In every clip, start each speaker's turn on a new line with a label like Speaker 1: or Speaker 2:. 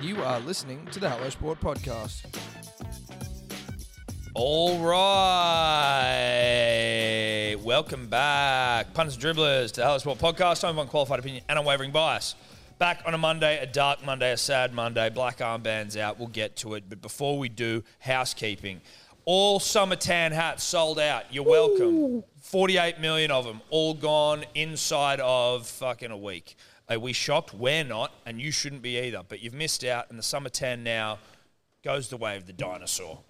Speaker 1: You are listening to the Hello Sport Podcast. All right. Welcome back, punters and dribblers, to the Hello Sport Podcast. I'm unqualified opinion and unwavering bias. Back on a Monday, a dark Monday, a sad Monday, black armbands out. We'll get to it. But before we do, housekeeping. All summer tan hats sold out. You're welcome. 48 million of them, all gone inside of fucking a week. Are we shocked? We're not, and you shouldn't be either. But you've missed out, and the summer tan now goes the way of the dinosaur.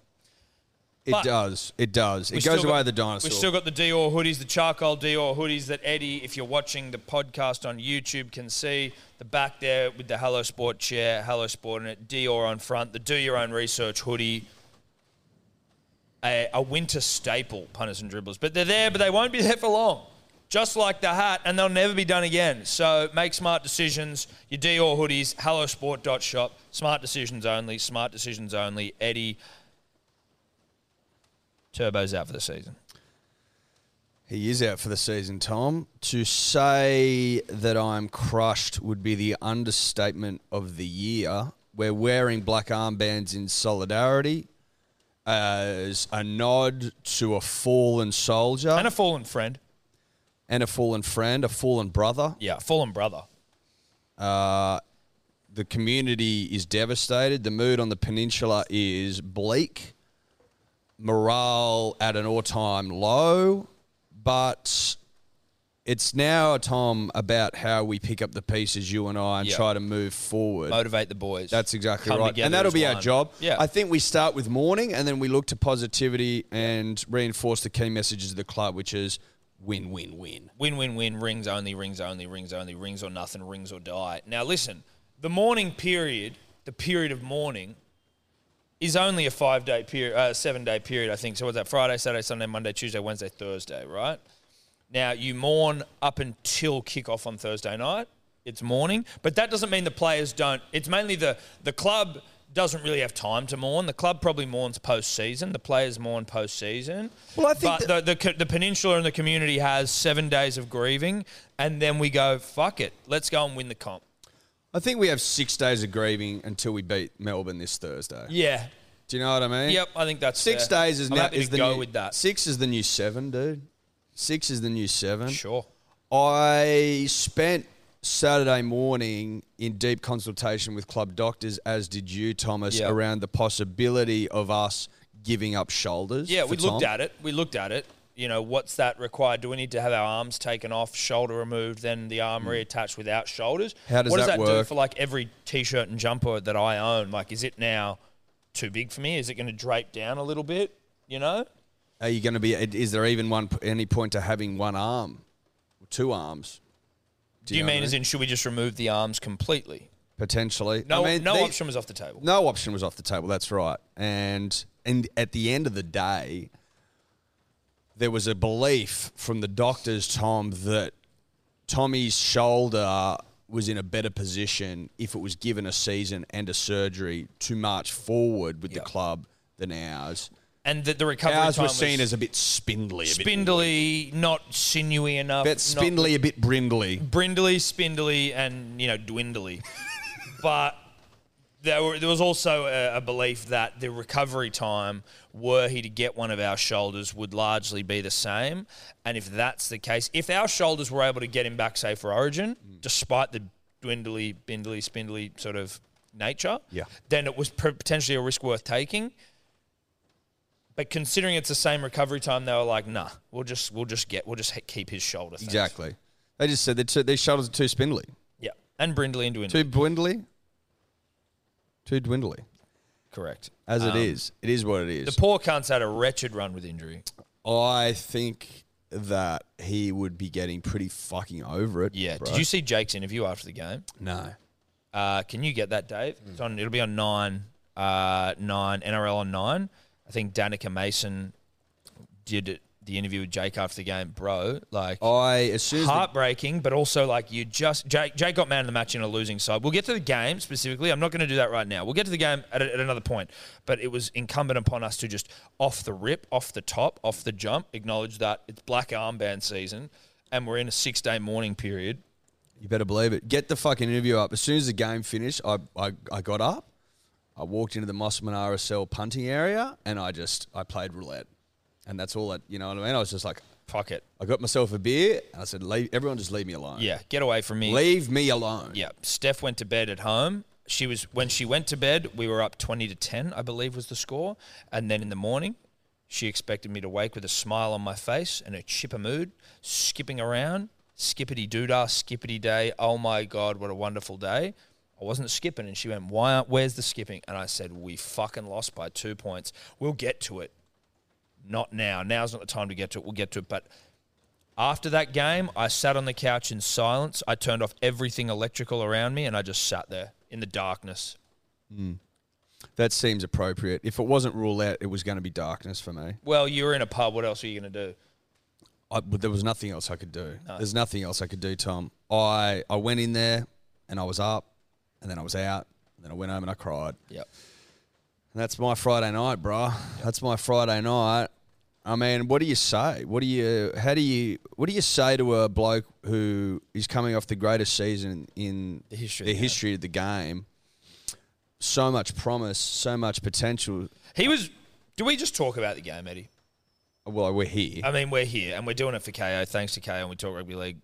Speaker 2: It
Speaker 1: But-
Speaker 2: does. It does. It
Speaker 1: We
Speaker 2: goes
Speaker 1: still
Speaker 2: away
Speaker 1: got-
Speaker 2: the dinosaur.
Speaker 1: We've still got the Dior hoodies, the charcoal Dior hoodies that Eddie, if you're watching the podcast on YouTube, can see. The back there with the Hello Sport chair, Hello Sport in it, Dior on front, the Do Your Own Research hoodie. A, a winter staple, punters and dribblers. But they're there, but they won't be there for long. Just like the hat, and they'll never be done again. So make smart decisions. Your Dior hoodies, hellosport.shop. Smart decisions only, smart decisions only. Eddie, Turbo's out for the season.
Speaker 2: he is out for the season, Tom. To say that I'm crushed would be the understatement of the year. We're wearing black armbands in solidarity as a nod to a fallen soldier
Speaker 1: and a fallen friend.
Speaker 2: and a fallen friend, a fallen brother.
Speaker 1: Yeah, fallen brother.
Speaker 2: Uh, The community is devastated. The mood on the peninsula is bleak. Morale at an all time low. But it's now, Tom, about how we pick up the pieces, you and I, and
Speaker 1: Yeah.
Speaker 2: try to move forward.
Speaker 1: Motivate the boys.
Speaker 2: That's exactly
Speaker 1: Come
Speaker 2: right.
Speaker 1: together
Speaker 2: And that'll
Speaker 1: as
Speaker 2: be our
Speaker 1: one.
Speaker 2: job.
Speaker 1: Yeah.
Speaker 2: I think we start with mourning and then we look to positivity and reinforce the key messages of the club, which is win, win, win.
Speaker 1: win, win, win. Rings only, rings only, rings only, rings or nothing, rings or die. Now, listen, the mourning period, the period of mourning, is only a five day period, uh, seven day period, I think. So, what's that? Friday, Saturday, Sunday, Monday, Tuesday, Wednesday, Thursday, right? Now, you mourn up until kickoff on Thursday night. It's mourning, but that doesn't mean the players don't. It's mainly the the club doesn't really have time to mourn. The club probably mourns postseason. The players mourn postseason.
Speaker 2: Well, I
Speaker 1: but
Speaker 2: think
Speaker 1: the, the co- the peninsula and the community has seven days of grieving, and then we go fuck it. Let's go and win the comp.
Speaker 2: I think we have six days of grieving until we beat Melbourne this Thursday.
Speaker 1: Yeah.
Speaker 2: Do you know what I mean?
Speaker 1: Yep. I think that's
Speaker 2: Six
Speaker 1: fair.
Speaker 2: days is
Speaker 1: I'm
Speaker 2: now
Speaker 1: happy
Speaker 2: is
Speaker 1: to
Speaker 2: the
Speaker 1: go
Speaker 2: new,
Speaker 1: with that.
Speaker 2: Six is the new seven, dude. Six is the new seven.
Speaker 1: Sure.
Speaker 2: I spent Saturday morning in deep consultation with club doctors, as did you, Thomas,
Speaker 1: Yeah.
Speaker 2: around the possibility of us giving up shoulders.
Speaker 1: Yeah,
Speaker 2: for
Speaker 1: we looked
Speaker 2: Tom.
Speaker 1: at it. We looked at it. You know, what's that required? Do we need to have our arms taken off, shoulder removed, then the arm reattached without shoulders?
Speaker 2: Hmm. How does
Speaker 1: what does that,
Speaker 2: that
Speaker 1: do
Speaker 2: work?
Speaker 1: for like every t-shirt and jumper that I own? Like, is it now too big for me? Is it going to drape down a little bit? You know,
Speaker 2: Are you going to be? Is there even one any point to having one arm, two arms?
Speaker 1: do you,
Speaker 2: know what
Speaker 1: mean
Speaker 2: I
Speaker 1: as in should we just remove the arms completely?
Speaker 2: potentially?
Speaker 1: No,
Speaker 2: I mean,
Speaker 1: no
Speaker 2: the-
Speaker 1: option was off the table.
Speaker 2: No option was off the table. That's right. And and at the end of the day, there was a belief from the doctors, Tom, that Tommy's shoulder was in a better position if it was given a season and a surgery to march forward with
Speaker 1: Yep.
Speaker 2: the club than ours.
Speaker 1: And the, the recovery
Speaker 2: ours
Speaker 1: time
Speaker 2: were seen
Speaker 1: was
Speaker 2: as a bit spindly, a bit,
Speaker 1: spindly, not sinewy enough,
Speaker 2: a bit
Speaker 1: not
Speaker 2: spindly, a bit brindly.
Speaker 1: brindly, spindly, and you know, dwindly. but there, were, there was also a, a belief that the recovery time, were he to get one of our shoulders, would largely be the same. And if that's the case, if our shoulders were able to get him back safe for Origin,
Speaker 2: Mm.
Speaker 1: despite the dwindly, bindly, spindly sort of nature,
Speaker 2: Yeah.
Speaker 1: then it was pr- potentially a risk worth taking. But considering it's the same recovery time, they were like, "Nah, we'll just we'll just get we'll just he- keep his shoulder." thanks.
Speaker 2: Exactly. They just said that too, their shoulders are too spindly,
Speaker 1: Yeah, and brindly and dwindly.
Speaker 2: too dwindly, too dwindly.
Speaker 1: Correct.
Speaker 2: As it is, it is what it is.
Speaker 1: Um, The poor cunt's had a wretched run with injury.
Speaker 2: I think that he would be getting pretty fucking over it.
Speaker 1: Yeah.
Speaker 2: bro.
Speaker 1: Did you see Jake's interview after the game?
Speaker 2: No.
Speaker 1: Uh, can you get that, Dave? It's on. It'll be on nine, uh, nine NRL on nine. I think Danica Mason did it, the interview with Jake after the game, bro. Like
Speaker 2: I as soon as the-
Speaker 1: heartbreaking, but also like you just Jake. Jake got man of the match in a losing side. We'll get to the game specifically. I'm not going to do that right now. We'll get to the game at, at another point. But it was incumbent upon us to just off the rip, off the top, off the jump, acknowledge that it's black armband season, and we're in a six day mourning period.
Speaker 2: You better believe it. Get the fucking interview up. As soon as the game finished, I, I, I got up, I walked into the Mossman RSL punting area, and I just I played roulette, and that's all that you know what I mean. I was just like,
Speaker 1: Fuck it.
Speaker 2: I got myself a beer, and I said, leave, everyone just leave me alone.
Speaker 1: Yeah, get away from me.
Speaker 2: leave me alone.
Speaker 1: Yeah, Steph went to bed at home. She was when she went to bed, we were up twenty to ten, I believe was the score. And then in the morning, she expected me to wake with a smile on my face and a chipper mood, skipping around, skippity doodah, skippity day. Oh my god, what a wonderful day! I wasn't skipping, and she went, "Why aren't? Where's the skipping?" And I said, "We fucking lost by two points. We'll get to it. Not now. Now's not the time to get to it. We'll get to it, but." After that game, I sat on the couch in silence. I turned off everything electrical around me and I just sat there in the darkness.
Speaker 2: That seems appropriate. If it wasn't roulette, it was going to be darkness for me.
Speaker 1: Well, you were in a pub. What else are you going to do?
Speaker 2: I, but there was nothing else I could do. There's nothing else I could do, Tom. I I went in there and I was up, and then I was out, and then I went home and I cried.
Speaker 1: Yep.
Speaker 2: And that's my Friday night, bro. That's my Friday night. I mean, what do you say? What do you? How do you? What do you say to a bloke who is coming off the greatest season in the
Speaker 1: history of the game.
Speaker 2: history of the game? So much promise, so much potential.
Speaker 1: He was. Do we just talk about the game, Eddie?
Speaker 2: Well, we're here.
Speaker 1: I mean, we're here and we're doing it for KO. Thanks to KO, and we talk rugby league.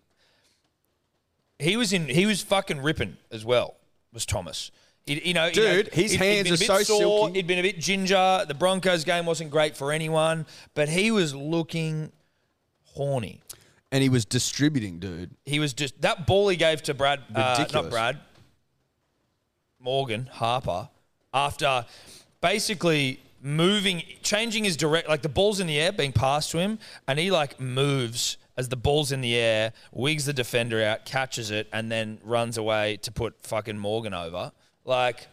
Speaker 1: He was in. He was fucking ripping as well. Was Thomas? He- you know, you know,
Speaker 2: Dude, his
Speaker 1: he'd-
Speaker 2: hands
Speaker 1: he'd been a
Speaker 2: are
Speaker 1: bit
Speaker 2: so
Speaker 1: sore,
Speaker 2: silky.
Speaker 1: He'd been a bit ginger. The Broncos game wasn't great for anyone, but he was looking horny.
Speaker 2: and he was distributing, dude.
Speaker 1: he was just that ball he gave to Brad, uh, not
Speaker 2: Ridiculous.
Speaker 1: Brad, Morgan Harper, after basically moving, changing his direct, like the ball's in the air being passed to him, and he like moves as the ball's in the air, wigs the defender out, catches it, and then runs away to put fucking Morgan over. Like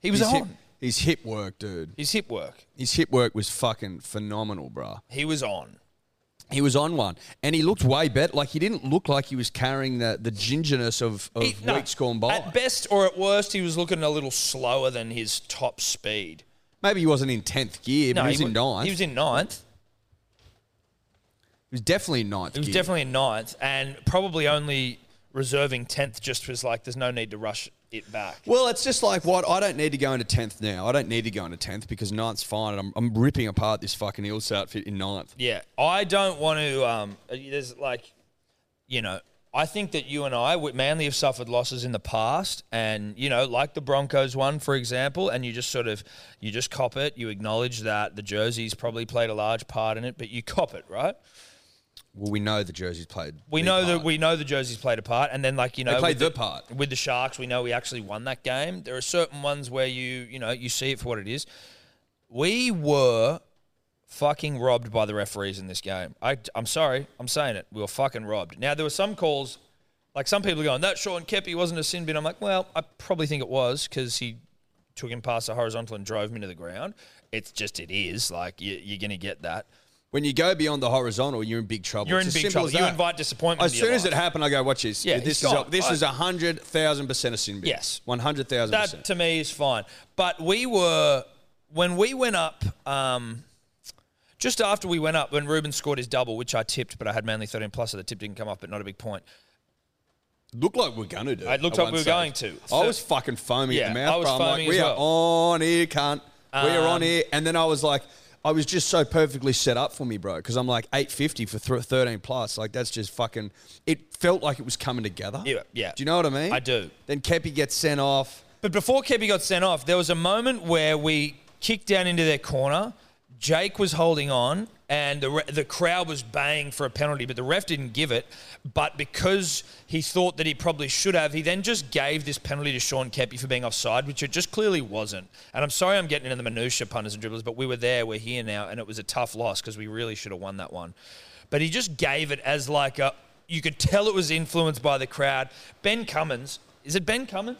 Speaker 1: he was
Speaker 2: his hip,
Speaker 1: on
Speaker 2: his hip work, dude.
Speaker 1: his hip work.
Speaker 2: His hip work was fucking phenomenal, bruh.
Speaker 1: He was on.
Speaker 2: He was on one, and he looked way better. Like he didn't look like he was carrying the the gingerness of of
Speaker 1: He- no,
Speaker 2: weeks gone by.
Speaker 1: At best or at worst, he was looking a little slower than his top speed.
Speaker 2: Maybe he wasn't in tenth gear, but he was in
Speaker 1: wa-
Speaker 2: ninth.
Speaker 1: He was in ninth.
Speaker 2: He was definitely in ninth.
Speaker 1: He was
Speaker 2: gear.
Speaker 1: definitely in ninth, and probably only reserving tenth just was like, there's no need to rush it back.
Speaker 2: Well, it's just like what I don't need to go into tenth now. I don't need to go into tenth because ninth's fine. And I'm, I'm ripping apart this fucking Eels outfit in ninth.
Speaker 1: Yeah, I don't want to. Um, there's like, you know, I think that you and I, we- Manly, have suffered losses in the past, and you know, like the Broncos one, for example, and you just sort of, you just cop it. You acknowledge that the jerseys probably played a large part in it, but you cop it, right?
Speaker 2: Well, we know the jerseys played.
Speaker 1: We
Speaker 2: the
Speaker 1: know
Speaker 2: part.
Speaker 1: that we know the jerseys played a part, and then like you know,
Speaker 2: played
Speaker 1: with
Speaker 2: the part.
Speaker 1: with the Sharks. We know we actually won that game. There are certain ones where you you know you see it for what it is. We were fucking robbed by the referees in this game. I I'm sorry, I'm saying it. We were fucking robbed. Now there were some calls, like some people are going that Sean Kepi wasn't a sin bin. I'm like, well, I probably think it was because he took him past the horizontal and drove him into the ground. It's just it is like you, you're gonna get that.
Speaker 2: when you go beyond the horizontal, you're in big trouble.
Speaker 1: You're
Speaker 2: It's
Speaker 1: in
Speaker 2: as
Speaker 1: big
Speaker 2: simple
Speaker 1: trouble.
Speaker 2: as
Speaker 1: You
Speaker 2: that.
Speaker 1: invite disappointment.
Speaker 2: As
Speaker 1: into your
Speaker 2: soon as
Speaker 1: life.
Speaker 2: it happened, I go, watch this.
Speaker 1: Yeah,
Speaker 2: this
Speaker 1: he's
Speaker 2: is
Speaker 1: gone.
Speaker 2: a, this
Speaker 1: I-
Speaker 2: is a hundred thousand percent a sin bin.
Speaker 1: Yes.
Speaker 2: one hundred thousand
Speaker 1: that
Speaker 2: percent.
Speaker 1: to me is fine. But we were when we went up, um, just after we went up, when Ruben scored his double, which I tipped, but I had Manly 13 plus, so the tip didn't come off, but not a big point.
Speaker 2: Looked like we are gonna do.
Speaker 1: It looked
Speaker 2: at
Speaker 1: like we
Speaker 2: one
Speaker 1: were
Speaker 2: stage.
Speaker 1: going to.
Speaker 2: I
Speaker 1: So-
Speaker 2: was fucking foaming
Speaker 1: Yeah,
Speaker 2: at the mouth.
Speaker 1: I was
Speaker 2: bro. I'm
Speaker 1: foaming
Speaker 2: like, we
Speaker 1: as
Speaker 2: are on here, cunt. we are on
Speaker 1: Um,
Speaker 2: here, and then I was like, I was just so perfectly set up for me, bro, because I'm like eight fifty for th- thirteen plus. Like that's just fucking. It felt like it was coming together.
Speaker 1: Yeah, yeah.
Speaker 2: Do you know what I mean?
Speaker 1: I do.
Speaker 2: Then Kepi gets sent off.
Speaker 1: But before Kepi got sent off, there was a moment where we kicked down into their corner. Jake was holding on, and the re- the crowd was baying for a penalty, but the ref didn't give it. But because he thought that he probably should have, he then just gave this penalty to Sean Kepi for being offside, which it just clearly wasn't. And I'm sorry I'm getting into the minutia, punters and dribblers, but we were there, we're here now, and it was a tough loss because we really should have won that one. But he just gave it as like a. You could tell it was influenced by the crowd. Ben Cummins, is it Ben Cummins?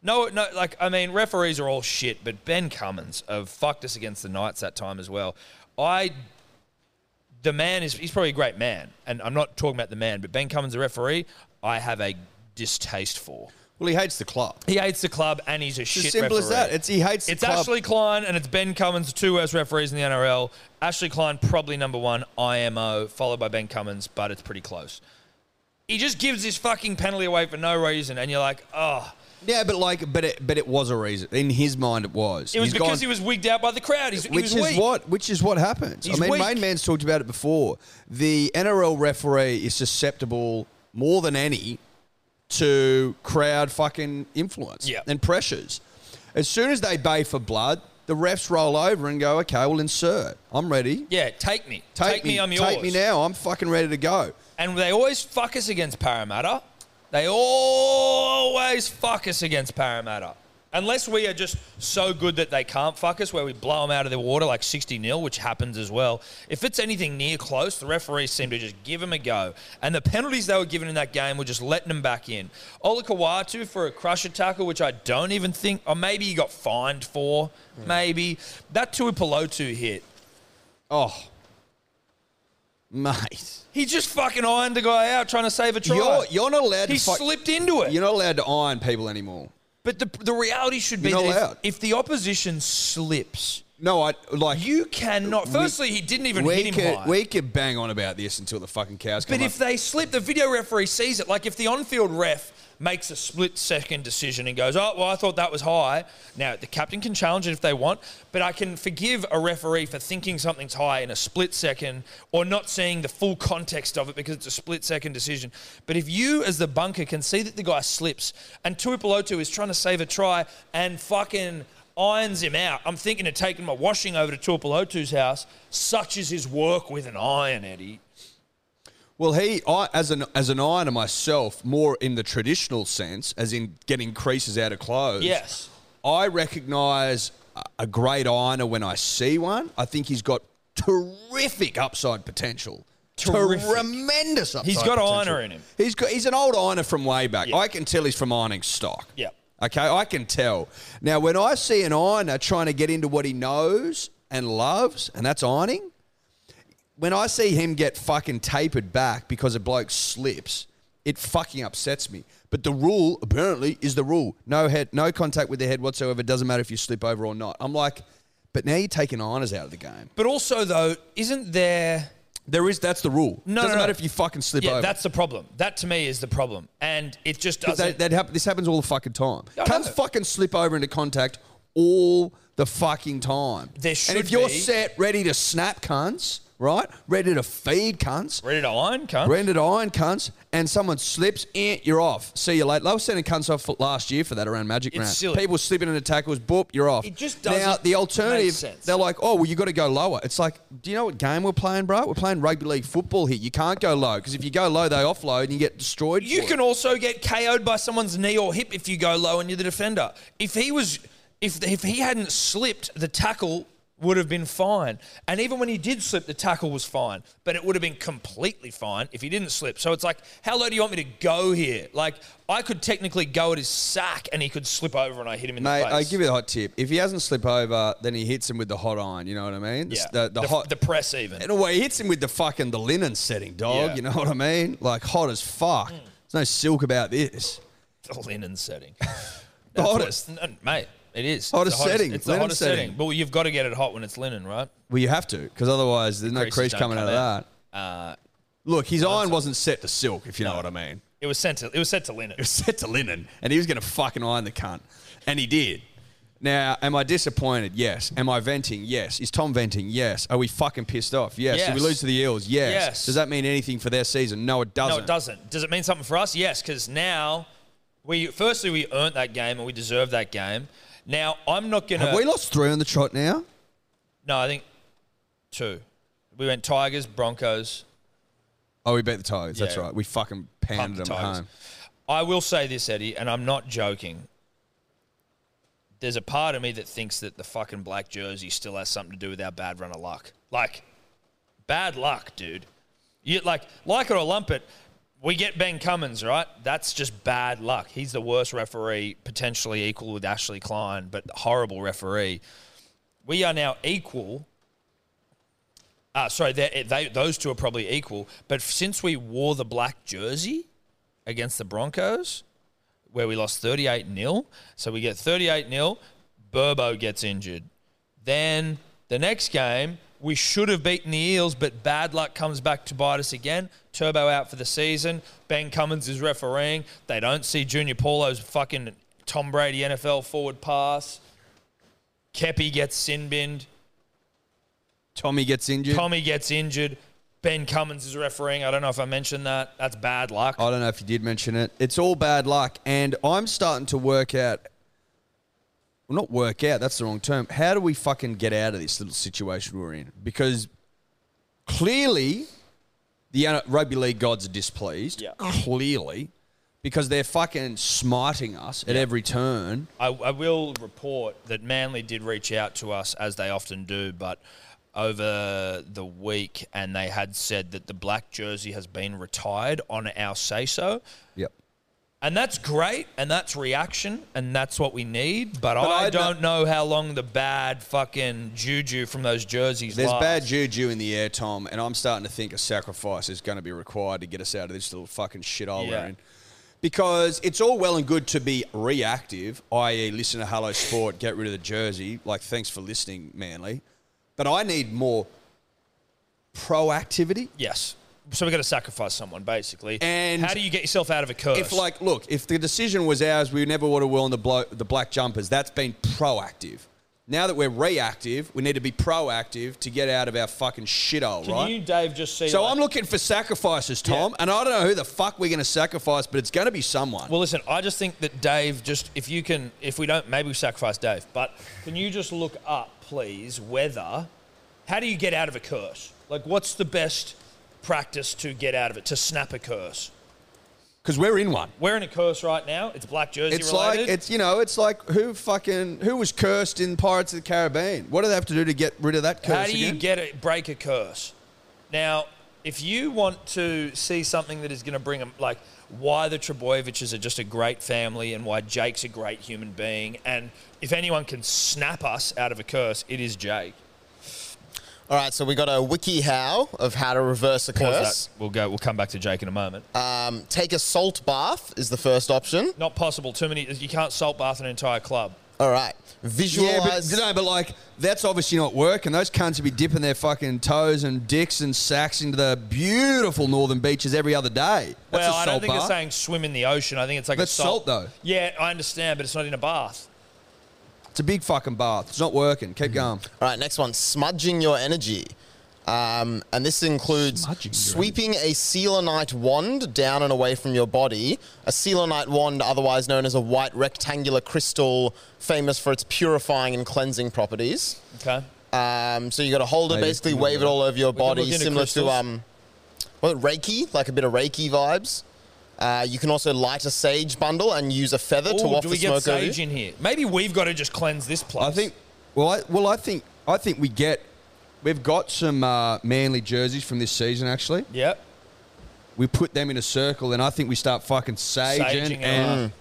Speaker 1: No, no, like I mean, referees are all shit, but Ben Cummins have fucked us against the Knights that time as well. I, the man is he's probably a great man, and I'm not talking about the man, but Ben Cummins, the referee, I have a distaste for.
Speaker 2: Well, he hates the club.
Speaker 1: He hates the club, and he's a
Speaker 2: It's
Speaker 1: shit.
Speaker 2: as simple as
Speaker 1: referee.
Speaker 2: that. It's he hates the
Speaker 1: It's
Speaker 2: club.
Speaker 1: Ashley Klein and it's Ben Cummins, the two worst referees in the NRL. Ashley Klein probably number one, IMO, followed by Ben Cummins, but it's pretty close. He just gives this fucking penalty away for no reason, and you're like, oh.
Speaker 2: Yeah, but like, but it, but it was a reason in his mind. It was.
Speaker 1: It was
Speaker 2: He's
Speaker 1: because
Speaker 2: gone-
Speaker 1: he was wigged out by the crowd. He's,
Speaker 2: which
Speaker 1: he was
Speaker 2: is
Speaker 1: weak.
Speaker 2: what which is what happens.
Speaker 1: He's
Speaker 2: I mean,
Speaker 1: weak.
Speaker 2: main man's talked about it before. The NRL referee is susceptible more than any to crowd fucking influence
Speaker 1: Yeah.
Speaker 2: and pressures. As soon as they bay for blood, the refs roll over and go, "Okay, we'll insert. I'm ready.
Speaker 1: Yeah, take me.
Speaker 2: Take,
Speaker 1: me, I'm yours.
Speaker 2: Take me now. I'm fucking ready to go."
Speaker 1: And they always fuck us against Parramatta. They always fuck us against Parramatta. Unless we are just so good that they can't fuck us, where we blow them out of the water like 60 0, which happens as well. If it's anything near close, the referees seem to just give them a go. And the penalties they were given in that game were just letting them back in. Olakawatu for a crusher tackle, which I don't even think, or maybe he got fined for,
Speaker 2: Hmm.
Speaker 1: maybe. That Tuipulotu hit.
Speaker 2: Oh, mate,
Speaker 1: He just fucking ironed the guy out trying to save a try.
Speaker 2: you're you're not allowed
Speaker 1: he
Speaker 2: to. Fi-
Speaker 1: slipped into it.
Speaker 2: you're not allowed to iron people anymore.
Speaker 1: But the, the reality should be
Speaker 2: You're
Speaker 1: that
Speaker 2: not
Speaker 1: if,
Speaker 2: allowed.
Speaker 1: if the opposition slips,
Speaker 2: No, I like
Speaker 1: you cannot. Firstly, he didn't even hit
Speaker 2: we
Speaker 1: him
Speaker 2: could
Speaker 1: high.
Speaker 2: we could bang on about this until the fucking cows come
Speaker 1: but if
Speaker 2: up.
Speaker 1: they slip, the video referee sees it. Like if the on-field ref makes a split-second decision and goes, "Oh, well, I thought that was high." Now the captain can challenge it if they want, but I can forgive a referee for thinking something's high in a split second or not seeing the full context of it because it's a split-second decision. But if you, as the bunker, can see that the guy slips and Tuipulotu is trying to save a try and fucking irons him out. I'm thinking of taking my washing over to Tuipulotu's house. Such is his work with an iron, Eddie.
Speaker 2: Well, he I, as an as an ironer myself, more in the traditional sense, as in getting creases out of clothes.
Speaker 1: Yes.
Speaker 2: I recognise a- a great ironer when I see one. I think he's got terrific upside potential.
Speaker 1: Terrific.
Speaker 2: Tremendous upside.
Speaker 1: He's got
Speaker 2: potential.
Speaker 1: ironer in him.
Speaker 2: He's got he's an old ironer from way back.
Speaker 1: Yeah.
Speaker 2: I can tell he's from ironing stock.
Speaker 1: Yeah.
Speaker 2: Okay, I can tell. Now, when I see an ironer trying to get into what he knows and loves, and that's ironing, when I see him get fucking tapered back because a bloke slips, it fucking upsets me. But the rule apparently is the rule: no head, no contact with the head whatsoever. Doesn't matter if you slip over or not. I'm like, but now you're taking ironers out of the game.
Speaker 1: But also, though, isn't there.
Speaker 2: There is that's the rule.
Speaker 1: No,
Speaker 2: doesn't
Speaker 1: no, no.
Speaker 2: matter if you fucking slip
Speaker 1: Yeah,
Speaker 2: over.
Speaker 1: that's the problem. That to me is the problem. And it just
Speaker 2: But
Speaker 1: doesn't.
Speaker 2: that, that hap- this happens all the fucking time.
Speaker 1: I
Speaker 2: Cunts
Speaker 1: know.
Speaker 2: fucking slip over into contact all the fucking time.
Speaker 1: There should
Speaker 2: and if you're
Speaker 1: be-
Speaker 2: set ready to snap cunts, right? Ready to feed cunts,
Speaker 1: Ready to iron, cunt?
Speaker 2: ready to iron cunts, and someone slips, eh, you're off. See you later. They were sending cunts off for- last year for that around Magic
Speaker 1: It's
Speaker 2: Round.
Speaker 1: silly.
Speaker 2: People slipping into tackles, boop, you're off.
Speaker 1: It just
Speaker 2: Now,
Speaker 1: doesn't
Speaker 2: the
Speaker 1: make
Speaker 2: alternative,
Speaker 1: sense.
Speaker 2: they're like, oh, well, you got to go lower. It's like, do you know what game we're playing, bro? We're playing rugby league football here. You can't go low because if you go low, they offload and you get destroyed.
Speaker 1: You
Speaker 2: for it.
Speaker 1: can also get KO'd by someone's knee or hip if you go low and you're the defender. If he was, if if he hadn't slipped, the tackle would have been fine. And even when he did slip, the tackle was fine, but it would have been completely fine if he didn't slip. So it's like, how low do you want me to go here? Like I could technically go at his sack and he could slip over and I hit him in
Speaker 2: Mate,
Speaker 1: the face.
Speaker 2: I give you the hot tip. If he hasn't slip over, then he hits him with the hot iron. You know what I mean?
Speaker 1: yeah.
Speaker 2: The, the, hot.
Speaker 1: the press even.
Speaker 2: in a way, he hits him with the fucking the linen setting, dog.
Speaker 1: Yeah. Mm.
Speaker 2: You know what I mean? Like hot as fuck. There's no silk about this.
Speaker 1: The linen setting.
Speaker 2: The
Speaker 1: That's what-
Speaker 2: hottest.
Speaker 1: n- mate, it is.
Speaker 2: Hottest
Speaker 1: it's the hottest,
Speaker 2: setting,
Speaker 1: It's the
Speaker 2: linen
Speaker 1: hottest setting.
Speaker 2: setting.
Speaker 1: But you've got to get it hot when it's linen, right?
Speaker 2: Well, you have to, because otherwise there's no
Speaker 1: Creases
Speaker 2: crease
Speaker 1: don't
Speaker 2: coming out
Speaker 1: come
Speaker 2: of
Speaker 1: out.
Speaker 2: that.
Speaker 1: Uh,
Speaker 2: Look, his iron wasn't set to silk, if you know what I mean.
Speaker 1: it was sent to it was sent to linen.
Speaker 2: It was set to linen, and he was going to fucking iron the cunt, and he did. Now, am I disappointed? Yes. Am I venting? Yes. Is Tom venting? Yes. Are we fucking pissed off? Yes. Did we
Speaker 1: Yes.
Speaker 2: lose to the Eels? Yes.
Speaker 1: Yes.
Speaker 2: Does that mean anything for their season? No, it doesn't.
Speaker 1: No, it doesn't. Does it mean something for us? Yes, because now we firstly we earned that game and we deserve that game. Now I'm not gonna.
Speaker 2: Have we lost three on the trot now?
Speaker 1: no, I think two. We went Tigers, Broncos,
Speaker 2: Oh, we beat the Tigers. That's
Speaker 1: Yeah.
Speaker 2: right. We fucking
Speaker 1: pumped
Speaker 2: pounded
Speaker 1: the
Speaker 2: them
Speaker 1: Tigers.
Speaker 2: home.
Speaker 1: I will say this, Eddie, and I'm not joking. There's a part of me that thinks that the fucking black jersey still has something to do with our bad run of luck. Like, bad luck, dude. You like like it or lump it. We get Ben Cummins, right? That's just bad luck. He's the worst referee, potentially equal with Ashley Klein, but horrible referee. We are now equal. Uh, sorry, they, they, those two are probably equal. But since we wore the black jersey against the Broncos, where we lost 38 0, so we get 38 0, Burbo gets injured. Then The next game, we should have beaten the Eels, but bad luck comes back to bite us again. Turbo out for the season. Ben Cummins is refereeing. They don't see Junior Paulo's fucking Tom Brady NFL forward pass. Kepi gets sin binned.
Speaker 2: Tommy gets injured.
Speaker 1: Tommy gets injured. Ben Cummins is refereeing. I don't know if I mentioned that. That's bad luck.
Speaker 2: I don't know if you did mention it. It's all bad luck, and I'm starting to work out. Well, not work out. That's the wrong term. How do we fucking get out of this little situation we're in? Because clearly, the uh, rugby league gods are displeased.
Speaker 1: Yeah.
Speaker 2: Clearly, because they're fucking smiting us at every turn.
Speaker 1: I, I will report that Manly did reach out to us as they often do, but over the week, and they had said that the black jersey has been retired on our say so,
Speaker 2: Yep.
Speaker 1: and that's great, and that's reaction, and that's what we need. But, I,
Speaker 2: I
Speaker 1: don't know how long the bad fucking juju from those jerseys.
Speaker 2: There's
Speaker 1: lasts.
Speaker 2: bad juju in the air, Tom, and I'm starting to think a sacrifice is going to be required to get us out of this little fucking shithole
Speaker 1: Yeah.
Speaker 2: we're in. Because it's all well and good to be reactive, i.e., listen to Hello Sport, get rid of the jersey. Like, thanks for listening, Manly. But I need more proactivity.
Speaker 1: Yes. So we got to sacrifice someone basically.
Speaker 2: And-
Speaker 1: how do you get yourself out of a curse?
Speaker 2: If, like, look, if the decision was ours, we never would have worn the, blo- the black jumpers. That's been proactive. Now that we're reactive, we need to be proactive to get out of our fucking shithole,
Speaker 1: can
Speaker 2: right?
Speaker 1: you, Dave, just see?
Speaker 2: So
Speaker 1: like-
Speaker 2: I'm looking for sacrifices, Tom, and I don't know who the fuck we're going to sacrifice, but it's going to be someone.
Speaker 1: Well, listen, I just think that Dave, just if you can, if we don't, maybe we sacrifice Dave, but can you just look up, please, whether, how do you get out of a curse? Like, what's the best practice to get out of it, to snap a curse?
Speaker 2: Because we're in one.
Speaker 1: We're in a curse right now. It's black jersey
Speaker 2: It's
Speaker 1: related.
Speaker 2: like it's you know, it's like who fucking who was cursed in Pirates of the Caribbean? What do they have to do to get rid of that curse?
Speaker 1: How do you
Speaker 2: again?
Speaker 1: get it? Break a curse. Now, if you want to see something that is going to bring them, like why the Trebojeviches are just a great family and why Jake's a great human being, and if anyone can snap us out of a curse, it is Jake.
Speaker 3: All right, so we got a wiki how of how to reverse a
Speaker 1: Pause
Speaker 3: curse.
Speaker 1: that. We'll go. We'll come back to Jake in a moment.
Speaker 2: Uh.
Speaker 3: Um, take a salt bath is the first option.
Speaker 1: Not possible. Too many. You can't salt bath an entire club.
Speaker 3: All right,
Speaker 2: Yeah, but
Speaker 3: visualize.
Speaker 2: no, but like that's obviously not working. Those cunts would be dipping their fucking toes and dicks and sacks into the beautiful northern beaches every other day. That's
Speaker 1: well,
Speaker 2: a
Speaker 1: I don't
Speaker 2: salt
Speaker 1: think it's
Speaker 2: bar.
Speaker 1: saying swim in the ocean. I think it's like
Speaker 2: That's
Speaker 1: a salt.
Speaker 2: salt, though.
Speaker 1: Yeah, I understand, but it's not in a bath.
Speaker 2: It's a big fucking bath. It's not working. Keep going.
Speaker 3: All right, next one smudging your energy. Um, and this includes
Speaker 2: Smudging your
Speaker 3: sweeping a selenite wand down and away from your body. A selenite wand, otherwise known as a white rectangular crystal, famous for its purifying and cleansing properties.
Speaker 1: Okay.
Speaker 3: Um, so you got to hold it,
Speaker 2: Maybe
Speaker 3: basically
Speaker 2: it's similar.
Speaker 3: wave it all over your
Speaker 1: can
Speaker 3: body,
Speaker 1: look into
Speaker 3: similar to
Speaker 1: crystals.
Speaker 3: um, well, Reiki, like a bit of Reiki vibes. Uh, you can also light a sage bundle and use a feather to
Speaker 1: Ooh,
Speaker 3: waft
Speaker 1: do
Speaker 3: the
Speaker 1: we get
Speaker 3: smoke over. you.
Speaker 1: sage in here? Maybe we've got to just cleanse this place.
Speaker 2: I think. Well, I, well, I think I think we get. We've got some uh, manly jerseys from this season. Actually,
Speaker 1: Yep.
Speaker 2: we put them in a circle, and I think we start fucking saging,
Speaker 1: Saging it
Speaker 2: and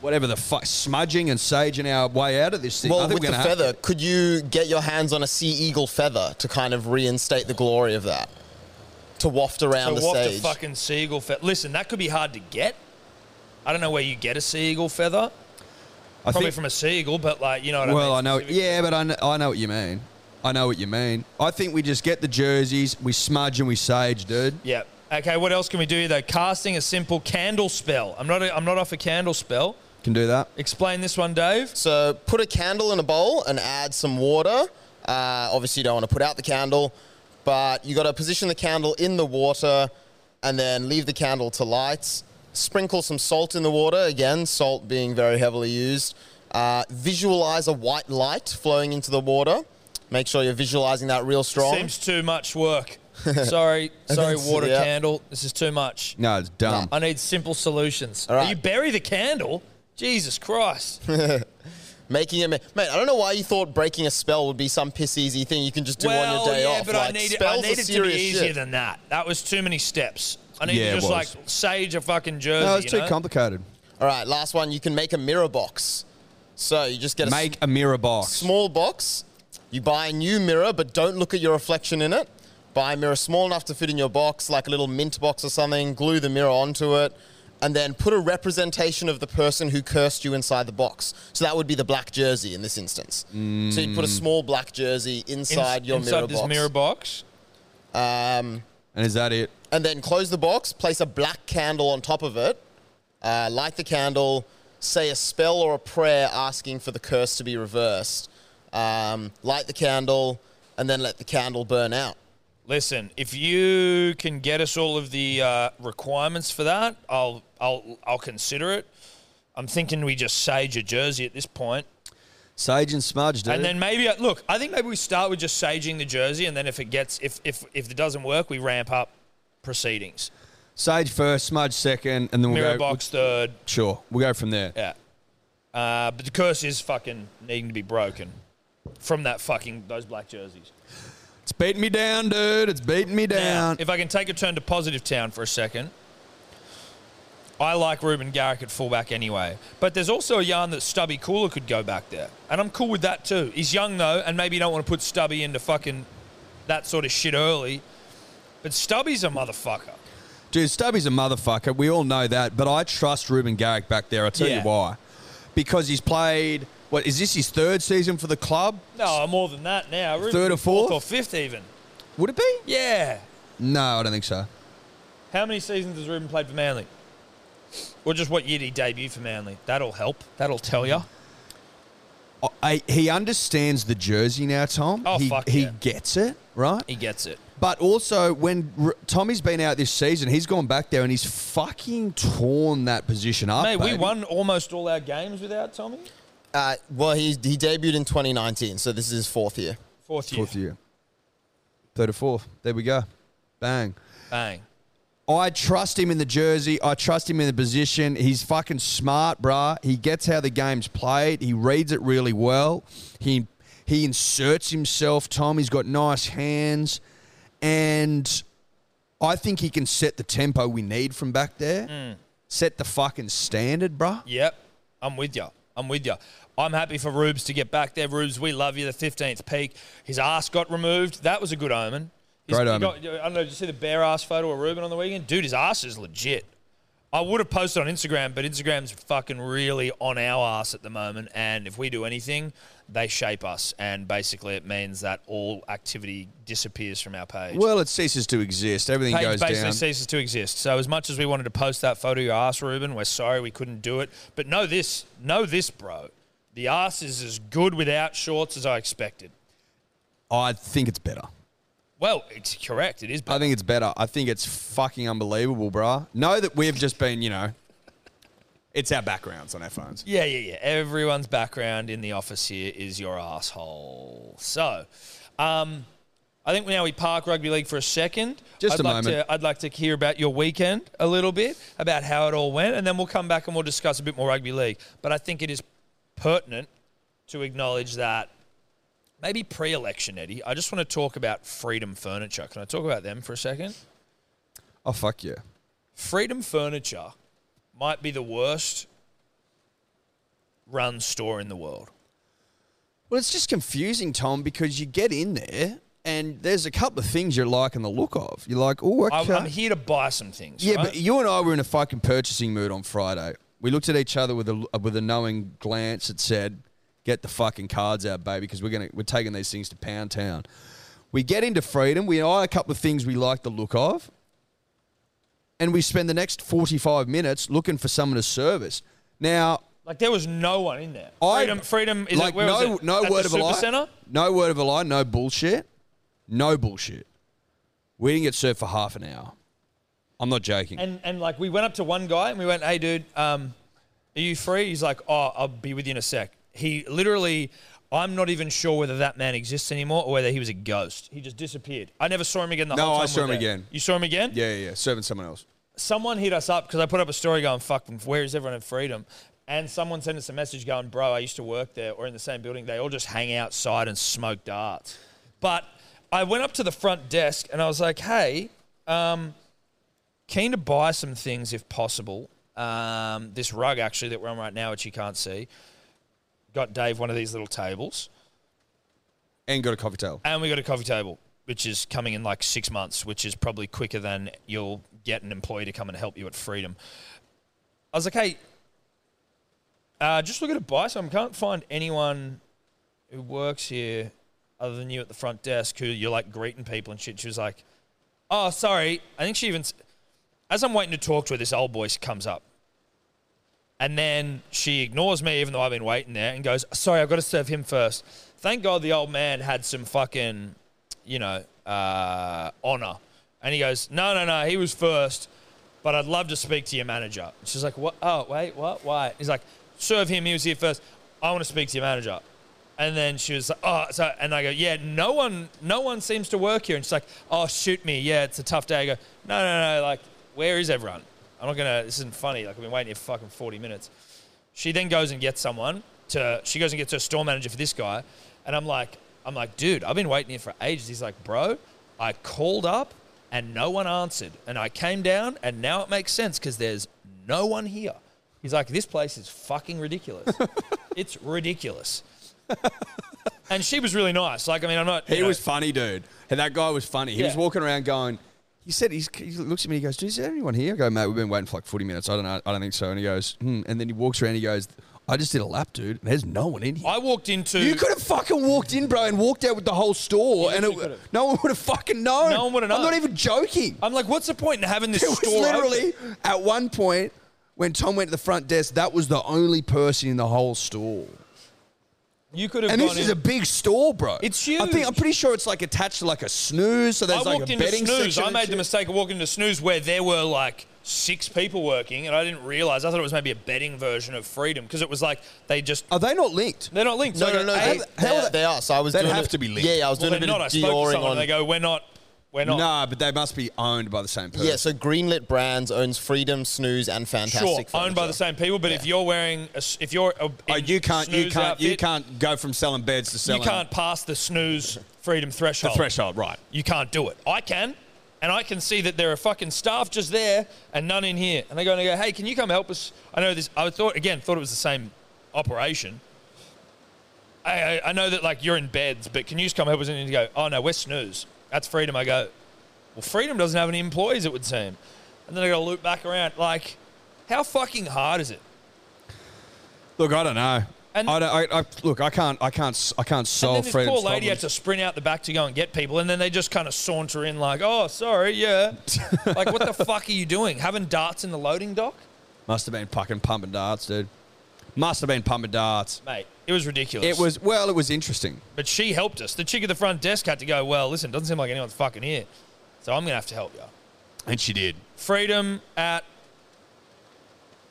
Speaker 2: whatever the fuck, smudging and saging our way out of this thing. I
Speaker 3: Well,
Speaker 2: think
Speaker 3: with
Speaker 2: we're
Speaker 3: the
Speaker 2: gonna have to-
Speaker 3: feather, could you get your hands on a sea eagle feather to kind of reinstate the glory of that? To waft around
Speaker 1: So
Speaker 3: the
Speaker 1: waft a
Speaker 3: sage.
Speaker 1: fucking seagull feather. Listen, that could be hard to get. I don't know where you get a seagull feather.
Speaker 2: I
Speaker 1: Probably
Speaker 2: think-
Speaker 1: from a seagull, but like you know what
Speaker 2: well,
Speaker 1: I
Speaker 2: I
Speaker 1: mean.
Speaker 2: know.
Speaker 1: specifically.
Speaker 2: Yeah, but I know, I know what you mean. I know what you mean. I think we just get the jerseys, we smudge and we sage, dude.
Speaker 1: Yeah. Okay. What else can we do here, though? Casting a simple candle spell. I'm not. I'm not off a candle spell.
Speaker 2: Can do that.
Speaker 1: Explain this one, Dave.
Speaker 3: So put a candle in a bowl and add some water. Uh, obviously, you don't want to put out the candle, but you got to position the candle in the water and then leave the candle to light. Sprinkle some salt in the water, again, salt being very heavily used. Uh, visualize a white light flowing into the water. Make sure you're visualizing that real strong.
Speaker 1: Seems too much work. sorry, sorry,
Speaker 3: think so,
Speaker 1: water
Speaker 3: yeah.
Speaker 1: candle. This is too much.
Speaker 2: No, it's dumb.
Speaker 1: I need simple solutions.
Speaker 3: All right.
Speaker 1: You bury the candle. Jesus Christ.
Speaker 3: Making a ma- mate, I don't know why you thought breaking a spell would be some piss easy thing you can just do on
Speaker 1: well,
Speaker 3: your day
Speaker 1: yeah,
Speaker 3: off.
Speaker 1: but
Speaker 3: like,
Speaker 1: I need it. I
Speaker 3: spells
Speaker 1: need
Speaker 3: are
Speaker 1: it to be
Speaker 3: serious
Speaker 1: easier
Speaker 3: shit.
Speaker 1: than that. That was too many steps. I need
Speaker 2: Yeah,
Speaker 1: to
Speaker 2: it
Speaker 1: just like
Speaker 2: was.
Speaker 1: sage a fucking jersey.
Speaker 2: no, it's
Speaker 1: you
Speaker 2: too
Speaker 1: know?
Speaker 2: complicated.
Speaker 3: All right, last one. You can make a mirror box. So you just get a
Speaker 2: Make a mirror box.
Speaker 3: small box. You buy a new mirror, but don't look at your reflection in it. Buy a mirror small enough to fit in your box, like a little mint box or something. Glue the mirror onto it. and then put a representation of the person who cursed you inside the box. So that would be the black jersey in this instance. So you'd put a small black jersey inside your
Speaker 1: inside
Speaker 3: mirror
Speaker 1: this
Speaker 3: box.
Speaker 1: mirror box.
Speaker 3: Um,
Speaker 2: And is that it?
Speaker 3: and then close the box, place a black candle on top of it, uh, light the candle, say a spell or a prayer asking for the curse to be reversed, um, light the candle, and then let the candle burn out.
Speaker 1: Listen, if you can get us all of the uh, requirements for that, I'll I'll I'll consider it. I'm thinking we just sage a jersey at this point,
Speaker 2: Sage and Smudge, dude.
Speaker 1: and then maybe uh, look. I think maybe we start with just saging the jersey, and then if it gets if if if it doesn't work, we ramp up proceedings.
Speaker 2: Sage first, Smudge second, and then we'll
Speaker 1: Mirror
Speaker 2: go.
Speaker 1: box third,
Speaker 2: Sure, we'll go from there.
Speaker 1: yeah. Uh, but the curse is fucking needing to be broken from that fucking those black jerseys.
Speaker 2: It's beating me down, dude. It's beating me
Speaker 1: Now,
Speaker 2: down.
Speaker 1: if I can take a turn to positive town for a second, I like Ruben Garrick at fullback anyway. But there's also a yarn that Stubby Cooler could go back there, and I'm cool with that too. He's young though, and maybe you don't want to put Stubby into fucking that sort of shit early. But Stubby's a motherfucker.
Speaker 2: Dude, Stubby's a motherfucker. We all know that. But I trust Ruben Garrick back there. I'll tell
Speaker 1: Yeah.
Speaker 2: you why. Because he's played, what, is this his third season for the club?
Speaker 1: No, more than that now. Ruben-
Speaker 2: Third or fourth?
Speaker 1: or fifth even.
Speaker 2: Would it be?
Speaker 1: Yeah.
Speaker 2: No, I don't think so.
Speaker 1: How many seasons has Ruben played for Manly? Or just what year did he debut for Manly? That'll help. That'll tell you.
Speaker 2: Oh, I, he understands the jersey now, Tom.
Speaker 1: Oh,
Speaker 2: he,
Speaker 1: fuck
Speaker 2: He
Speaker 1: yeah.
Speaker 2: gets it, right?
Speaker 1: He gets it.
Speaker 2: But also, when R- Tommy's been out this season, he's gone back there and he's fucking torn that position up.
Speaker 1: Mate, we
Speaker 2: baby.
Speaker 1: won almost all our games without Tommy.
Speaker 3: Uh, well, he, he debuted in 2019, so this is his fourth year.
Speaker 1: Fourth year.
Speaker 2: fourth year, third or fourth. There we go, bang.
Speaker 1: Bang.
Speaker 2: I trust him in the jersey. I trust him in the position. He's fucking smart, bruh. He gets how the game's played. He reads it really well. He he inserts himself. Tom, he's got nice hands, and I think he can set the tempo we need from back there.
Speaker 1: Mm.
Speaker 2: Set the fucking standard, bruh.
Speaker 1: Yep. I'm with you. I'm with you. I'm happy for Rubes to get back there. Rubes, we love you. The 15th peak. His ass got removed. That was a good omen. He's-
Speaker 2: Great
Speaker 1: he
Speaker 2: omen.
Speaker 1: got- I don't know. Did you see the bare ass photo of Ruben on the weekend? Dude, his ass is legit. I would have posted on Instagram, but Instagram's fucking really on our ass at the moment. And if we do anything, they shape us. And basically, it means that all activity disappears from our page.
Speaker 2: Well, it ceases to exist. Everything
Speaker 1: page
Speaker 2: goes
Speaker 1: basically
Speaker 2: down.
Speaker 1: ceases to exist. So as much as we wanted to post that photo of your ass, Ruben, we're sorry we couldn't do it. But know this, know this, bro. The ass is as good without shorts as I expected.
Speaker 2: I think it's better.
Speaker 1: Well, it's correct. It is.
Speaker 2: I
Speaker 1: But
Speaker 2: think it's better. I think it's fucking unbelievable, bruh. Know that we've just been, you know, it's our backgrounds on our phones.
Speaker 1: yeah, yeah, yeah. Everyone's background in the office here is your asshole. So, um, I think now we park rugby league for a second.
Speaker 2: Just
Speaker 1: I'd
Speaker 2: a
Speaker 1: like
Speaker 2: moment.
Speaker 1: To, I'd like to hear about your weekend a little bit, about how it all went, and then we'll come back and we'll discuss a bit more rugby league. But I think it is pertinent to acknowledge that maybe pre-election, Eddie. I just want to talk about Freedom Furniture. Can I talk about them for a second?
Speaker 2: Oh fuck yeah.
Speaker 1: Freedom Furniture might be the worst run store in the world.
Speaker 2: Well, it's just confusing, Tom, because you get in there and there's a couple of things you're liking the look of. You're like, oh,
Speaker 1: I,
Speaker 2: okay.
Speaker 1: I'm here to buy some things.
Speaker 2: yeah,
Speaker 1: right?
Speaker 2: but you and I were in a fucking purchasing mood on Friday. We looked at each other with a with a knowing glance that said, "Get the fucking cards out, baby, because we're gonna we're taking these things to Pound Town." We get into freedom. We eye a couple of things we like the look of, and we spend the next forty five minutes looking for someone to service. Now,
Speaker 1: Like there was no one in there.
Speaker 2: I-
Speaker 1: Freedom, freedom is
Speaker 2: like
Speaker 1: it, where was
Speaker 2: no
Speaker 1: it?
Speaker 2: no
Speaker 1: At the
Speaker 2: word of a
Speaker 1: Super
Speaker 2: lie.
Speaker 1: Centre?
Speaker 2: No word of a lie. No bullshit. No bullshit. We didn't get served for half an hour. I'm not joking.
Speaker 1: And and like we went up to one guy and we went, "Hey, dude, um, are you free?" He's like, "Oh, I'll be with you in a sec." He literally, I'm not even sure whether that man exists anymore or whether he was a ghost. He just disappeared. I never saw him again. The
Speaker 2: No,
Speaker 1: whole time
Speaker 2: I
Speaker 1: we
Speaker 2: saw
Speaker 1: were
Speaker 2: him
Speaker 1: there.
Speaker 2: again.
Speaker 1: You saw him again?
Speaker 2: yeah, yeah, yeah. Serving someone else.
Speaker 1: someone hit us up because I put up a story going, fuck, where is everyone in freedom? And someone sent us a message going, bro, I used to work there or in the same building. They all just hang outside and smoke darts. But I went up to the front desk and I was like, hey, um, keen to buy some things if possible. Um, this rug, actually, that we're on right now, which you can't see, got Dave one of these little tables
Speaker 2: And got a coffee towel.
Speaker 1: and we got a coffee table, which is coming in like six months, which is probably quicker than you'll get an employee to come and help you at Freedom. I was like, hey, uh, just looking to buy some. Can't find anyone who works here other than you at the front desk who you're like greeting people and shit. She was like, oh, sorry. I think she even, s- as I'm waiting to talk to her, this old boy comes up. And then she ignores me, even though I've been waiting there, and goes, Sorry, I've got to serve him first. Thank God the old man had some fucking, you know, uh, honor. And he goes, No, no, no, he was first, but I'd love to speak to your manager. And she's like, What? Oh, wait, what? Why? He's like, Serve him, he was here first. I want to speak to your manager. And then she was like, "Oh," so, and I go, "Yeah, no one, no one seems to work here." And she's like, "Oh, shoot me, yeah, it's a tough day." I go, "No, no, no, like, where is everyone? I'm not gonna. This isn't funny. Like, I've been waiting here for fucking 40 minutes." She then goes and gets someone to. She goes and gets her store manager for this guy, and I'm like, I'm like, dude, I've been waiting here for ages. He's like, bro, I called up and no one answered, and I came down, and now it makes sense because there's no one here. He's like, this place is fucking ridiculous. it's ridiculous. and she was really nice. Like, I mean, I'm not.
Speaker 2: He
Speaker 1: you know-
Speaker 2: was funny, dude. And that guy was funny. He was
Speaker 1: Yeah.
Speaker 2: walking around going. He said he's, he looks at me. He goes, "Dude, "Is there anyone here?" I go, "Mate, we've been waiting for like forty minutes. I don't know. I don't think so." And he goes, hmm. and then he walks around. He goes, "I just did a lap, dude. There's no one in here."
Speaker 1: I walked into.
Speaker 2: you could have fucking walked in, bro, and walked out with the whole store, and
Speaker 1: literally
Speaker 2: it,
Speaker 1: could've.
Speaker 2: no one would have fucking known.
Speaker 1: No one would've
Speaker 2: I'm not
Speaker 1: known.
Speaker 2: even joking.
Speaker 1: I'm like, what's the point in having this
Speaker 2: It was
Speaker 1: store? open?
Speaker 2: literally at one point when Tom went to the front desk. That was the only person in the whole store.
Speaker 1: You could have.
Speaker 2: And
Speaker 1: gone
Speaker 2: this is
Speaker 1: in-
Speaker 2: a big store, bro.
Speaker 1: It's
Speaker 2: I think
Speaker 1: huge.
Speaker 2: I'm pretty sure it's like attached to like a snooze, so
Speaker 1: I
Speaker 2: there's like
Speaker 1: walked
Speaker 2: a
Speaker 1: into
Speaker 2: betting
Speaker 1: snooze.
Speaker 2: section.
Speaker 1: I
Speaker 2: and
Speaker 1: made the
Speaker 2: shit.
Speaker 1: mistake of walking into snooze where there were like six people working, and I didn't realize. I thought it was maybe a betting version of freedom because it was like they just
Speaker 2: Are they not linked?
Speaker 1: they're not linked.
Speaker 3: No,
Speaker 1: So I
Speaker 3: no,
Speaker 1: go,
Speaker 3: no.
Speaker 1: "Hey,"
Speaker 3: They,
Speaker 1: well,
Speaker 2: how
Speaker 3: they,
Speaker 2: would that-
Speaker 3: they are. So I was
Speaker 2: They'd
Speaker 3: doing
Speaker 2: have
Speaker 3: a-
Speaker 2: to be linked.
Speaker 3: Yeah, yeah, I was doing
Speaker 1: they're
Speaker 3: a bit
Speaker 1: not. I
Speaker 3: of
Speaker 1: spoke to
Speaker 3: deoring
Speaker 1: someone.
Speaker 3: on.
Speaker 1: and They go, we're not, we're not.
Speaker 2: Nah, but they must be owned by the same person.
Speaker 3: yeah, so Greenlit Brands owns Freedom, Snooze, and Fantastic.
Speaker 1: Sure, owned by
Speaker 3: Furniture.
Speaker 1: the same people, but if you're wearing, a s if you're, a,
Speaker 2: Oh,
Speaker 1: in
Speaker 2: you can't, you
Speaker 1: snooze
Speaker 2: can't, you
Speaker 1: outfit,
Speaker 2: can't go from selling beds to
Speaker 1: you
Speaker 2: selling
Speaker 1: can't pass the snooze freedom
Speaker 2: the
Speaker 1: threshold.
Speaker 2: threshold, right?
Speaker 1: You can't do it. I can, and I can see that there are fucking staff just there and none in here. And they're going to go, hey, can you come help us? I know this. I thought again, thought it was the same operation. I, I, I know that like you're in beds, but can you just come help us? And you go, oh no, we're snooze. That's freedom. I go, well, freedom doesn't have any employees, it would seem. And then I got to loop back around. Like, how fucking hard is it?
Speaker 2: Look, I don't know.
Speaker 1: And-
Speaker 2: I, don't, I, I look, I can't, I can't, s- I can't
Speaker 1: And
Speaker 2: solve
Speaker 1: then this
Speaker 2: freedom's
Speaker 1: poor lady had
Speaker 2: problems.
Speaker 1: to sprint out the back to go and get people, and then they just kind of saunter in like, "Oh, sorry, yeah." like, what the fuck are you doing? Having darts in the loading dock,
Speaker 2: Must have been fucking pumping darts, dude. Must have been pumping darts.
Speaker 1: mate? It was ridiculous.
Speaker 2: It was well, it was interesting.
Speaker 1: but she helped us. The chick at the front desk had to go. Well, listen, doesn't seem like anyone's fucking here, so I'm gonna have to help you.
Speaker 2: And she did.
Speaker 1: Freedom at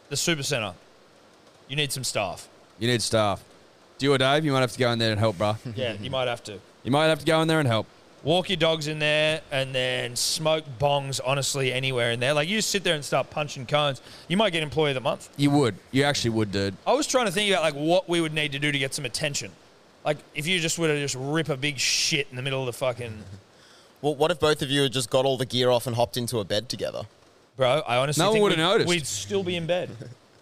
Speaker 1: the supercenter. You need some staff.
Speaker 2: You need staff. Do you or Dave, you might have to go in there and help, bruh.
Speaker 1: Yeah, you might have to.
Speaker 2: You might have to go in there and help.
Speaker 1: walk your dogs in there and then smoke bongs honestly anywhere in there like you just sit there and start punching cones you might get employee of the month
Speaker 2: You would. You actually would, dude.
Speaker 1: i was trying to think about like what we would need to do to get some attention like if you just were to just rip a big shit in the middle of the fucking
Speaker 3: Well, what if both of you had just got all the gear off and hopped into a bed together?
Speaker 1: bro i honestly
Speaker 2: No one
Speaker 1: think
Speaker 2: would've
Speaker 1: we'd-
Speaker 2: noticed.
Speaker 1: we'd still be in bed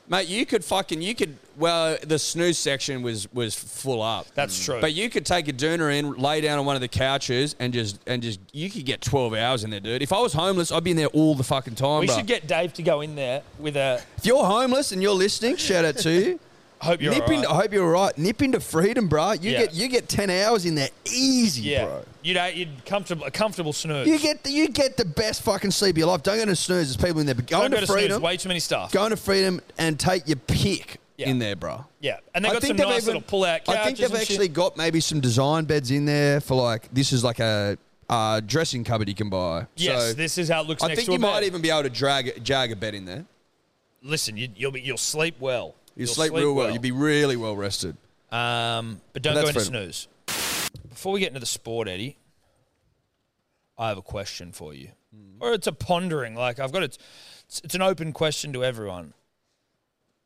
Speaker 2: Mate, you could fucking you could well the snooze section was was full up.
Speaker 1: that's true
Speaker 2: But you could take a doona in, lay down on one of the couches and just and just you could get 12 hours in there, dude. If I was homeless, I'd be in there all the fucking time,
Speaker 1: we
Speaker 2: bro.
Speaker 1: should get dave to go in there with a
Speaker 2: if you're homeless and you're listening, shout out to you.
Speaker 1: hope you're
Speaker 2: Nip
Speaker 1: all right.
Speaker 2: into, I hope you're all right. Nip into freedom, bro. You
Speaker 1: Yeah.
Speaker 2: get you get 10 hours in there easy,
Speaker 1: yeah
Speaker 2: bro.
Speaker 1: you'd you'd comfortable a comfortable snooze
Speaker 2: You get the, you get the best fucking sleep of your life. Don't go to snooze. There's people in there, but go
Speaker 1: don't
Speaker 2: into
Speaker 1: go to snooze
Speaker 2: freedom.
Speaker 1: way too many staff
Speaker 2: Go into freedom and take your pick
Speaker 1: Yeah.
Speaker 2: in there, bro.
Speaker 1: yeah and they
Speaker 2: I
Speaker 1: got some
Speaker 2: think
Speaker 1: nice
Speaker 2: they've even-
Speaker 1: little pull out
Speaker 2: I think they've actually got maybe some design beds in there for like this is like a uh, dressing cupboard you can buy.
Speaker 1: yes
Speaker 2: So
Speaker 1: this is how it looks
Speaker 2: I
Speaker 1: next
Speaker 2: think
Speaker 1: to
Speaker 2: you
Speaker 1: a
Speaker 2: might
Speaker 1: bed.
Speaker 2: even be able to drag jag a bed in there.
Speaker 1: listen, you, you'll be you'll sleep well.
Speaker 2: You sleep, real well. You'll be really well rested.
Speaker 1: um, but don't
Speaker 2: But
Speaker 1: go into
Speaker 2: that's
Speaker 1: snooze. Before we get into the sport, Eddie, I have a question for you,
Speaker 2: Hmm.
Speaker 1: or it's a pondering. Like I've got it. It's, it's an open question to everyone.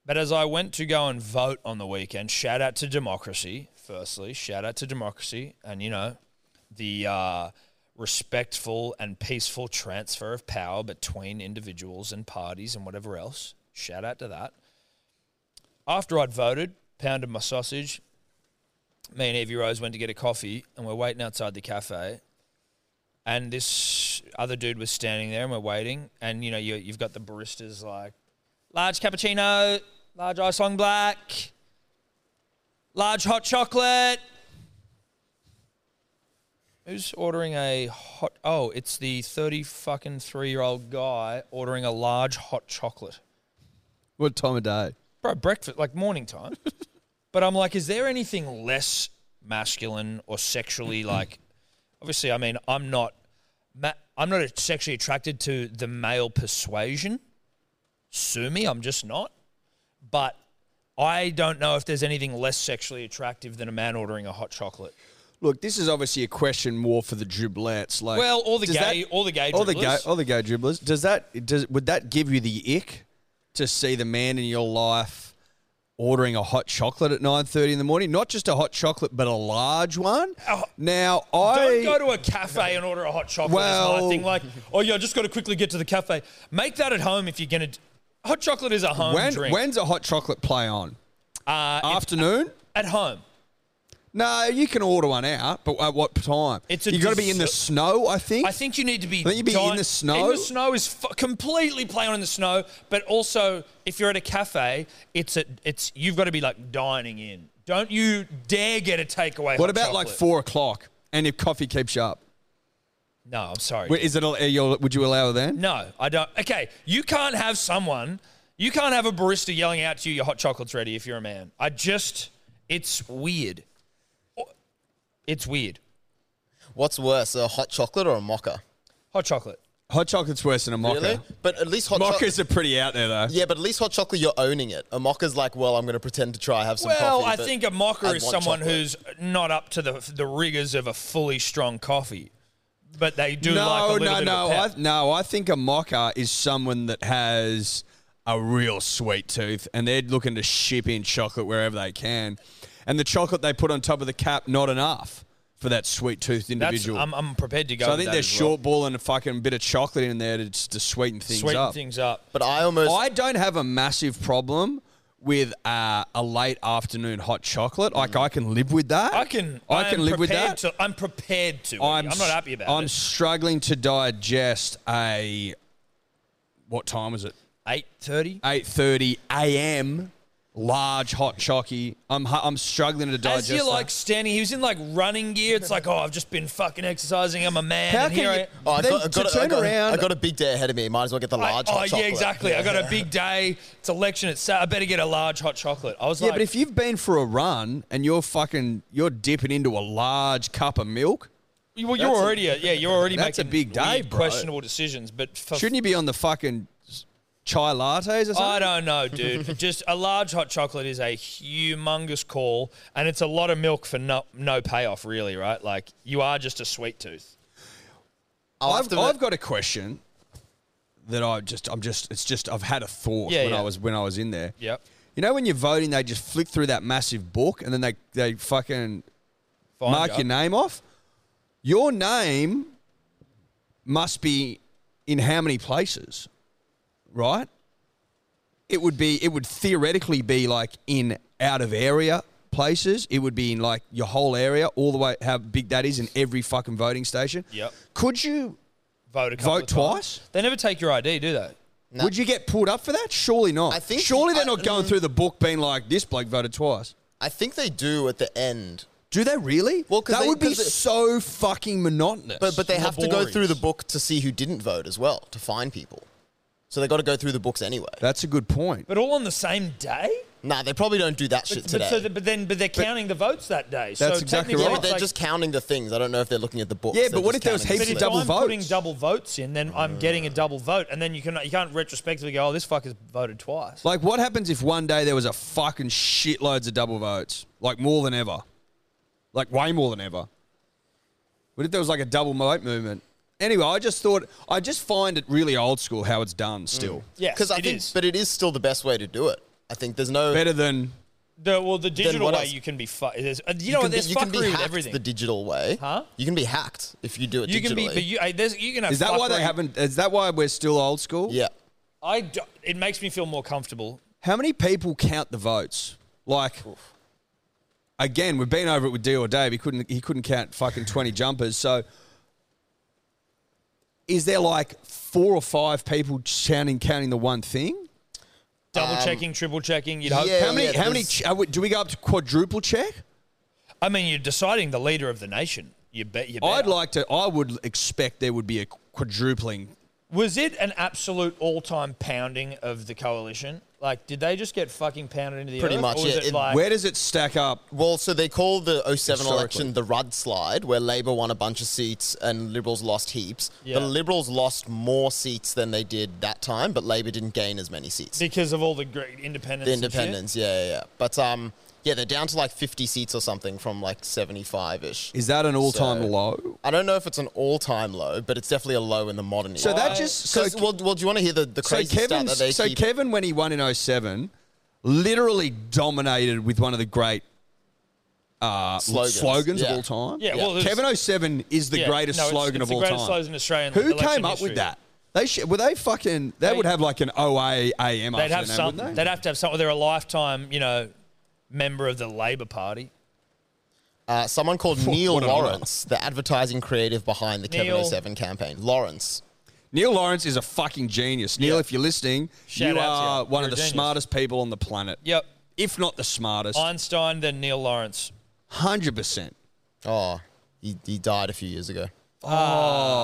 Speaker 1: But as I went to go and vote on the weekend, shout out to democracy. Firstly, shout out to democracy, and you know, the uh, respectful and peaceful transfer of power between individuals and parties and whatever else. Shout out to that. After I'd voted, pounded my sausage, me and Evie Rose went to get a coffee and we're waiting outside the cafe. And this other dude was standing there and we're waiting. And you know, you, you've got the baristas like large cappuccino, large ice long black, large hot chocolate. Who's ordering a hot? Oh, it's the thirty fucking three year old guy ordering a large hot chocolate,
Speaker 2: What time of day?
Speaker 1: bro. Breakfast, like morning time. but I'm like, is there anything less masculine or sexually like? Obviously, I mean, I'm not, ma- I'm not sexually attracted to the male persuasion. Sue me, I'm just not. But I don't know if there's anything less sexually attractive than a man ordering a hot chocolate.
Speaker 2: Look, this is obviously a question more for the driblets. Like,
Speaker 1: Well, all the
Speaker 2: does
Speaker 1: gay, all the gay,
Speaker 2: all the gay,
Speaker 1: dribblers.
Speaker 2: all the gay dribblers. Does that does would that give you the ick to see the man in your life ordering a hot chocolate at nine thirty in the morning? Not just a hot chocolate, but a large one.
Speaker 1: Oh,
Speaker 2: now I
Speaker 1: Don't go to a cafe and order a hot chocolate. is my
Speaker 2: Well-
Speaker 1: thing. Like, oh yeah, I just got to quickly get to the cafe. Make that at home if you're gonna. d- Hot chocolate is a home
Speaker 2: when
Speaker 1: drink.
Speaker 2: when's a hot chocolate play on
Speaker 1: uh, it's
Speaker 2: afternoon?
Speaker 1: at home.
Speaker 2: No, you can order one out, but at what time?
Speaker 1: It's a
Speaker 2: you got to be in the
Speaker 1: dessert-
Speaker 2: snow, I think.
Speaker 1: I think you need to be.
Speaker 2: Then you'd be in
Speaker 1: giant-
Speaker 2: the snow?
Speaker 1: In the snow is f- completely playing on the snow, but also if you're at a cafe, it's a, it's you've got to be like dining in. Don't you dare get a takeaway.
Speaker 2: what
Speaker 1: hot
Speaker 2: about like
Speaker 1: chocolate.
Speaker 2: four o'clock? And if coffee keeps you up,
Speaker 1: No, I'm sorry.
Speaker 2: Wait, is it? Are you, would you allow it then?
Speaker 1: no, I don't. Okay, you can't have someone. You can't have a barista yelling out to you, "Your hot chocolate's ready." If you're a man, I just, it's weird. It's weird.
Speaker 3: What's worse, a hot chocolate or a mocha?
Speaker 1: Hot chocolate.
Speaker 2: Hot chocolate's worse than a mocha.
Speaker 3: Really? But at least hot chocolate.
Speaker 2: Mochas are pretty out there though.
Speaker 3: Yeah, but at least hot chocolate, you're owning it. A mocha's like, well, I'm going to pretend to try have some
Speaker 1: well,
Speaker 3: coffee.
Speaker 1: I
Speaker 3: but
Speaker 1: think a mocker
Speaker 3: I'd
Speaker 1: is
Speaker 3: want
Speaker 1: someone
Speaker 3: chocolate.
Speaker 1: who's not up to the the rigors of a fully strong coffee, but they do
Speaker 2: no,
Speaker 1: like a little
Speaker 2: no,
Speaker 1: bit
Speaker 2: no.
Speaker 1: of pep.
Speaker 2: I, no, I think a mocker is someone that has a real sweet tooth and they're looking to ship in chocolate wherever they can. And the chocolate they put on top of the cap, not enough for that sweet toothed
Speaker 1: That's,
Speaker 2: individual.
Speaker 1: I'm, I'm prepared to go.
Speaker 2: so I
Speaker 1: with
Speaker 2: think
Speaker 1: that
Speaker 2: they're
Speaker 1: as well.
Speaker 2: short balling a fucking bit of chocolate in there to, just to sweeten things
Speaker 1: Sweeten
Speaker 2: up.
Speaker 1: things up.
Speaker 3: But I almost.
Speaker 2: I don't have a massive problem with uh, a late afternoon hot chocolate. Like I can live with that.
Speaker 1: I can.
Speaker 2: I
Speaker 1: am
Speaker 2: can live with
Speaker 1: prepared
Speaker 2: that.
Speaker 1: To, I'm prepared to. I'm, I'm not
Speaker 2: s-
Speaker 1: happy about
Speaker 2: I'm
Speaker 1: it.
Speaker 2: struggling to digest a. What time was it?
Speaker 1: Eight thirty.
Speaker 2: Eight thirty a.m. Large hot chocky. I'm hu- I'm struggling to digest.
Speaker 1: As you like
Speaker 2: that.
Speaker 1: standing, he was in like running gear. It's like, oh, I've just been fucking exercising. I'm a man.
Speaker 2: How
Speaker 1: and
Speaker 2: can
Speaker 1: here
Speaker 2: you-
Speaker 1: I,
Speaker 3: Oh, I
Speaker 2: Then
Speaker 3: got, I,
Speaker 2: to
Speaker 3: got, I,
Speaker 2: turn
Speaker 3: got,
Speaker 2: around-
Speaker 3: I got a big day ahead of me. Might as well get the
Speaker 1: I-
Speaker 3: large
Speaker 1: oh
Speaker 3: hot chocolate.
Speaker 1: yeah, exactly. I got a big day. It's election. It's Sa- I better get a large hot chocolate. I was
Speaker 2: yeah,
Speaker 1: like,
Speaker 2: but if you've been for a run and you're fucking you're dipping into a large cup of milk,
Speaker 1: You- Well, you're already a, yeah, you're already
Speaker 2: That's a
Speaker 1: making
Speaker 2: big day,
Speaker 1: weird,
Speaker 2: bro.
Speaker 1: questionable decisions. But for,
Speaker 2: shouldn't you be on the fucking s- chai lattes or something?
Speaker 1: I don't know, dude. Just a large hot chocolate is a humongous call, and it's a lot of milk for no no payoff, really, right? Like you are just a sweet tooth.
Speaker 3: I'll have
Speaker 2: I've,
Speaker 3: to-
Speaker 2: I've got a question that I just I'm just it's just I've had a thought
Speaker 1: Yeah,
Speaker 2: when
Speaker 1: yeah.
Speaker 2: I was when I was in there.
Speaker 1: Yep.
Speaker 2: You know when you're voting, they just flick through that massive book and then they they fucking
Speaker 1: Fine,
Speaker 2: mark
Speaker 1: Joe.
Speaker 2: your name off. Your name must be in how many places, right? It would be it would theoretically be like in out of area places. It would be in like your whole area, all the way how big that is in every fucking voting station.
Speaker 1: Yep.
Speaker 2: Could you
Speaker 1: Vote a couple
Speaker 2: Vote
Speaker 1: of times.
Speaker 2: twice?
Speaker 1: They never take your ID, do they?
Speaker 2: Would you get pulled up for that? Surely not.
Speaker 3: I think-
Speaker 2: Surely they're
Speaker 3: I-
Speaker 2: not going
Speaker 3: mm.
Speaker 2: through the book being like, this bloke voted twice.
Speaker 3: I think they do at the end.
Speaker 2: Do they really?
Speaker 3: Well, 'cause
Speaker 2: that
Speaker 3: they-
Speaker 2: would be
Speaker 3: 'cause it-
Speaker 2: so fucking monotonous.
Speaker 3: But but they have to go
Speaker 1: Laborious.
Speaker 3: through the book to see who didn't vote as well to find people. So they got to go through the books anyway.
Speaker 2: That's a good point.
Speaker 1: But all on the same day.
Speaker 3: Nah, they probably don't do that shit
Speaker 1: But,
Speaker 3: today.
Speaker 1: but, so the, but then, but they're counting the votes that day. So
Speaker 2: That's exactly
Speaker 1: technically
Speaker 3: yeah,
Speaker 2: right.
Speaker 3: but
Speaker 1: it's
Speaker 3: they're
Speaker 1: like-
Speaker 3: just counting the things. I don't know if they're looking at the books.
Speaker 2: Yeah,
Speaker 3: They're
Speaker 2: but what
Speaker 3: just
Speaker 2: if there was
Speaker 3: counting the
Speaker 2: heaps
Speaker 1: But
Speaker 2: of
Speaker 1: if
Speaker 3: things.
Speaker 2: double
Speaker 1: I'm putting
Speaker 2: votes.
Speaker 1: double votes in, then I'm getting a double vote, and then you can you can't retrospectively go, "Oh, this fucker's voted twice."
Speaker 2: Like, what happens if one day there was a fucking shitloads of double votes? Like, more than ever. Like, way more than ever. What if there was like a double vote movement? Anyway, I just thought, I just find it really old school how it's done still.
Speaker 3: Mm.
Speaker 1: yes,
Speaker 3: Because I
Speaker 1: it
Speaker 3: think,
Speaker 1: is.
Speaker 3: but it is still the best way to do it. I think there's no.
Speaker 2: Better than
Speaker 1: The, well, the digital
Speaker 3: what
Speaker 1: way
Speaker 3: else?
Speaker 1: you can be fu- there's, uh, you,
Speaker 3: you
Speaker 1: know what?
Speaker 3: can,
Speaker 1: There's
Speaker 3: be, you can be
Speaker 1: fuckery with
Speaker 3: hacked
Speaker 1: everything.
Speaker 3: the digital way.
Speaker 1: Huh?
Speaker 3: You can be hacked if you do it
Speaker 1: you
Speaker 3: digitally.
Speaker 1: can be, but you, I, there's, you can have.
Speaker 2: Is that why they
Speaker 1: fuckery.
Speaker 2: haven't? Is that why we're still old school?
Speaker 3: yeah.
Speaker 1: I. Do, it makes me feel more comfortable.
Speaker 2: How many people count the votes? Like, again, we've been over it with D or Dave. He couldn't. He couldn't count fucking twenty jumpers. So, is there like four or five people counting counting the one thing?
Speaker 1: Double checking, triple checking. You'd hope.
Speaker 3: yeah.
Speaker 2: how many? how many?
Speaker 3: there's-
Speaker 2: ch- are we- do we go up to quadruple check?
Speaker 1: I mean, you're deciding the leader of the nation. You bet. You bet.
Speaker 2: I'd like to. I would expect there would be a quadrupling.
Speaker 1: Was it an absolute all-time pounding of the coalition? Like, did they just get fucking pounded into the
Speaker 3: Pretty
Speaker 1: earth,
Speaker 3: much,
Speaker 1: Or was
Speaker 3: yeah.
Speaker 1: it,
Speaker 3: It-
Speaker 1: like,
Speaker 2: Where does it stack up?
Speaker 3: Well, so they call the 07
Speaker 2: Historically.
Speaker 3: election the Rudd slide, where Labor won a bunch of seats and Liberals lost heaps.
Speaker 1: Yeah.
Speaker 3: The Liberals lost more seats than they did that time, but Labor didn't gain as many seats.
Speaker 1: because of all the great independence?
Speaker 3: the
Speaker 1: and shit?
Speaker 3: independents, yeah, yeah, yeah. But um, yeah, they're down to like 50 seats or something from like 75 ish.
Speaker 2: Is that an all-time
Speaker 3: So-
Speaker 2: low?
Speaker 3: I don't know if it's an all-time low, but it's definitely a low in the modern
Speaker 2: So
Speaker 3: era.
Speaker 2: that just so,
Speaker 3: 'Cause- well, well, do you want to hear the, the
Speaker 2: so
Speaker 3: crazy stat
Speaker 2: Kevin
Speaker 3: that they
Speaker 2: so
Speaker 3: keep?
Speaker 2: Kevin when he won in 07, literally dominated with one of the great uh, slogans,
Speaker 3: Slogans. Yeah.
Speaker 2: of all time.
Speaker 1: Yeah, well, there's-
Speaker 2: Kevin 07 is the
Speaker 1: Yeah,
Speaker 2: greatest
Speaker 1: no, it's-
Speaker 2: slogan
Speaker 1: it's
Speaker 2: of all
Speaker 1: the greatest
Speaker 2: time.
Speaker 1: slogan in Australian
Speaker 2: Who
Speaker 1: election
Speaker 2: came up
Speaker 1: history.
Speaker 2: with that? They sh- were they fucking. They,
Speaker 1: They-
Speaker 2: would have like an OA AM.
Speaker 1: They'd have
Speaker 2: after their name,
Speaker 1: something.
Speaker 2: wouldn't
Speaker 1: They'd
Speaker 2: they?
Speaker 1: have to have something. They're a lifetime, you know, member of the Labor Party.
Speaker 3: Uh, someone called Neil
Speaker 2: what an honor.
Speaker 3: Lawrence, the advertising creative behind the
Speaker 1: Neil.
Speaker 3: Kevin 07 campaign. Lawrence.
Speaker 2: Neil Lawrence is a fucking genius. Neil, if you're listening,
Speaker 1: Shout out
Speaker 2: you
Speaker 1: to you.
Speaker 2: are one
Speaker 1: You're
Speaker 2: of
Speaker 1: a
Speaker 2: the
Speaker 1: genius.
Speaker 2: smartest people on the planet.
Speaker 1: Yep.
Speaker 2: If not the smartest,
Speaker 1: Einstein, then Neil Lawrence.
Speaker 2: hundred percent.
Speaker 3: Oh, he, he died a few years ago.
Speaker 2: Oh,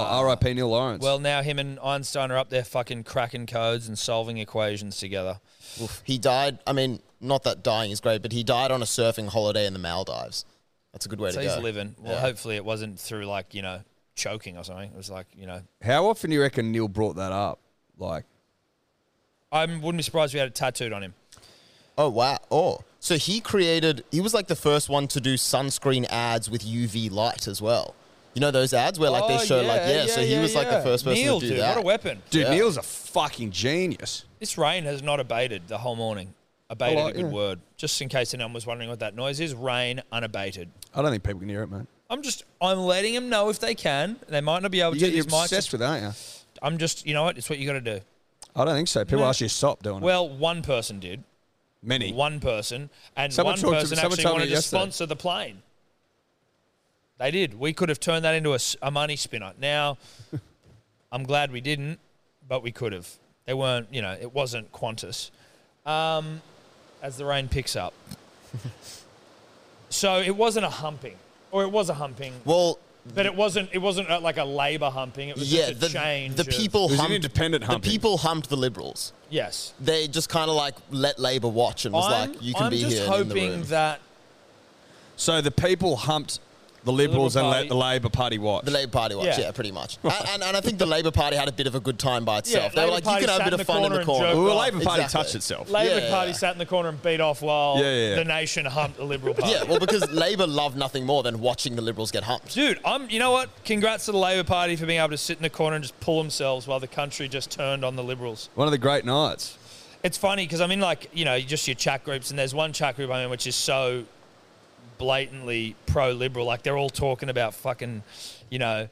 Speaker 2: R.I.P. Neil Lawrence.
Speaker 1: Well, now him and Einstein are up there fucking cracking codes and solving equations together.
Speaker 3: Oof. He died. I mean, not that dying is great, but he died on a surfing holiday in the Maldives. That's a good way
Speaker 1: So
Speaker 3: to
Speaker 1: he's
Speaker 3: go.
Speaker 1: living. Well,
Speaker 3: Yeah.
Speaker 1: hopefully it wasn't through like you know choking or something. It was like you know
Speaker 2: How often do you reckon Neil brought that up? Like,
Speaker 1: I wouldn't be surprised if we had it tattooed on him.
Speaker 3: Oh wow! Oh, so he created. He was like the first one to do sunscreen ads with UV light as well. You know those ads where like
Speaker 1: Oh,
Speaker 3: they show like
Speaker 1: yeah,
Speaker 3: yeah. So
Speaker 1: yeah,
Speaker 3: he was
Speaker 1: yeah,
Speaker 3: like
Speaker 1: yeah.
Speaker 3: the first person
Speaker 1: Neil,
Speaker 3: to do
Speaker 1: dude,
Speaker 3: that.
Speaker 1: what a weapon!
Speaker 2: dude,
Speaker 3: Yeah.
Speaker 2: Neil's a fucking genius.
Speaker 1: This rain has not abated the whole morning. Abated
Speaker 2: I like-
Speaker 1: a good
Speaker 2: yeah.
Speaker 1: word. Just in case anyone was wondering what that noise is, rain unabated.
Speaker 2: I don't think people can hear it, man.
Speaker 1: I'm just I'm letting them know if they can. They might not be able
Speaker 2: You
Speaker 1: to.
Speaker 2: get, you're
Speaker 1: These mics are-
Speaker 2: obsessed with that, aren't you?
Speaker 1: I'm just you know what? It's what you got to do.
Speaker 2: I don't think so. People
Speaker 1: No.
Speaker 2: actually stop doing it.
Speaker 1: Well, one person did.
Speaker 2: Many.
Speaker 1: One person and
Speaker 2: Someone
Speaker 1: one
Speaker 2: talked to-
Speaker 1: person
Speaker 2: someone
Speaker 1: actually
Speaker 2: told me
Speaker 1: wanted to
Speaker 2: yesterday.
Speaker 1: sponsor the plane. They did. We could have turned that into a, s- a money spinner. Now, I'm glad we didn't, but we could have. They weren't. You know, it wasn't Qantas. Um, as the rain picks up, so it wasn't a humping, or it was a humping,
Speaker 3: Well,
Speaker 1: but it wasn't. It wasn't uh, like a labour humping. It was
Speaker 3: yeah.
Speaker 1: just a
Speaker 3: The,
Speaker 1: change.
Speaker 3: the
Speaker 1: of-
Speaker 3: people
Speaker 2: It was an
Speaker 3: humped,
Speaker 2: independent
Speaker 3: The
Speaker 2: humping.
Speaker 3: people humped the liberals.
Speaker 1: Yes.
Speaker 3: They just kind of like let Labour watch and was like, "You can
Speaker 1: I'm
Speaker 3: be
Speaker 1: just
Speaker 3: here." and in the
Speaker 1: hoping
Speaker 3: room.
Speaker 1: that
Speaker 2: so the people humped the Liberals
Speaker 1: Liberal
Speaker 2: and let the Labor Party watch.
Speaker 3: The Labour Party watch,
Speaker 1: Yeah.
Speaker 3: yeah, pretty much. And, and, and I think the Labour Party had a bit of a good time by itself. they
Speaker 1: Labour
Speaker 3: were like,
Speaker 1: Party
Speaker 3: you can
Speaker 1: sat
Speaker 3: have a
Speaker 1: in
Speaker 3: bit of
Speaker 1: the
Speaker 3: fun in
Speaker 1: corner
Speaker 3: the
Speaker 1: and
Speaker 3: corner.
Speaker 1: joked.
Speaker 2: well, the Labor Party
Speaker 3: Exactly.
Speaker 2: touched itself.
Speaker 1: Labour
Speaker 3: Yeah.
Speaker 1: Party sat in the corner and beat off while
Speaker 2: Yeah, yeah, yeah.
Speaker 1: the nation humped the Liberal Party.
Speaker 3: Yeah, well, because Labour loved nothing more than watching the Liberals get humped.
Speaker 1: Dude, I'm. You know what? Congrats to the Labor Party for being able to sit in the corner and just pull themselves while the country just turned on the Liberals.
Speaker 2: One of the great nights.
Speaker 1: It's funny because I'm in like you know just your chat groups, and there's one chat group I'm in which is so blatantly pro-liberal. Like they're all talking about fucking, you know,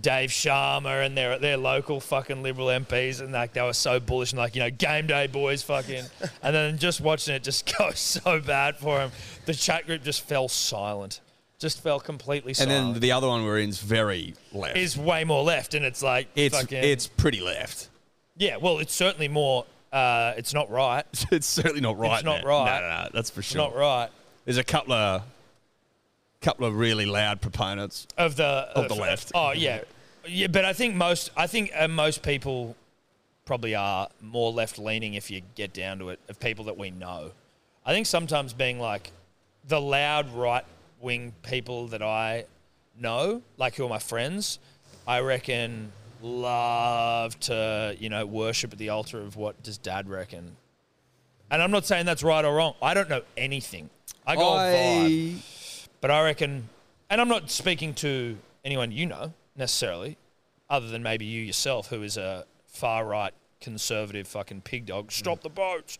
Speaker 1: Dave Sharma and their their local fucking liberal MPs, and like they were so bullish and like you know game day boys fucking, and then just watching it just go so bad for him. The chat group just fell silent, just fell completely
Speaker 2: And
Speaker 1: silent.
Speaker 2: then the other one we're in is very left.
Speaker 1: is way more left, and it's like
Speaker 2: it's
Speaker 1: fucking,
Speaker 2: it's pretty left.
Speaker 1: yeah. Well, it's certainly more. Uh, it's not right. It's
Speaker 2: It's certainly not right.
Speaker 1: not
Speaker 2: there.
Speaker 1: right.
Speaker 2: No, no, no, that's for sure.
Speaker 1: not right.
Speaker 2: There's a couple of couple of really loud proponents.
Speaker 1: of the of,
Speaker 2: the left.
Speaker 1: Oh yeah, yeah. But I think most I think uh, most people probably are more left leaning if you get down to it of people that we know. I think sometimes being like the loud right wing people that I know, like who are my friends, I reckon love to you know worship at the altar of what does dad reckon. And I'm not saying that's right or wrong. I don't know anything. I go on Oh, vibe.
Speaker 2: I,
Speaker 1: But I reckon, and I'm not speaking to anyone you know necessarily, other than maybe you yourself, who is a far right conservative fucking pig dog. Stop the boats.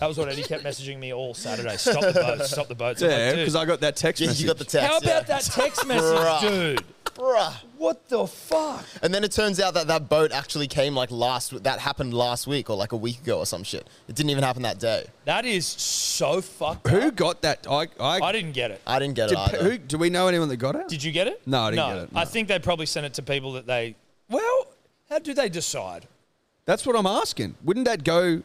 Speaker 1: That was what Eddie kept messaging me all Saturday. Stop the boats. Stop the boats. I'm like,
Speaker 2: yeah,
Speaker 1: "Dude,
Speaker 2: because I got that text
Speaker 3: Yeah,
Speaker 2: message.
Speaker 3: you got the text.
Speaker 1: how about
Speaker 3: yeah.
Speaker 1: that text message,
Speaker 3: Bruh.
Speaker 1: dude?
Speaker 3: Bruh.
Speaker 1: What the fuck?
Speaker 3: And then it turns out that that boat actually came like last. That happened last week or like a week ago or some shit. It didn't even happen that day.
Speaker 1: That is so fucked.
Speaker 2: Who
Speaker 1: up.
Speaker 2: got that? I, I,
Speaker 1: I didn't get it.
Speaker 3: I didn't get
Speaker 2: did,
Speaker 3: it either.
Speaker 2: who, do we know anyone that got it?
Speaker 1: Did you get it?
Speaker 2: No, I didn't get it,
Speaker 1: I
Speaker 2: no.
Speaker 1: think they probably sent it to people that they. Well, how do they decide?
Speaker 2: That's what I'm asking. Wouldn't that go?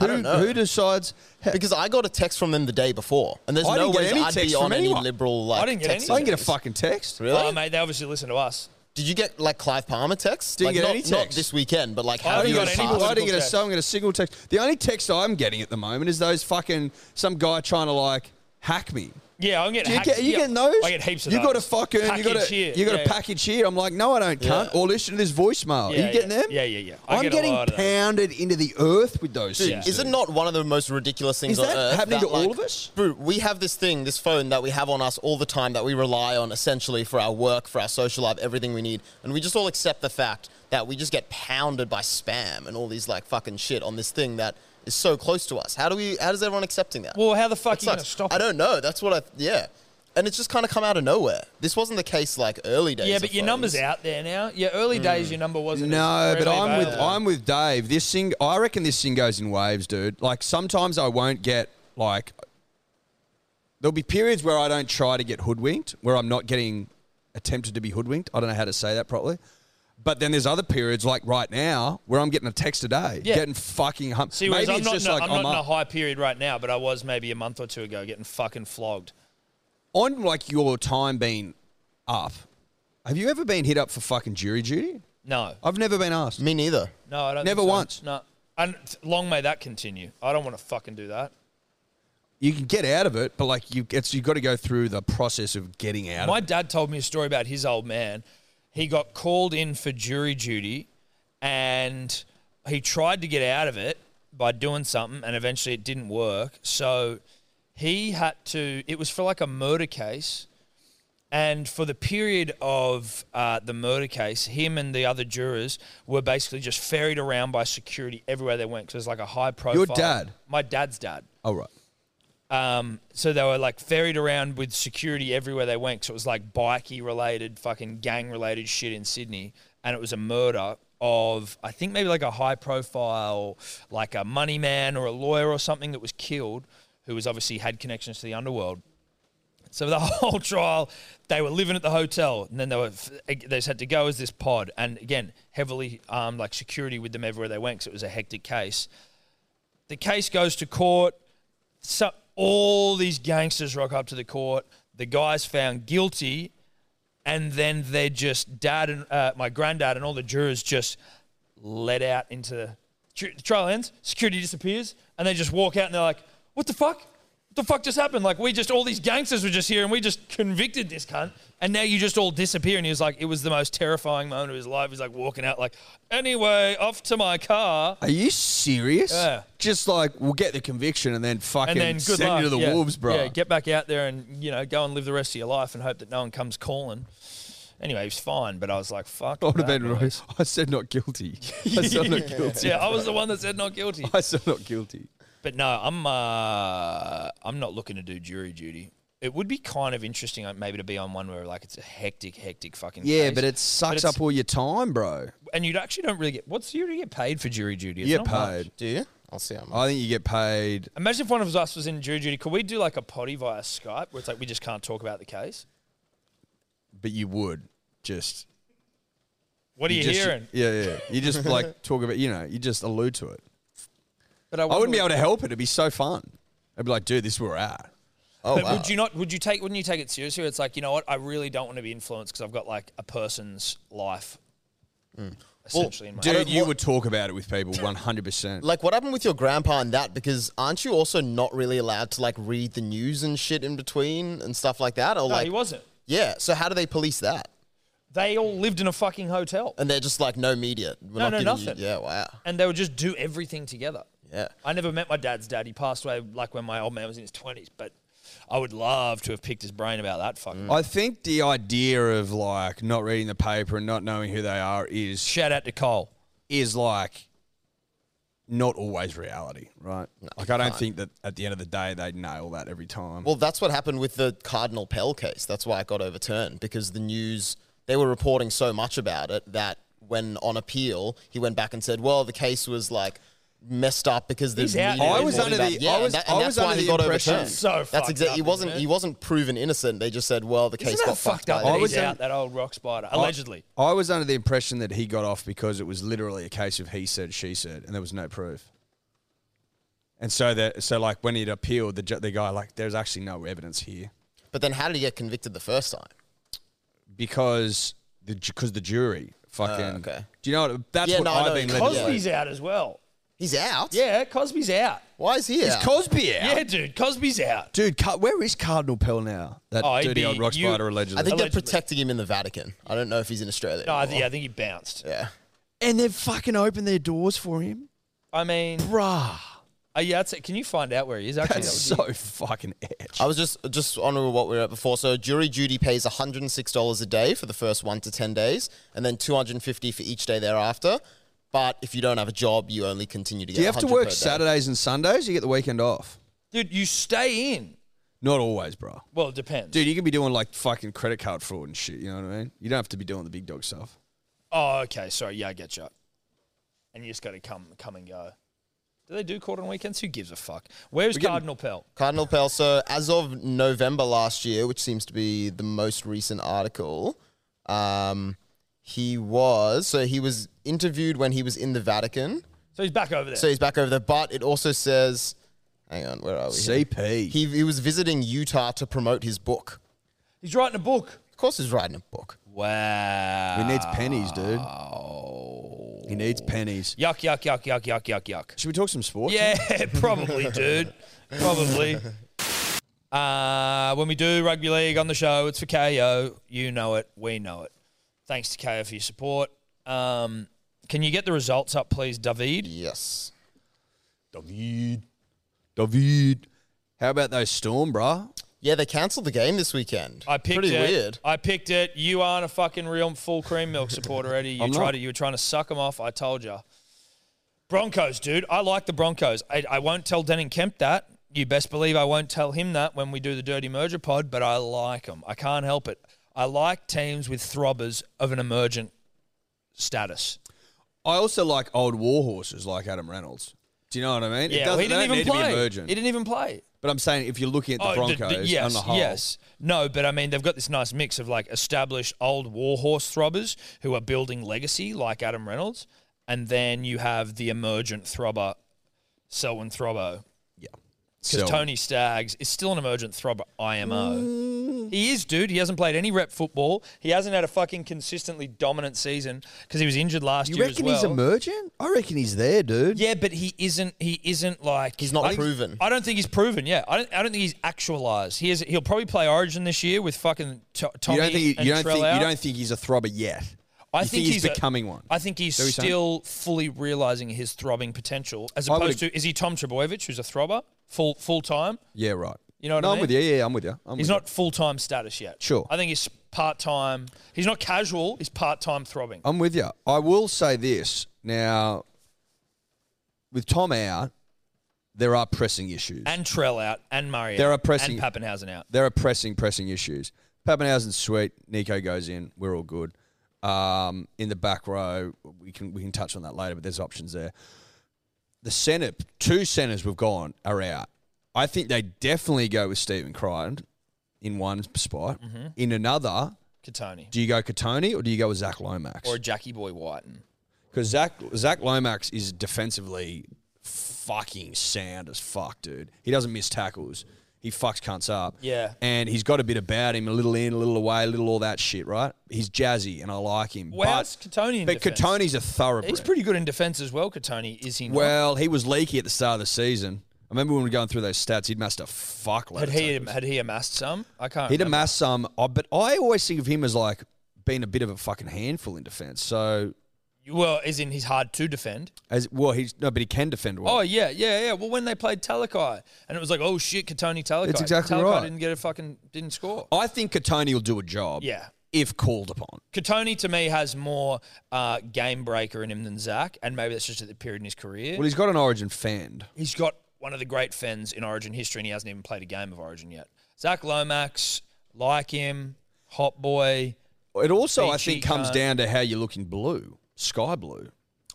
Speaker 2: Who,
Speaker 3: don't know.
Speaker 2: who decides? Heck,
Speaker 3: Because I got a text from them the day before, and there's
Speaker 2: I
Speaker 3: no
Speaker 2: didn't get
Speaker 3: way
Speaker 2: any
Speaker 3: I'd
Speaker 2: text
Speaker 3: be
Speaker 2: from
Speaker 3: on any
Speaker 2: anyone.
Speaker 3: liberal like
Speaker 1: I didn't get
Speaker 3: text
Speaker 1: any.
Speaker 2: I didn't get a
Speaker 3: messages.
Speaker 2: fucking text.
Speaker 3: Really?
Speaker 1: Oh, mate, they obviously listen to us.
Speaker 3: Did you get like Clive Palmer texts?
Speaker 2: Didn't
Speaker 3: like,
Speaker 2: get
Speaker 3: not,
Speaker 2: any
Speaker 3: Not
Speaker 2: texts.
Speaker 3: this weekend, but like
Speaker 1: I
Speaker 3: have
Speaker 1: haven't
Speaker 3: you
Speaker 1: got
Speaker 3: in the
Speaker 1: any
Speaker 3: past?
Speaker 1: political
Speaker 2: I didn't get a,
Speaker 1: text.
Speaker 2: I didn't get a single text. The only text I'm getting at the moment is those fucking some guy trying to like hack me.
Speaker 1: Yeah, I'm getting.
Speaker 2: Do you
Speaker 1: hacked-
Speaker 2: get, you
Speaker 1: yeah,
Speaker 2: getting those?
Speaker 1: I get heaps of
Speaker 2: you
Speaker 1: those.
Speaker 2: got a fucking you got
Speaker 1: Package
Speaker 2: a
Speaker 1: here.
Speaker 2: you got
Speaker 1: Yeah,
Speaker 2: a package here. I'm like, no, I don't, cunt. Or listen to this voicemail.
Speaker 1: Yeah,
Speaker 2: Are you getting
Speaker 1: yeah.
Speaker 2: them?
Speaker 1: Yeah, yeah, yeah. I
Speaker 2: I'm
Speaker 1: get a
Speaker 2: getting
Speaker 1: lot of those.
Speaker 2: pounded into the earth with those.
Speaker 3: Dude,
Speaker 2: things,
Speaker 3: is it
Speaker 2: dude.
Speaker 3: not one of the most ridiculous things
Speaker 2: Is
Speaker 3: on
Speaker 2: that
Speaker 3: earth?
Speaker 2: happening
Speaker 3: that,
Speaker 2: to all
Speaker 3: like-
Speaker 2: of us?
Speaker 3: Bro, we have this thing, this phone that we have on us all the time that we rely on essentially for our work, for our social life, everything we need. And we just all accept the fact that we just get pounded by spam and all these like fucking shit on this thing that is so close to us. How do we, how does everyone accepting that?
Speaker 1: Well, how the fuck
Speaker 3: It
Speaker 1: are you going to
Speaker 3: sucks.
Speaker 1: stop
Speaker 3: I
Speaker 1: it?
Speaker 3: don't know. That's what I, yeah. And it's just kind of come out of nowhere. This wasn't the case like early days.
Speaker 1: Yeah,
Speaker 3: of
Speaker 1: but your
Speaker 3: phones.
Speaker 1: number's out there now. Yeah, early days, your number wasn't.
Speaker 2: Hmm. No,
Speaker 1: as
Speaker 2: but
Speaker 1: readily
Speaker 2: I'm with
Speaker 1: available.
Speaker 2: I'm with Dave. This thing, I reckon this thing goes in waves, dude. Like sometimes I won't get like. There'll be periods where I don't try to get hoodwinked, where I'm not getting attempted to be hoodwinked. I don't know how to say that properly. But then there's other periods like right now where I'm getting a text a day,
Speaker 1: Yeah.
Speaker 2: getting fucking humped.
Speaker 1: See, whereas
Speaker 2: Maybe
Speaker 1: I'm
Speaker 2: it's
Speaker 1: not,
Speaker 2: just
Speaker 1: in a,
Speaker 2: like
Speaker 1: I'm
Speaker 2: I'm,
Speaker 1: not in a
Speaker 2: up.
Speaker 1: high period right now, but I was maybe a month or two ago getting fucking flogged.
Speaker 2: on like your time being up. Have you ever been hit up for fucking jury duty?
Speaker 1: No,
Speaker 2: I've never been asked.
Speaker 3: Me neither.
Speaker 1: no, I don't.
Speaker 2: Never
Speaker 1: think so.
Speaker 2: once.
Speaker 1: No, and long may that continue. I don't want to fucking do that.
Speaker 2: you can get out of it, but like you, it's you got to go through the process of getting out.
Speaker 1: My
Speaker 2: of it.
Speaker 1: dad told me a story about his old man. He got called in for jury duty and he tried to get out of it by doing something and eventually it didn't work. So he had to, it was for like a murder case. And for the period of uh, the murder case, him and the other jurors were basically just ferried around by security everywhere they went because it was like a high profile.
Speaker 2: dad?
Speaker 1: My dad's dad.
Speaker 2: All right.
Speaker 1: Um, so they were like ferried around with security everywhere they went. So it was like bikey related, fucking gang related shit in Sydney, and it was a murder of I think maybe like a high profile, like a money man or a lawyer or something that was killed, who was obviously had connections to the underworld. So the whole trial, they were living at the hotel, and then they were eh, they just had to go as this pod, and again heavily armed, like security with them everywhere they went, because it was a hectic case. The case goes to court. So all these gangsters rock up to the court. The guy's found guilty, and then they're just dad and uh, my granddad and all the jurors just let out into the, tr- the trial ends. Security disappears, and they just walk out, and they're like, "What the fuck? What the fuck just happened? Like we just all these gangsters were just here, and we just convicted this cunt, and now you just all disappear." And he was like, "It was the most terrifying moment of his life." He's like walking out, like, "Anyway, off to my car."
Speaker 2: Are you serious?
Speaker 1: Yeah.
Speaker 2: Just like we'll get the conviction and then fucking
Speaker 1: and then good
Speaker 2: send
Speaker 1: luck.
Speaker 2: you to the
Speaker 1: yeah.
Speaker 2: wolves, bro.
Speaker 1: Yeah, get back out there and you know go and live the rest of your life and hope that no one comes calling. Anyway, he was fine, but I was like, "Fuck."
Speaker 2: I would have
Speaker 1: that
Speaker 2: been. right.
Speaker 1: noise.
Speaker 2: I said not guilty. I said not guilty.
Speaker 1: Yeah, I was the one that said not guilty.
Speaker 2: I said not guilty.
Speaker 1: But no, I'm uh, I'm not looking to do jury duty. It would be kind of interesting, uh, maybe, to be on one where like it's a hectic, hectic fucking.
Speaker 2: Yeah,
Speaker 1: case.
Speaker 2: but it sucks
Speaker 1: it's-
Speaker 2: up all your time, bro.
Speaker 1: and you actually don't really get what's you get paid for jury duty. It's
Speaker 2: You get
Speaker 1: not much.
Speaker 2: paid.
Speaker 3: Do you? I'll see how much.
Speaker 2: I think you get paid.
Speaker 1: Imagine if one of us was in jury duty. Could we do like a potty via Skype where it's like we just can't talk about the case?
Speaker 2: but you would just.
Speaker 1: What are you,
Speaker 2: just,
Speaker 1: hearing?
Speaker 2: Yeah, yeah. You just like talk about, you know, you just allude to it.
Speaker 1: But
Speaker 2: I wouldn't be able to help it. It'd be so fun. I'd be like, dude, this is where we're at.
Speaker 3: oh,
Speaker 1: But
Speaker 3: wow.
Speaker 1: would you not? Would you take? Wouldn't you take it seriously? It's like you know what? I really don't want to be influenced because I've got like a person's life
Speaker 3: Mm.
Speaker 1: essentially in my.
Speaker 3: I
Speaker 2: Dude,
Speaker 3: don't
Speaker 2: you
Speaker 3: want-
Speaker 2: would talk about it with people 100%.
Speaker 3: Like, what happened with your grandpa and that? Because aren't you also not really allowed to like read the news and shit in between and stuff like that? Or
Speaker 1: no,
Speaker 3: like,
Speaker 1: he wasn't.
Speaker 3: yeah. So how do they police that?
Speaker 1: They all lived in a fucking hotel,
Speaker 3: And they're just like, no media. We're
Speaker 1: No,
Speaker 3: not
Speaker 1: no,
Speaker 3: giving you-
Speaker 1: nothing.
Speaker 3: Yeah, wow.
Speaker 1: and they would just do everything together.
Speaker 3: Yeah.
Speaker 1: I never met my dad's dad. He passed away like when my old man was in his twenties. But I would love to have picked his brain about that.
Speaker 3: Mm.
Speaker 1: Fucking
Speaker 2: I think the idea of like not reading the paper and not knowing who they are is
Speaker 1: shout out to Cole.
Speaker 2: is like not always reality, right? like I don't think that at the end of the day they nail that every time.
Speaker 3: Well, that's what happened with the Cardinal Pell case. That's why it got overturned because the news they were reporting so much about it that when on appeal he went back and said, "Well, the case was like messed up because the
Speaker 1: He's out
Speaker 3: media
Speaker 1: now,
Speaker 3: was
Speaker 1: isn't
Speaker 3: reporting about
Speaker 2: he?
Speaker 3: it." yeah,
Speaker 2: I
Speaker 3: and,
Speaker 2: was-
Speaker 3: that,
Speaker 2: I
Speaker 3: and
Speaker 2: was
Speaker 3: that's why
Speaker 2: under
Speaker 3: he
Speaker 2: the
Speaker 3: got
Speaker 2: impression-
Speaker 3: overturned.
Speaker 1: So
Speaker 3: that's
Speaker 1: fucked
Speaker 3: exactly.
Speaker 1: up,
Speaker 3: He
Speaker 1: isn't
Speaker 3: wasn't.
Speaker 1: it?
Speaker 3: He wasn't proven innocent. They just said, "Well, the case
Speaker 1: Isn't that
Speaker 3: got
Speaker 1: fucked
Speaker 3: by
Speaker 1: up?
Speaker 3: the
Speaker 1: that
Speaker 2: I
Speaker 3: media."
Speaker 1: He's
Speaker 2: was in-
Speaker 1: out that old rock spider allegedly.
Speaker 2: I was under the impression that he got off because it was literally a case of he said she said and there was no proof. And so that so like when he'd appealed, the ju- the guy like there's actually no evidence here
Speaker 3: But then how did he get convicted the first time?
Speaker 2: because the because the jury fucking.
Speaker 3: okay.
Speaker 2: Do you know what? That's
Speaker 3: Yeah,
Speaker 2: what
Speaker 3: no, I
Speaker 2: I've
Speaker 3: know
Speaker 2: been
Speaker 3: it's
Speaker 2: led to believe.
Speaker 1: Cosby's out as well.
Speaker 3: He's out.
Speaker 1: Yeah, Cosby's out.
Speaker 3: Why is he out?
Speaker 2: Cosby out.
Speaker 1: Yeah, dude, Cosby's out.
Speaker 2: Dude, Car- where is Cardinal Pell now? That
Speaker 1: Oh, he'd
Speaker 2: dirty
Speaker 1: be-
Speaker 2: old rock
Speaker 1: you-
Speaker 2: spider
Speaker 3: I
Speaker 2: allegedly.
Speaker 3: think they're
Speaker 1: Allegedly.
Speaker 3: protecting him in the Vatican. I don't know if he's in Australia.
Speaker 1: No, I think,
Speaker 3: anymore.
Speaker 1: I think he bounced.
Speaker 3: yeah.
Speaker 2: and they've fucking opened their doors for him.
Speaker 1: I mean,
Speaker 2: Bruh.
Speaker 1: uh, yeah, that's it. can you find out where he is? Actually,
Speaker 2: That's
Speaker 1: that would
Speaker 2: so fucking edge.
Speaker 3: I was just just on what we were at before. So jury duty pays $106 a day for the first one to 10 days and then 250 for each day thereafter. But if you don't have a job, you only continue to get
Speaker 2: Do you have to
Speaker 3: 100 per
Speaker 2: work
Speaker 3: day.
Speaker 2: Saturdays and Sundays? You get the weekend off.
Speaker 1: be, dude, you stay in.
Speaker 2: Not always, bro.
Speaker 1: Well, it depends.
Speaker 2: Dude, you could be doing like fucking credit card fraud and shit. You know what I mean? You don't have to be doing the big dog stuff.
Speaker 1: Oh, okay. Sorry. Yeah, I get you. And you just got to come, come and go. Do they do court on weekends? Who gives a fuck? Where's
Speaker 2: getting-
Speaker 1: Cardinal Pell?
Speaker 3: Cardinal Pell. So as of November last year, which seems to be the most recent article, um, he was so he was interviewed when he was in the Vatican.
Speaker 1: So he's back over there.
Speaker 3: So he's back over there. But it also says, hang on, where are we? here?
Speaker 2: CP.
Speaker 3: He he was visiting Utah to promote his book.
Speaker 1: he's writing a book.
Speaker 3: Of course, he's writing a book.
Speaker 1: Wow.
Speaker 2: he needs pennies, dude. He needs pennies.
Speaker 1: Yuck, yuck, yuck, yuck, yuck, yuck, yuck.
Speaker 2: Should we talk some sports?
Speaker 1: Yeah, probably, dude. Probably. Uh, when we do rugby league on the show, it's for KO. You know it. We know it. Thanks to KO for your support. Um, can you get the results up, please, David?
Speaker 3: Yes.
Speaker 2: David. David. How about those Storm, bruh?
Speaker 3: Yeah, they cancelled the game this weekend.
Speaker 1: I picked
Speaker 3: Pretty
Speaker 1: it.
Speaker 3: weird.
Speaker 1: I picked it. You aren't a fucking real full cream milk supporter, Eddie. You
Speaker 2: I'm
Speaker 1: tried
Speaker 2: not.
Speaker 1: it. You were trying to suck them off. I told you. Broncos, dude. I like the Broncos. I, I won't tell Denning Kemp that. You best believe I won't tell him that when we do the Dirty Merger pod, but I like them. I can't help it. I like teams with throbbers of an emergent status.
Speaker 2: I also like old war horses like Adam Reynolds. Do you know what I mean?
Speaker 1: Yeah,
Speaker 2: doesn't-
Speaker 1: well, he
Speaker 2: they
Speaker 1: didn't
Speaker 2: don't
Speaker 1: even
Speaker 2: need to be
Speaker 1: play. He
Speaker 2: emergent.
Speaker 1: didn't even play.
Speaker 2: But I'm saying if you're looking at the
Speaker 1: Oh, the- the-
Speaker 2: Broncos
Speaker 1: yes,
Speaker 2: on the whole,
Speaker 1: yes. No, but I mean they've got this nice mix of like established old warhorse throbbers who are building legacy, like Adam Reynolds, and then you have the emergent throbber, Selwyn Throbbo,
Speaker 2: yeah,
Speaker 1: because
Speaker 2: So-
Speaker 1: Tony Staggs is still an emergent throbber
Speaker 2: Mm.
Speaker 1: IMO. He is, dude. He hasn't played any rep football. He hasn't had a fucking consistently dominant season because he was injured last
Speaker 2: You
Speaker 1: year as
Speaker 2: reckon
Speaker 1: well.
Speaker 2: he's emergent? I reckon he's there, dude.
Speaker 1: yeah, but he isn't. He isn't like
Speaker 3: He's not
Speaker 1: I-
Speaker 3: proven.
Speaker 1: I don't think he's proven. Yeah, I don't. I don't think he's actualized. He is. He'll probably play Origin this year with fucking to, Tommy
Speaker 2: You don't think
Speaker 1: and
Speaker 2: you don't
Speaker 1: Trell
Speaker 2: think,
Speaker 1: out.
Speaker 2: you don't think he's a throbber yet.
Speaker 1: I
Speaker 2: You think, he's,
Speaker 1: a-
Speaker 2: becoming one.
Speaker 1: I think he's
Speaker 2: Is that what you're saying?
Speaker 1: still fully realizing his throbbing potential, as
Speaker 2: I would
Speaker 1: opposed to is he Tom Trebojevic, who's a throbber full full time.
Speaker 2: yeah, right.
Speaker 1: You know what
Speaker 2: no,
Speaker 1: I
Speaker 2: I'm
Speaker 1: mean?
Speaker 2: with you. Yeah, yeah, I'm with you. I'm
Speaker 1: He's
Speaker 2: with
Speaker 1: not full time status yet.
Speaker 2: Sure.
Speaker 1: I think he's part time. He's not casual. He's part time throbbing.
Speaker 2: you. I'm with you. I will say this now. With Tom out, there are pressing issues.
Speaker 1: and Trell out, and Murray.
Speaker 2: They're
Speaker 1: out,
Speaker 2: oppressing-
Speaker 1: And Pappenhausen out.
Speaker 2: there are pressing, pressing issues. Pappenhausen's sweet. Nico goes in. We're all good. Um, in the back row, we can we can touch on that later, but there's options there. The centre, two centres we've gone are out. I think they definitely go with Stephen Crichton in one spot. In another,
Speaker 1: Katoni
Speaker 2: do you go Katoni or do you go with Zach Lomax?
Speaker 1: or a Jackie Boy Whiten.
Speaker 2: Because Zach Zach Lomax is defensively fucking sound as fuck, dude. He doesn't miss tackles. He fucks cunts up.
Speaker 1: Yeah.
Speaker 2: And he's got a bit about him, a little in, a little away, a little all that shit, right? He's jazzy and I like him.
Speaker 1: Well,
Speaker 2: but
Speaker 1: it's Katoni in
Speaker 2: but
Speaker 1: defence.
Speaker 2: Katoni's a thoroughbred.
Speaker 1: He's pretty good in defence as well, Katoni, is he not?
Speaker 2: well, he was leaky at the start of the season. I remember when we were going through those stats, he'd amassed a fuckload.
Speaker 1: had
Speaker 2: of
Speaker 1: he
Speaker 2: tackles.
Speaker 1: had he amassed some? I can't.
Speaker 2: He'd
Speaker 1: remember.
Speaker 2: amassed some, uh, but I always think of him as like being a bit of a fucking handful in defence. So,
Speaker 1: Well, as in he's hard to defend.
Speaker 2: as well, he's no, but he can defend well.
Speaker 1: Oh yeah, yeah, yeah. Well, when they played Talakai, and it was like, oh shit, Katoni Talakai.
Speaker 2: It's exactly
Speaker 1: Talakai
Speaker 2: right.
Speaker 1: Didn't get a fucking didn't score.
Speaker 2: I think Katoni will do a job.
Speaker 1: Yeah.
Speaker 2: If called upon.
Speaker 1: Katoni to me has more uh, game breaker in him than Zach, and maybe that's just at the period in his career.
Speaker 2: Well, he's got an origin fan.
Speaker 1: he's got one of the great fens in Origin history, and he hasn't even played a game of Origin yet. Zach Lomax, like him, hot boy.
Speaker 2: It also, I
Speaker 1: Beachy
Speaker 2: think, comes
Speaker 1: cunt.
Speaker 2: down to how you look in blue, sky blue.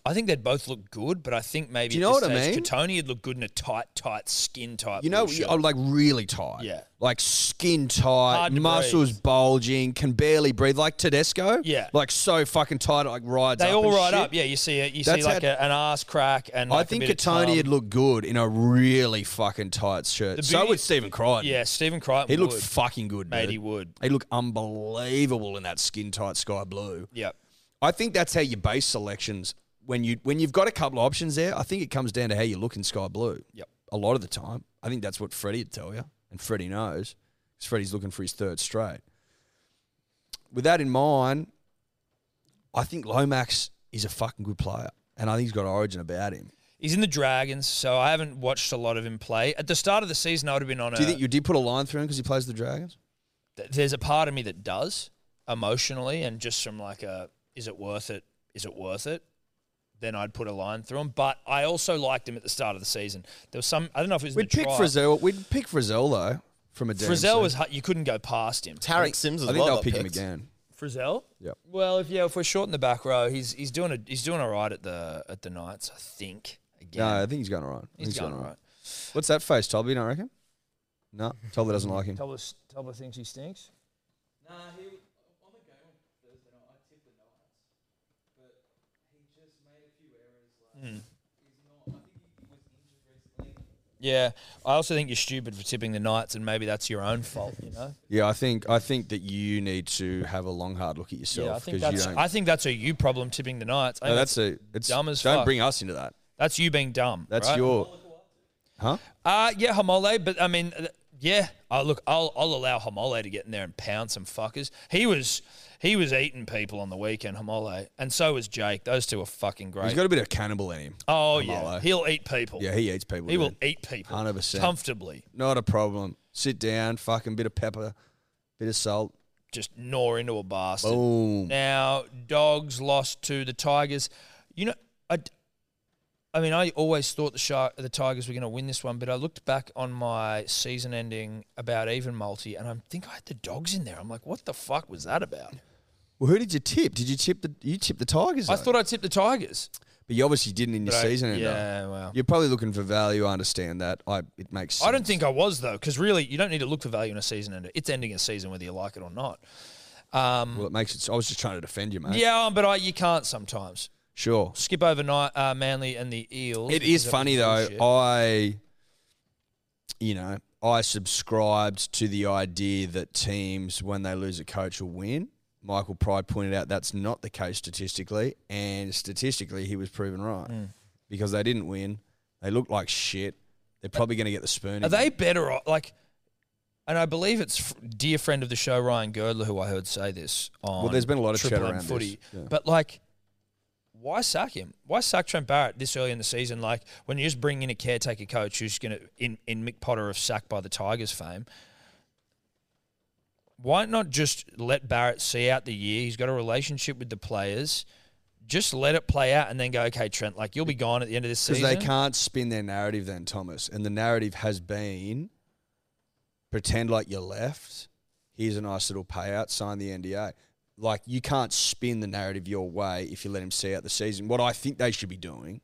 Speaker 1: I think they'd both look good, but I think maybe
Speaker 2: Do you
Speaker 1: at
Speaker 2: know
Speaker 1: this
Speaker 2: what I
Speaker 1: stage,
Speaker 2: mean?
Speaker 1: Katoni would look good in a tight, tight skin type.
Speaker 2: You know,
Speaker 1: blue shirt.
Speaker 2: I'm like really tight.
Speaker 1: Yeah.
Speaker 2: Like skin tight,
Speaker 1: Hard to
Speaker 2: muscles
Speaker 1: breathe.
Speaker 2: bulging, can barely breathe. Like Tedesco.
Speaker 1: Yeah.
Speaker 2: Like so fucking tight, it like rides
Speaker 1: they
Speaker 2: up.
Speaker 1: all
Speaker 2: and
Speaker 1: ride
Speaker 2: shit.
Speaker 1: up. Yeah, you see, a, you
Speaker 2: That's
Speaker 1: see like
Speaker 2: how-
Speaker 1: a, an ass crack, and
Speaker 2: I
Speaker 1: like
Speaker 2: think
Speaker 1: a bit of
Speaker 2: Katoni
Speaker 1: tongue.
Speaker 2: would look good in a really fucking tight shirt.
Speaker 1: The
Speaker 2: So
Speaker 1: beauty-
Speaker 2: would Stephen Crichton.
Speaker 1: Yeah, Stephen Crichton.
Speaker 2: He looked
Speaker 1: would.
Speaker 2: fucking good,
Speaker 1: mate.
Speaker 2: dude.
Speaker 1: He would.
Speaker 2: He looked unbelievable in that skin tight sky blue.
Speaker 1: Yep.
Speaker 2: I think that's how you base selections when you when you've got a couple of options there. I think it comes down to how you look in sky blue.
Speaker 1: Yep.
Speaker 2: A lot of the time, I think that's what Freddie'd tell you, and Freddie knows because Freddie's looking for his third straight. With that in mind, I think Lomax is a fucking good player, and I think he's got origin about him.
Speaker 1: He's in the Dragons, so I haven't watched a lot of him play. At the start of the season, I would have been on
Speaker 2: Do
Speaker 1: a.
Speaker 2: you think you did put a line through him because he plays the Dragons?
Speaker 1: th- there's a part of me that does emotionally, and just from like a, is it worth it? Is it worth it? Then I'd put a line through him. But I also liked him at the start of the season. There was some. I don't know if it was in
Speaker 2: We'd
Speaker 1: the
Speaker 2: pick
Speaker 1: trial.
Speaker 2: Frizzell. We'd pick Frizzell though from a
Speaker 1: Frizzell was hu- you couldn't go past him.
Speaker 3: Tarek Sims as
Speaker 2: I think
Speaker 3: well.
Speaker 2: they'll
Speaker 3: got
Speaker 2: pick him
Speaker 3: picked.
Speaker 2: again.
Speaker 1: Frizzell.
Speaker 2: Yep.
Speaker 1: Well, if yeah, if we're short in the back row, he's he's doing a, he's doing all right at the at the Knights, I think. Again,
Speaker 2: No, I think he's going all right. I think
Speaker 1: he's going all right.
Speaker 2: What's that face, Tolby? Don't reckon? No, Tolby doesn't like him.
Speaker 1: Tubba, Tubba thinks he stinks. Hmm. Yeah, I also think you're stupid for tipping the Knights, and maybe that's your own fault. You know.
Speaker 2: Yeah, I think I think that you need to have a long hard look at
Speaker 1: yeah, I
Speaker 2: yourself
Speaker 1: think
Speaker 2: because you
Speaker 1: that's
Speaker 2: don't.
Speaker 1: I think that's a you problem tipping the Knights. I
Speaker 2: no,
Speaker 1: think
Speaker 2: that's a it's
Speaker 1: dumb as
Speaker 2: Don't
Speaker 1: fuck.
Speaker 2: bring us into that.
Speaker 1: that's you being dumb.
Speaker 2: That's
Speaker 1: right?
Speaker 2: your. Huh?
Speaker 1: Uh, yeah, Hamole, but I mean, uh, yeah. Uh, look, I'll I'll allow Hamole to get in there and pound some fuckers. He was he was eating people on the weekend, Hamole, and so was Jake. Those two are fucking great.
Speaker 2: He's got a bit of cannibal in him.
Speaker 1: oh yeah,
Speaker 2: Hamole.
Speaker 1: he'll eat people.
Speaker 2: Yeah, he eats people.
Speaker 1: he will
Speaker 2: dude.
Speaker 1: eat people
Speaker 2: 100%.
Speaker 1: comfortably.
Speaker 2: Not a problem. Sit down, fucking bit of pepper, bit of salt.
Speaker 1: Just gnaw into a bastard.
Speaker 2: Boom.
Speaker 1: Now, dogs lost to the Tigers. You know, I, I mean, I always thought the Shark, the Tigers were going to win this one, but I looked back on my season-ending about even multi, and I think I had the dogs in there. I'm like, what the fuck was that about?
Speaker 2: Well, who did you tip? Did you tip the you tipped the Tigers?
Speaker 1: I
Speaker 2: though.
Speaker 1: thought I tipped the Tigers.
Speaker 2: but you obviously didn't in your
Speaker 1: But I-
Speaker 2: season. ender.
Speaker 1: yeah, well,
Speaker 2: You're probably looking for value. I understand that. I it makes. sense.
Speaker 1: I don't think I was though, because really, you don't need to look for value in a season ender. It's ending a season whether you like it or not. Um,
Speaker 2: Well, it makes it. I was just trying to defend you, mate.
Speaker 1: yeah, but I, you can't sometimes.
Speaker 2: Sure.
Speaker 1: Skip overnight uh, Manly and the Eels.
Speaker 2: It
Speaker 1: because
Speaker 2: is
Speaker 1: that was
Speaker 2: funny though.
Speaker 1: bullshit.
Speaker 2: I, you know, I subscribed to the idea that teams, when they lose a coach, will win. Michael Pride pointed out that's not the case statistically, and statistically, he was proven right
Speaker 1: Mm. Hmm.
Speaker 2: because they didn't win. They looked like shit. They're probably going to get the spoon.
Speaker 1: Are
Speaker 2: again.
Speaker 1: they better off? Like, and I believe it's f- dear friend of the show Ryan Girdler who I heard say this on.
Speaker 2: there's been a lot of
Speaker 1: Triple
Speaker 2: chat
Speaker 1: M
Speaker 2: around this,
Speaker 1: footy,
Speaker 2: yeah.
Speaker 1: but like, why sack him? Why sack Trent Barrett this early in the season? Like, when you just bring in a caretaker coach who's going to in in Mick Potter of sacked by the Tigers fame. Why not just let Barrett see out the year? He's got a relationship with the players. Just let it play out and then go, okay, Trent, like you'll be gone at the end of this
Speaker 2: Because
Speaker 1: season.
Speaker 2: they can't spin their narrative then, Thomas. And the narrative has been pretend like you're left. Here's a nice little payout, sign the NDA. Like you can't spin the narrative your way if you let him see out the season. What I think they should be doing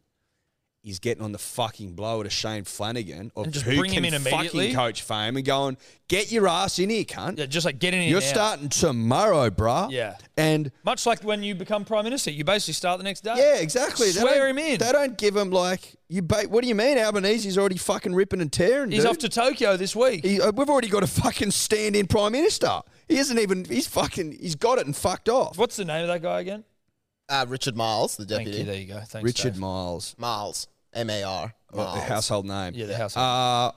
Speaker 2: is getting on the fucking blower to Shane Flanagan or
Speaker 1: And just
Speaker 2: who
Speaker 1: bring him
Speaker 2: can
Speaker 1: in immediately?
Speaker 2: fucking coach fame and going, get your ass in here, cunt.
Speaker 1: Yeah, just like getting in.
Speaker 2: you're
Speaker 1: now.
Speaker 2: starting tomorrow, bruh.
Speaker 1: Yeah.
Speaker 2: And
Speaker 1: Much like when you become prime minister, you basically start the next day.
Speaker 2: Yeah, exactly. They
Speaker 1: Swear
Speaker 2: don't-
Speaker 1: him in.
Speaker 2: They don't give him like you. Ba- what do you mean, Albanese's already fucking ripping and tearing?
Speaker 1: He's
Speaker 2: dude?
Speaker 1: off to Tokyo this week.
Speaker 2: He- uh, we've already got a fucking stand-in prime minister. He isn't even. He's fucking. He's got it and fucked off.
Speaker 1: What's the name of that guy again?
Speaker 3: Uh, Richard Miles, the
Speaker 1: Thank you.
Speaker 3: deputy.
Speaker 1: There you go. Thanks,
Speaker 2: Richard
Speaker 1: Dave.
Speaker 2: Miles,
Speaker 3: Miles, M A R.
Speaker 2: Well, the household name.
Speaker 1: Yeah, the house.
Speaker 2: Uh,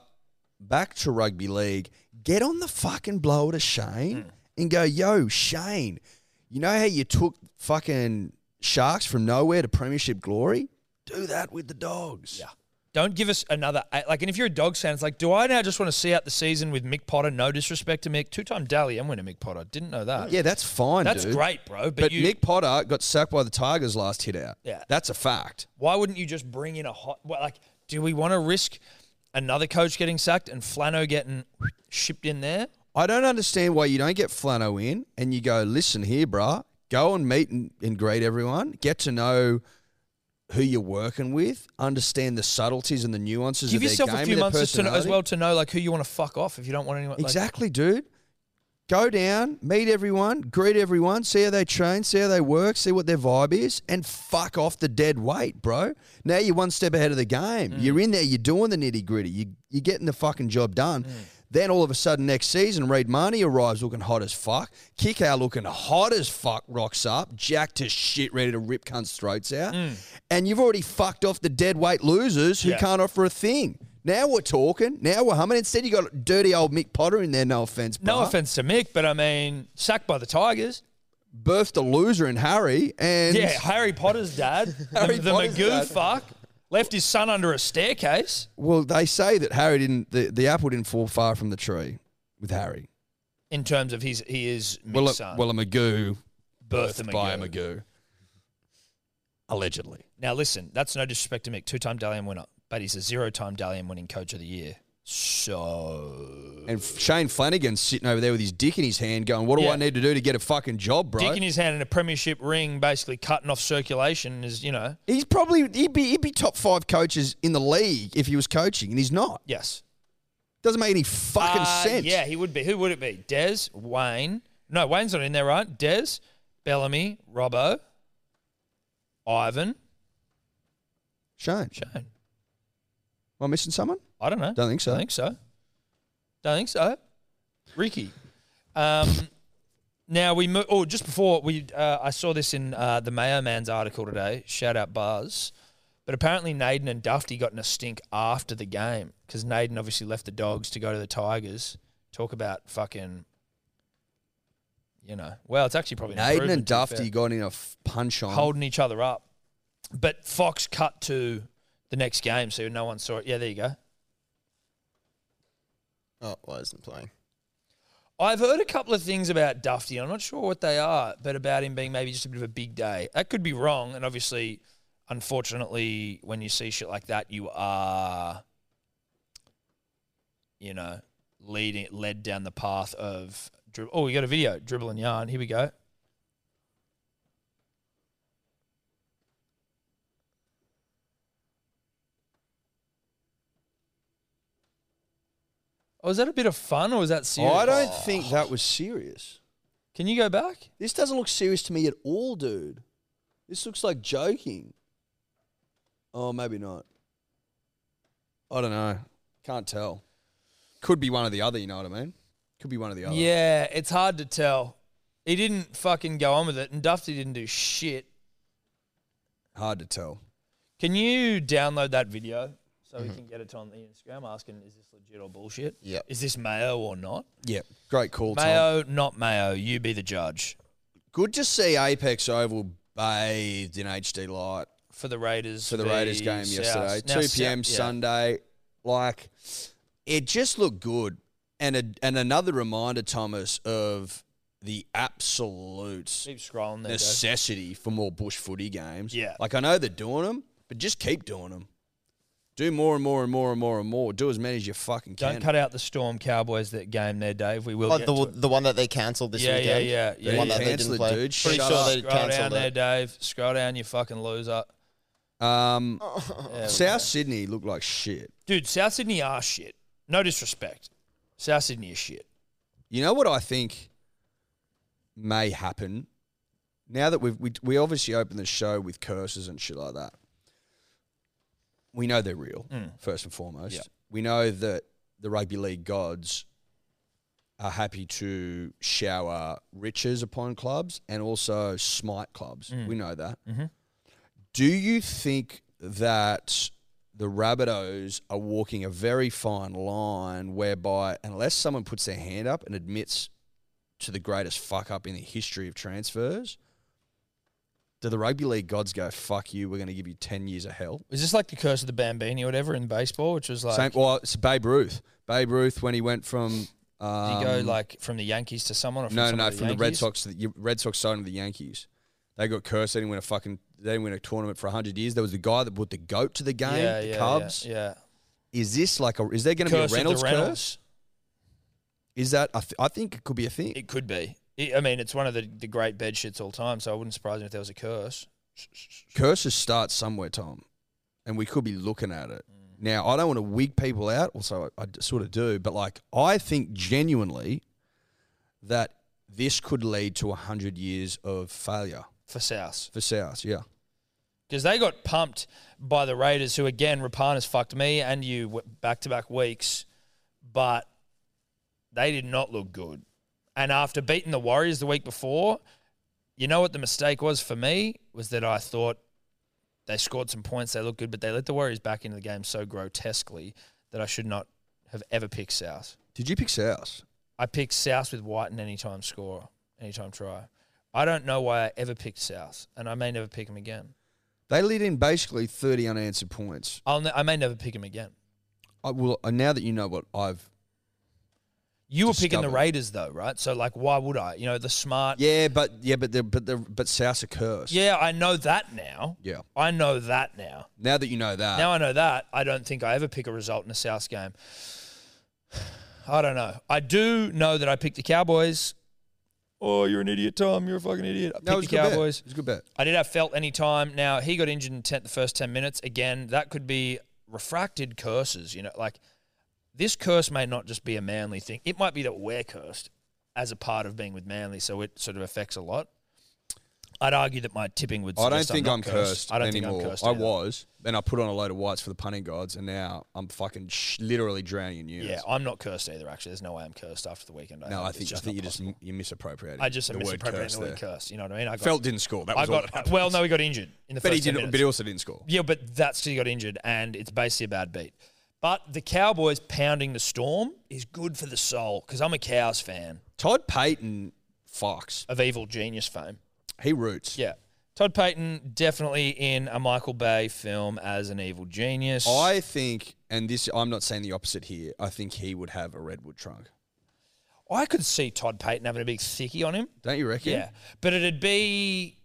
Speaker 2: back to rugby league. Get on the fucking blower to Shane
Speaker 1: Hmm.
Speaker 2: and go, yo, Shane. You know how you took fucking sharks from nowhere to premiership glory? Do that with the dogs. Yeah.
Speaker 1: Don't give us another eight. like. And if you're a Dogs fan, it's like, do I now just want to see out the season with Mick Potter? No disrespect to Mick, two-time Dally M winner Mick Potter. Didn't know that.
Speaker 2: Yeah, that's fine.
Speaker 1: that's
Speaker 2: dude.
Speaker 1: great, bro. But,
Speaker 2: But
Speaker 1: you,
Speaker 2: Nick Potter got sacked by the Tigers last hit out.
Speaker 1: Yeah.
Speaker 2: That's a fact.
Speaker 1: why wouldn't you just bring in a hot? Well, like, do we want to risk another coach getting sacked and Flano getting shipped in there?
Speaker 2: I don't understand why you don't get Flano in and you go, listen here, bruh, go and meet and, and greet everyone, get to know who you're working with, understand the subtleties and the nuances
Speaker 1: Give
Speaker 2: of their
Speaker 1: yourself
Speaker 2: game
Speaker 1: a few
Speaker 2: and their
Speaker 1: months as, to know, as
Speaker 2: personality.
Speaker 1: well to know like who you want to fuck off if you don't want anyone. Like,
Speaker 2: Exactly, dude. Go down, meet everyone, greet everyone, see how they train, see how they work, see what their vibe is, and fuck off the dead weight, bro. Now you're one step ahead of the game.
Speaker 1: Mm.
Speaker 2: You're in there, you're doing the nitty gritty, you, you're getting the fucking job done.
Speaker 1: Mm.
Speaker 2: Then all of a sudden, next season, Reid Marnie arrives looking hot as fuck. Kick out looking hot as fuck rocks up, jacked to shit, ready to rip cunts' throats out. And you've already fucked off the dead weight losers who
Speaker 1: Mm. Yeah.
Speaker 2: can't offer a thing. Now we're talking. Now we're humming. Instead, you got dirty old Mick Potter in there. No offense,
Speaker 1: no
Speaker 2: bruh.
Speaker 1: offense to Mick, but I mean, sacked by the Tigers.
Speaker 2: Birthed a loser in Harry, and
Speaker 1: Yeah, Harry Potter's dad,
Speaker 2: Harry
Speaker 1: the, the
Speaker 2: Potter's
Speaker 1: Magoo
Speaker 2: dad.
Speaker 1: fuck, left his son under a staircase.
Speaker 2: well, they say that Harry didn't. The, the apple didn't fall far from the tree with Harry.
Speaker 1: In terms of his, he is Mick's
Speaker 2: Well, a,
Speaker 1: son.
Speaker 2: well, a Magoo
Speaker 1: birth
Speaker 2: birthed by a Magoo, allegedly.
Speaker 1: Now listen, that's no disrespect to Mick, two-time Dalian winner, but he's a zero-time Dalian winning coach of the year. So
Speaker 2: And Shane Flanagan's sitting over there with his dick in his hand, going, "What do
Speaker 1: Yeah.
Speaker 2: I need to do to get a fucking job, bro?"
Speaker 1: dick in his hand and a premiership ring, basically cutting off circulation is, you know,
Speaker 2: he's probably he'd be he'd be top five coaches in the league if he was coaching, and he's not.
Speaker 1: yes.
Speaker 2: Doesn't make any fucking
Speaker 1: Uh,
Speaker 2: sense.
Speaker 1: Yeah, he would be. Who would it be? Dez, Wayne. No, Wayne's not in there, right? Dez, Bellamy, Robbo, Ivan,
Speaker 2: Shane.
Speaker 1: Shane.
Speaker 2: Am I missing someone?
Speaker 1: I don't know.
Speaker 2: Don't think so.
Speaker 1: Don't think so. Don't think so. Ricky. Um, now we mo- oh just before we uh, I saw this in uh, the Mayo Man's article today. Shout out Buzz. But apparently Naden and Dufty got in a stink after the game because Naden obviously left the Dogs to go to the Tigers. Talk about fucking. You know, well, it's actually probably an
Speaker 2: Aiden and
Speaker 1: improvement, to be fair
Speaker 2: Dufty got in a f- punch on.
Speaker 1: holding each other up. But Fox cut to the next game, so no one saw it. Yeah, there you go.
Speaker 3: Oh, why isn't it playing?
Speaker 1: I've heard a couple of things about Dufty. I'm not sure what they are, but about him being maybe just a bit of a big day. That could be wrong. And obviously, unfortunately, when you see shit like that, you are, you know, leading led down the path of. drib- Oh, we got a video. Dribble and yarn. Here we go. Oh, is that a bit of fun or is that serious?
Speaker 2: I don't think that was serious.
Speaker 1: Can you go back?
Speaker 2: This doesn't look serious to me at all, dude. This looks like joking. Oh, maybe not. I don't know. Can't tell. Could be one or the other, you know what I mean? Could be one or the other.
Speaker 1: Yeah, it's hard to tell. He didn't fucking go on with it, and Dufty didn't do shit.
Speaker 2: Hard to tell.
Speaker 1: Can you download that video so
Speaker 2: Mm-hmm.
Speaker 1: we can get it on the Instagram asking, is this legit or bullshit?
Speaker 3: Yep.
Speaker 1: Is this Mayo or not?
Speaker 2: Yeah. Great call, Tom.
Speaker 1: Mayo, not Mayo. You be the judge.
Speaker 2: Good to see Apex Oval bathed in HD light.
Speaker 1: For the Raiders.
Speaker 2: for the
Speaker 1: v
Speaker 2: Raiders game
Speaker 1: Souths.
Speaker 2: yesterday,
Speaker 1: Now,
Speaker 2: two p.m.
Speaker 1: South- yeah.
Speaker 2: Sunday. Like, it just looked good, and a, and another reminder, Thomas, of the absolute
Speaker 1: Keep scrolling there, Dave.
Speaker 2: necessity for more bush footy games.
Speaker 1: Yeah.
Speaker 2: like I know they're doing them, but just keep doing them. Do more and more and more and more and more. Do as many as you fucking
Speaker 1: Don't
Speaker 2: can.
Speaker 1: cut out the Storm Cowboys that game there, Dave. We will
Speaker 3: Oh,
Speaker 1: get
Speaker 3: the,
Speaker 1: to it.
Speaker 3: the one that they cancelled this
Speaker 1: Yeah, yeah,
Speaker 3: weekend.
Speaker 1: yeah,
Speaker 3: The
Speaker 1: yeah,
Speaker 3: one
Speaker 1: yeah.
Speaker 3: that they
Speaker 2: Cancel
Speaker 3: didn't
Speaker 2: it,
Speaker 3: play.
Speaker 2: dude.
Speaker 3: Pretty
Speaker 2: Shut
Speaker 3: sure
Speaker 2: up.
Speaker 3: they
Speaker 1: Scroll down
Speaker 3: cancelled
Speaker 1: there,
Speaker 3: it.
Speaker 1: Dave. Scroll down, you fucking loser.
Speaker 2: Um,
Speaker 1: There we
Speaker 2: South
Speaker 1: go.
Speaker 2: Sydney looked like shit.
Speaker 1: Dude, South Sydney are shit. No disrespect. South Sydney is shit.
Speaker 2: You know what I think may happen now that we've, we we obviously opened the show with curses and shit like that. We know they're real first and foremost.
Speaker 1: Yeah.
Speaker 2: We know that the rugby league gods are happy to shower riches upon clubs and also smite clubs. We know that. Do you think that the Rabbitohs are walking a very fine line whereby, unless someone puts their hand up and admits to the greatest fuck up in the history of transfers, do the rugby league gods go, fuck you, we're going to give you 10 years of hell?
Speaker 1: Is this like the curse of the Bambini or whatever in baseball, which was like
Speaker 2: Same, well, it's Babe Ruth. Babe Ruth, when he went from.
Speaker 1: did
Speaker 2: Um,
Speaker 1: you go like from the Yankees to someone or from
Speaker 2: no,
Speaker 1: someone
Speaker 2: no,
Speaker 1: to
Speaker 2: from the Red
Speaker 1: Yankees?
Speaker 2: Sox to the Red Sox side of the Yankees. They got cursed. They didn't win a fucking. They didn't win a tournament for hundred years. There was the guy that brought the goat to the game.
Speaker 1: yeah,
Speaker 2: the
Speaker 1: yeah,
Speaker 2: Cubs.
Speaker 1: Yeah,
Speaker 2: Is this like a? Is there
Speaker 1: yeah.
Speaker 2: going to be a
Speaker 1: Curse
Speaker 2: Reynolds,
Speaker 1: of the Reynolds.
Speaker 2: curse? Is that? I, th- I think it could be a thing.
Speaker 1: It could be. I I mean, it's one of the, the great bed shits all time, so I wouldn't surprise me if there was a curse.
Speaker 2: curses start somewhere, Tom, and we could be looking at it.
Speaker 1: Mm.
Speaker 2: Now, I don't want to wig people out, also I, I sort of do, but like I think genuinely that this could lead to hundred years of failure
Speaker 1: for South.
Speaker 2: for South. Yeah,
Speaker 1: because they got pumped by the Raiders, who again Rapana's fucked me and you back to back weeks, but they did not look good. And after beating the Warriors the week before, you know what the mistake was for me was that I thought they scored some points, they looked good, but they let the Warriors back into the game so grotesquely that I should not have ever picked South.
Speaker 2: did you pick South?
Speaker 1: I picked South with White and anytime score, anytime try. I don't know why I ever picked South, and I may never pick him again.
Speaker 2: They lead in basically thirty unanswered points.
Speaker 1: I'll ne- I may never pick him again.
Speaker 2: I will uh, now that you know what I've.
Speaker 1: You were picking the
Speaker 2: Discovered.
Speaker 1: Raiders though, right? So like, why would I? You know, the smart.
Speaker 2: Yeah, but yeah, but the but the but South are cursed.
Speaker 1: Yeah, I know that now.
Speaker 2: Yeah.
Speaker 1: I know that now.
Speaker 2: Now that you know that,
Speaker 1: Now I know that. I don't think I ever pick a result in a South game. I don't know. I do know that I picked the Cowboys. Oh, you're an idiot, Tom. You're a fucking idiot. I picked
Speaker 2: no, it
Speaker 1: the
Speaker 2: was a good bet.
Speaker 1: Cowboys.
Speaker 2: It was a good bet.
Speaker 1: I did have Felt any time. Now he got injured in ten, the first ten minutes. Again, that could be refracted curses. You know, like this curse may not just be a manly thing. It might be that we're cursed as a part of being with Manly, so it sort of affects a lot. I'd argue that my tipping would.
Speaker 2: I don't
Speaker 1: suggest
Speaker 2: think
Speaker 1: not
Speaker 2: I'm cursed,
Speaker 1: I don't
Speaker 2: anymore.
Speaker 1: think I'm cursed.
Speaker 2: I
Speaker 1: either.
Speaker 2: was, and I put on a load of whites for the punting gods, and now I'm fucking sh- literally drowning in units.
Speaker 1: Yeah, I'm not cursed either. Actually, there's no way I'm cursed after the weekend.
Speaker 2: no, I
Speaker 1: it's
Speaker 2: think I
Speaker 1: just
Speaker 2: think
Speaker 1: not
Speaker 2: you just
Speaker 1: possible.
Speaker 2: you misappropriated.
Speaker 1: I just
Speaker 2: the word
Speaker 1: misappropriated
Speaker 2: curse
Speaker 1: the word
Speaker 2: there.
Speaker 1: curse. You know what I mean? I got,
Speaker 2: Felt didn't score. That
Speaker 1: I
Speaker 2: was all
Speaker 1: got.
Speaker 2: that
Speaker 1: Well,
Speaker 2: was.
Speaker 1: no, he got injured in the
Speaker 2: but
Speaker 1: first.
Speaker 2: he
Speaker 1: 10
Speaker 2: didn't. But
Speaker 1: minutes.
Speaker 2: he also didn't score.
Speaker 1: Yeah, but that's because he got injured, and it's basically a bad beat. But the Cowboys pounding the storm is good for the soul because I'm a Cows fan
Speaker 2: Todd Payton, Fox,
Speaker 1: of evil genius fame.
Speaker 2: he roots.
Speaker 1: Yeah. Todd Payton definitely in a Michael Bay film as an evil genius.
Speaker 2: I think, and this I'm not saying the opposite here. I think he would have a redwood trunk.
Speaker 1: I could see Todd Payton having a big thickie on him.
Speaker 2: Don't you reckon?
Speaker 1: Yeah. But it'd be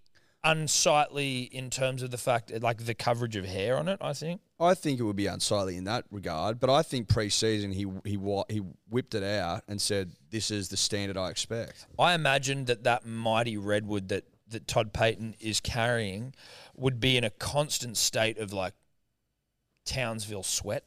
Speaker 1: unsightly in terms of the fact, like the coverage of hair on it, I think.
Speaker 2: I think it would be unsightly in that regard, but I think preseason he he wa- he whipped it out and said, "This is the standard I expect."
Speaker 1: I imagine that that mighty redwood that that Todd Payton is carrying would be in a constant state of like Townsville sweat.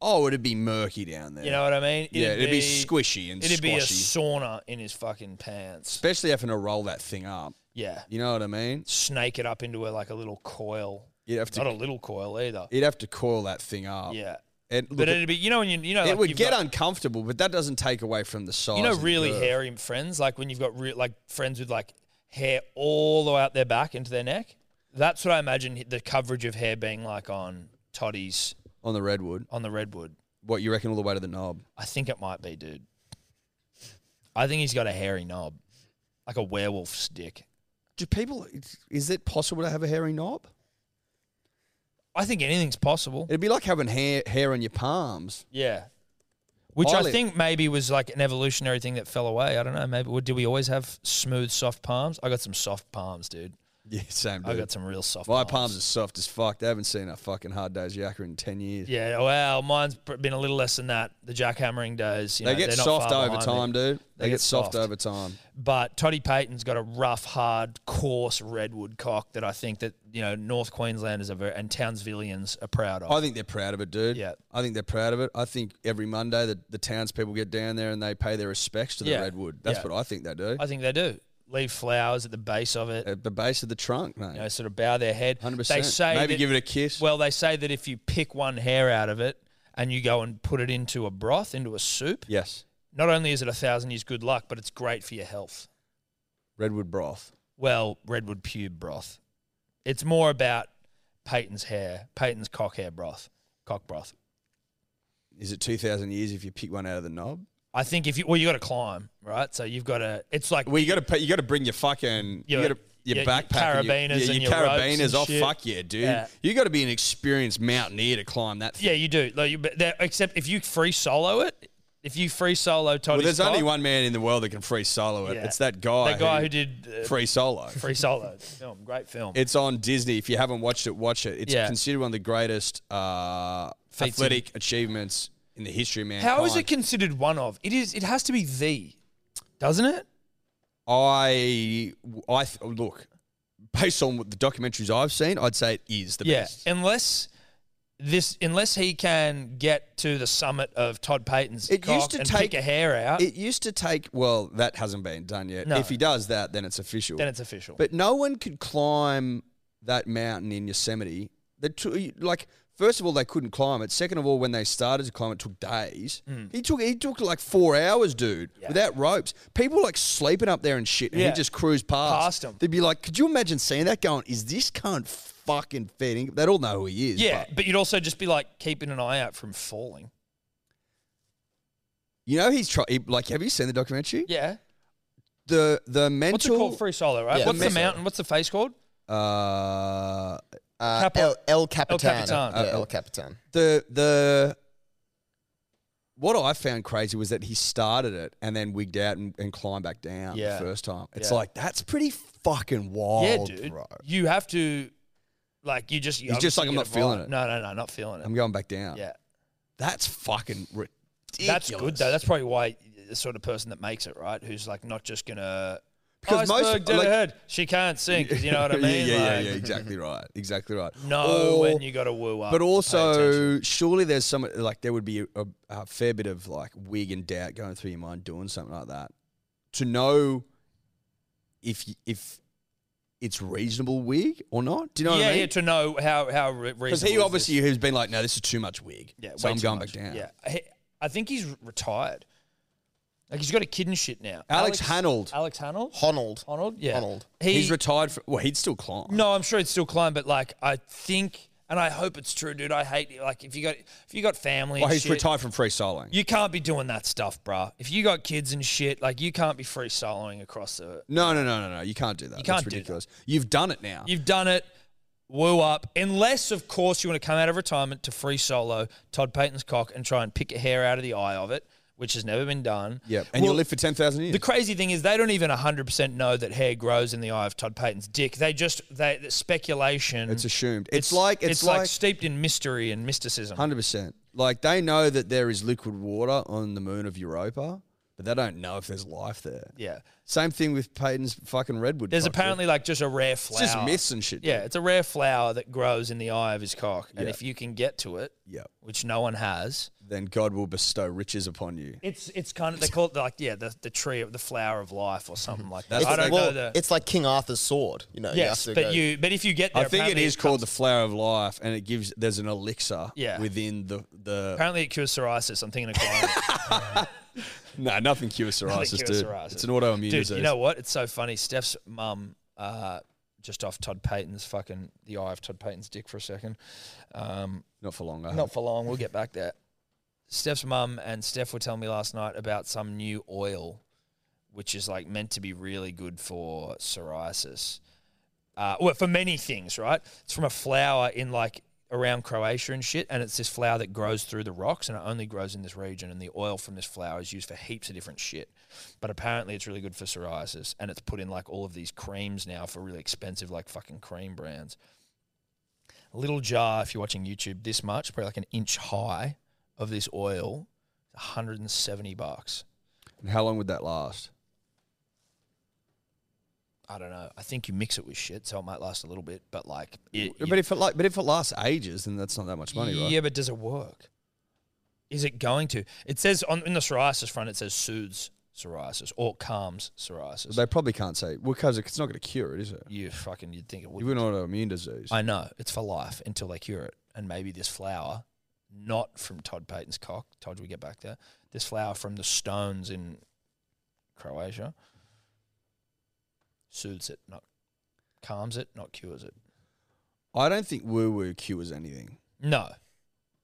Speaker 2: Oh, it'd be murky down there.
Speaker 1: You know what I mean?
Speaker 2: yeah, it'd, be, squishy and
Speaker 1: It'd
Speaker 2: squishy,
Speaker 1: be a sauna in his fucking pants.
Speaker 2: especially having to roll that thing up.
Speaker 1: Yeah,
Speaker 2: You know what I mean?
Speaker 1: snake it up into a, like a little coil.
Speaker 2: You'd have
Speaker 1: Not
Speaker 2: to
Speaker 1: a little coil either.
Speaker 2: you'd have to coil that thing up.
Speaker 1: yeah,
Speaker 2: and look,
Speaker 1: but
Speaker 2: it,
Speaker 1: it'd be you know when you you know
Speaker 2: it
Speaker 1: like
Speaker 2: would
Speaker 1: you've
Speaker 2: get
Speaker 1: got-
Speaker 2: uncomfortable, but that doesn't take away from the size.
Speaker 1: you know
Speaker 2: of the
Speaker 1: really
Speaker 2: girth.
Speaker 1: hairy friends like when you've got real like friends with like hair all the way out their back into their neck. That's what I imagine the coverage of hair being like on Toddy's
Speaker 2: on the redwood.
Speaker 1: on the redwood.
Speaker 2: What you reckon all the way to the knob?
Speaker 1: I think it might be, dude. I think he's got a hairy knob, like a werewolf's dick.
Speaker 2: Do people? Is it possible to have a hairy knob?
Speaker 1: I think anything's possible.
Speaker 2: It'd be like having hair hair on your palms.
Speaker 1: Yeah. Which I
Speaker 2: Eyelid.
Speaker 1: think maybe was like an evolutionary thing that fell away. I don't know. Maybe well, did we always have smooth, soft palms? I got some soft palms, dude.
Speaker 2: Yeah, same
Speaker 1: I
Speaker 2: dude.
Speaker 1: got some real soft.
Speaker 2: My palms are soft as fuck. They haven't seen a fucking hard day's yakka in ten years.
Speaker 1: Yeah. Well, mine's pr- been a little less than that. The jackhammering days. You
Speaker 2: they
Speaker 1: know,
Speaker 2: get
Speaker 1: they're not
Speaker 2: soft
Speaker 1: far
Speaker 2: over
Speaker 1: behind me.
Speaker 2: time, dude. They,
Speaker 1: They
Speaker 2: get,
Speaker 1: get
Speaker 2: soft.
Speaker 1: soft.
Speaker 2: over time.
Speaker 1: But Toddy Payton's got a rough, hard, coarse redwood cock that I think that you know North Queenslanders are very, and Townsvillians are proud of.
Speaker 2: I think they're proud of it, dude.
Speaker 1: Yeah.
Speaker 2: I think they're proud of it. I think every Monday the, the townspeople get down there and they pay their respects to the
Speaker 1: Yeah.
Speaker 2: redwood. That's
Speaker 1: Yeah.
Speaker 2: what I think they do.
Speaker 1: I think they do. Leave flowers at the base of it.
Speaker 2: At the base of the trunk, mate.
Speaker 1: You know, sort of bow their head.
Speaker 2: Hundred
Speaker 1: They
Speaker 2: percent.
Speaker 1: say
Speaker 2: Maybe
Speaker 1: that-
Speaker 2: give it a kiss.
Speaker 1: Well, they say that if you pick one hair out of it and you go and put it into a broth, into a soup,
Speaker 2: yes.
Speaker 1: not only is it a thousand years good luck, but it's great for your health.
Speaker 2: Redwood broth.
Speaker 1: Well, redwood pube broth. It's more about Peyton's hair, Peyton's cock hair broth, cock broth.
Speaker 2: Is it two thousand years if you pick one out of the knob?
Speaker 1: I think if you well, you got to climb, right? So you've got to. It's like
Speaker 2: Well, you got to you got to bring your fucking
Speaker 1: Your-
Speaker 2: you got
Speaker 1: your-
Speaker 2: to your,
Speaker 1: your
Speaker 2: backpack, and
Speaker 1: carabiners
Speaker 2: your,
Speaker 1: and your
Speaker 2: your
Speaker 1: ropes
Speaker 2: carabiners.
Speaker 1: and
Speaker 2: oh
Speaker 1: shit.
Speaker 2: fuck yeah, dude!
Speaker 1: Yeah.
Speaker 2: You got to be an experienced mountaineer to climb that. Thing.
Speaker 1: yeah, you do. Like, you, but there- except if you free solo it, if you free solo Toddy's
Speaker 2: Well, there's
Speaker 1: cock,
Speaker 2: only one man in the world that can free solo it.
Speaker 1: Yeah.
Speaker 2: It's that guy.
Speaker 1: That guy who did uh, free.
Speaker 2: free solo.
Speaker 1: solo film, great film.
Speaker 2: It's on Disney. If you haven't watched it, watch it. It's
Speaker 1: Yeah.
Speaker 2: considered one of the greatest uh,
Speaker 1: Feats of-
Speaker 2: athletic achievements in the history of mankind.
Speaker 1: How is it considered one of? It is. It has to be the, doesn't it?
Speaker 2: I, I th- oh, look. based on what the documentaries I've seen, I'd say it is the
Speaker 1: yeah,
Speaker 2: best.
Speaker 1: unless this, unless he can get to the summit of Todd Payton's
Speaker 2: It
Speaker 1: cock
Speaker 2: used to
Speaker 1: and
Speaker 2: take-
Speaker 1: pick a hair out,
Speaker 2: It used to take, well, that hasn't been done yet.
Speaker 1: No.
Speaker 2: If he does that, then it's official.
Speaker 1: then it's official.
Speaker 2: But no one could climb that mountain in Yosemite. The two, like first of all, they couldn't climb it. Second of all, when they started to climb, it took days.
Speaker 1: Hmm.
Speaker 2: He took he took like four hours, dude, without ropes. People like sleeping up there and shit, and
Speaker 1: Yeah.
Speaker 2: he just cruised past.
Speaker 1: Past 'em.
Speaker 2: They'd be like, "Could you imagine seeing that? Going, is this cunt fucking feeding?" They'd all know who he is.
Speaker 1: yeah,
Speaker 2: but-
Speaker 1: but you'd also just be like keeping an eye out from falling.
Speaker 2: you know he's try. He, like, have you seen the documentary?
Speaker 1: Yeah.
Speaker 2: The the mental.
Speaker 1: What's it called? Free solo, right?
Speaker 3: Yeah,
Speaker 1: What's the
Speaker 3: free solo.
Speaker 1: mountain? What's the face called?
Speaker 2: uh,
Speaker 3: Uh,
Speaker 1: Capo-
Speaker 3: El, El Capitan.
Speaker 1: Capitan.
Speaker 3: Yeah,
Speaker 1: Uh,
Speaker 3: El Capitan.
Speaker 2: the the what I found crazy was that he started it and then wigged out and, and climbed back down
Speaker 1: Yeah.
Speaker 2: the first time. It's
Speaker 1: Yeah.
Speaker 2: like that's pretty fucking
Speaker 1: yeah,
Speaker 2: wild,
Speaker 1: dude.
Speaker 2: bro.
Speaker 1: You have to, like, you just.
Speaker 2: He's just like, I'm not feeling it.
Speaker 1: No, no, no, not feeling it.
Speaker 2: I'm going back down.
Speaker 1: yeah.
Speaker 2: That's fucking ridiculous.
Speaker 1: That's good though. That's probably why the sort of person that makes it right, who's like not just gonna.
Speaker 2: Because most-
Speaker 1: Iceberg did
Speaker 2: like-
Speaker 1: her head. She can't sink. You know what I
Speaker 2: Yeah,
Speaker 1: mean?
Speaker 2: yeah, yeah,
Speaker 1: Like,
Speaker 2: yeah, exactly right. Exactly right.
Speaker 1: Know
Speaker 2: Or-
Speaker 1: when you got to woo up.
Speaker 2: But
Speaker 1: pay attention.
Speaker 2: also, surely there's some like there would be a, a, a fair bit of like wig and doubt going through your mind doing something like that. To know if y- if it's reasonable wig or not. Do you know what
Speaker 1: yeah,
Speaker 2: I mean?
Speaker 1: yeah, to know how how re-
Speaker 2: Because
Speaker 1: reasonable.
Speaker 2: he
Speaker 1: is
Speaker 2: obviously has been like, no, this is too much wig.
Speaker 1: this. yeah,
Speaker 2: so
Speaker 1: way
Speaker 2: I'm
Speaker 1: too
Speaker 2: going
Speaker 1: much.
Speaker 2: back down.
Speaker 1: Yeah, He- I think he's retired. Like he's got a kid and shit now.
Speaker 2: Alex Honnold.
Speaker 1: Alex Hanold.
Speaker 3: Honald.
Speaker 1: Honnold. Yeah.
Speaker 3: Honnold.
Speaker 1: He,
Speaker 2: he's retired. From, well, he'd still climb.
Speaker 1: No, I'm sure it's still climb, but like I think, and I hope it's true, dude. I hate like if you got if you got family.
Speaker 2: Well,
Speaker 1: and
Speaker 2: Oh, he's
Speaker 1: shit,
Speaker 2: retired from free soloing.
Speaker 1: You can't be doing that stuff, bruh. If you got kids and shit, like you can't be free soloing across the.
Speaker 2: no, no, no, no, no. You can't do that. You
Speaker 1: can't
Speaker 2: That's
Speaker 1: do that.
Speaker 2: ridiculous. You've done it now.
Speaker 1: You've done it. Woo up, unless of course you want to come out of retirement to free solo Todd Payton's cock and try and pick a hair out of the eye of it, which has never been done.
Speaker 2: yeah, and
Speaker 1: Well,
Speaker 2: you'll live for ten thousand years.
Speaker 1: The crazy thing is they don't even 100% know that hair grows in the eye of Todd Payton's dick. They just they the speculation.
Speaker 2: it's assumed. It's, like it's,
Speaker 1: like,
Speaker 2: like
Speaker 1: steeped in mystery and mysticism.
Speaker 2: Hundred percent. Like they know that there is liquid water on the moon of Europa, but they don't know if there's life there.
Speaker 1: Yeah.
Speaker 2: Same thing with Peyton's fucking redwood.
Speaker 1: There's
Speaker 2: cock, dude.
Speaker 1: apparently like just a rare flower.
Speaker 2: it's just myths and shit.
Speaker 1: Yeah,
Speaker 2: dude.
Speaker 1: it's a rare flower that grows in the eye of his cock. And
Speaker 2: Yeah.
Speaker 1: if you can get to it,
Speaker 2: Yeah.
Speaker 1: which no one has,
Speaker 2: Then God will bestow riches upon you.
Speaker 1: it's it's kind of they call it like yeah, the, the tree of the flower of life or something like that.
Speaker 2: That's
Speaker 1: I don't
Speaker 3: well,
Speaker 1: know the
Speaker 3: It's like King Arthur's sword. You know. you
Speaker 1: Yes,
Speaker 3: have to
Speaker 1: but
Speaker 3: go-
Speaker 1: you but if you get there
Speaker 2: I think it
Speaker 1: apparently
Speaker 2: is called the
Speaker 1: comes-
Speaker 2: flower of life, and it gives there's an elixir
Speaker 1: Yeah.
Speaker 2: within the the
Speaker 1: Apparently it cures psoriasis. I'm thinking of climate.
Speaker 2: no nothing cures psoriasis,
Speaker 1: cures
Speaker 2: dude.
Speaker 1: psoriasis.
Speaker 2: It's an autoimmune
Speaker 1: Dude,
Speaker 2: disease.
Speaker 1: you know what? It's so funny. Steph's mum, uh, just off Todd Payton's fucking the eye of Todd Payton's dick for a second. Um,
Speaker 2: not for long. I hope.
Speaker 1: Not for long. We'll get back there. Steph's mum and Steph were telling me last night about some new oil, which is like meant to be really good for psoriasis. Uh, well, for many things, right? It's from a flower in like around Croatia and shit, and it's this flower that grows through the rocks and it only grows in this region. And the oil from this flower is used for heaps of different shit, but apparently it's really good for psoriasis, and it's put in like all of these creams now for really expensive like fucking cream brands a little jar if you're watching YouTube this much, probably like an inch high of this oil, 170 bucks.
Speaker 2: And how long would that last?
Speaker 1: I don't know. I think you mix it with shit, so it might last a little bit, but like, it,
Speaker 2: but if it like, but if it lasts ages, then that's not that much money, right?
Speaker 1: yeah, but does it work? Is it going to? It says on in the psoriasis front, it says soothes psoriasis or calms psoriasis.
Speaker 2: They probably can't say well because it's not going to cure it, is it?
Speaker 1: you fucking, you'd think it would.
Speaker 2: You an autoimmune disease.
Speaker 1: I know it's for life until they cure it, and maybe this flower, not from Todd Payton's cock. Todd, we get back there. This flower from the stones in Croatia soothes it, not calms it, not cures it.
Speaker 2: I don't think woo woo cures anything.
Speaker 1: No,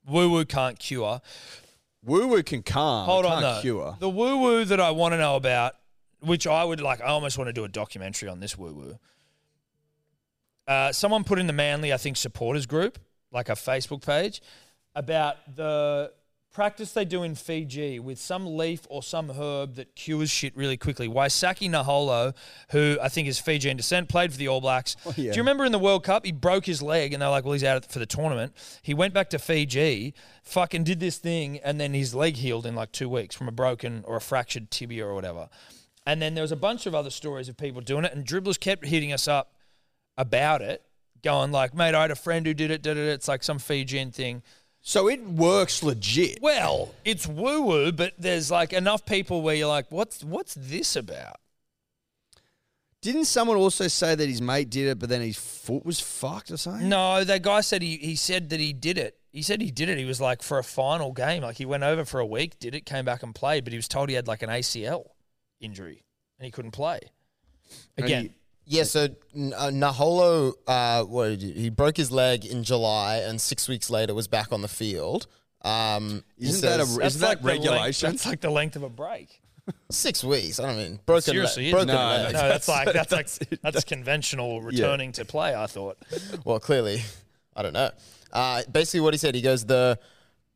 Speaker 1: woo woo can't cure.
Speaker 2: Woo woo can calm.
Speaker 1: Hold
Speaker 2: it
Speaker 1: on,
Speaker 2: Oh, can't
Speaker 1: though.
Speaker 2: cure.
Speaker 1: The woo woo that I want to know about, which I would like, I almost want to do a documentary on this woo woo. Uh, someone put in the Manly, I think, supporters group, like a Facebook page, about the practice they do in Fiji with some leaf or some herb that cures shit really quickly. Waisaki Naholo, who I think is Fijian descent, played for the All Blacks.
Speaker 2: yeah.
Speaker 1: Do you remember in the World Cup, he broke his leg and they're like, well, he's out for the tournament. He went back to Fiji, fucking did this thing, and then his leg healed in like two weeks from a broken or a fractured tibia or whatever. And then there was a bunch of other stories of people doing it, and dribblers kept hitting us up about it, going like, "Mate, I had a friend who did it." Da, da, da. It's like some Fijian thing.
Speaker 2: So it works legit.
Speaker 1: Well, it's woo woo, but there's like enough people where you're like, "What's what's this about?"
Speaker 2: Didn't someone also say that his mate did it, but then his foot was fucked or something?
Speaker 1: No, that guy said he, he said that he did it. He said he did it. He was like for a final game. Like he went over for a week, did it, came back and played, but he was told he had like an ACL injury and he couldn't play. Again,
Speaker 2: he-
Speaker 3: Yeah, so N- uh, Naholo, uh, what did he, he broke his leg in July, and six weeks later was back on the field. Um, he
Speaker 2: Isn't that a
Speaker 3: says-
Speaker 2: re- Isn't that
Speaker 1: the length-
Speaker 2: regulation?
Speaker 1: that's like the length of a break.
Speaker 3: six weeks? I don't mean broken leg.
Speaker 1: Seriously,
Speaker 3: Broken
Speaker 1: no, no,
Speaker 3: leg.
Speaker 1: that's like that's like that's conventional returning to play. I thought.
Speaker 3: Well, clearly, I don't know. Uh, basically, what he said, he goes the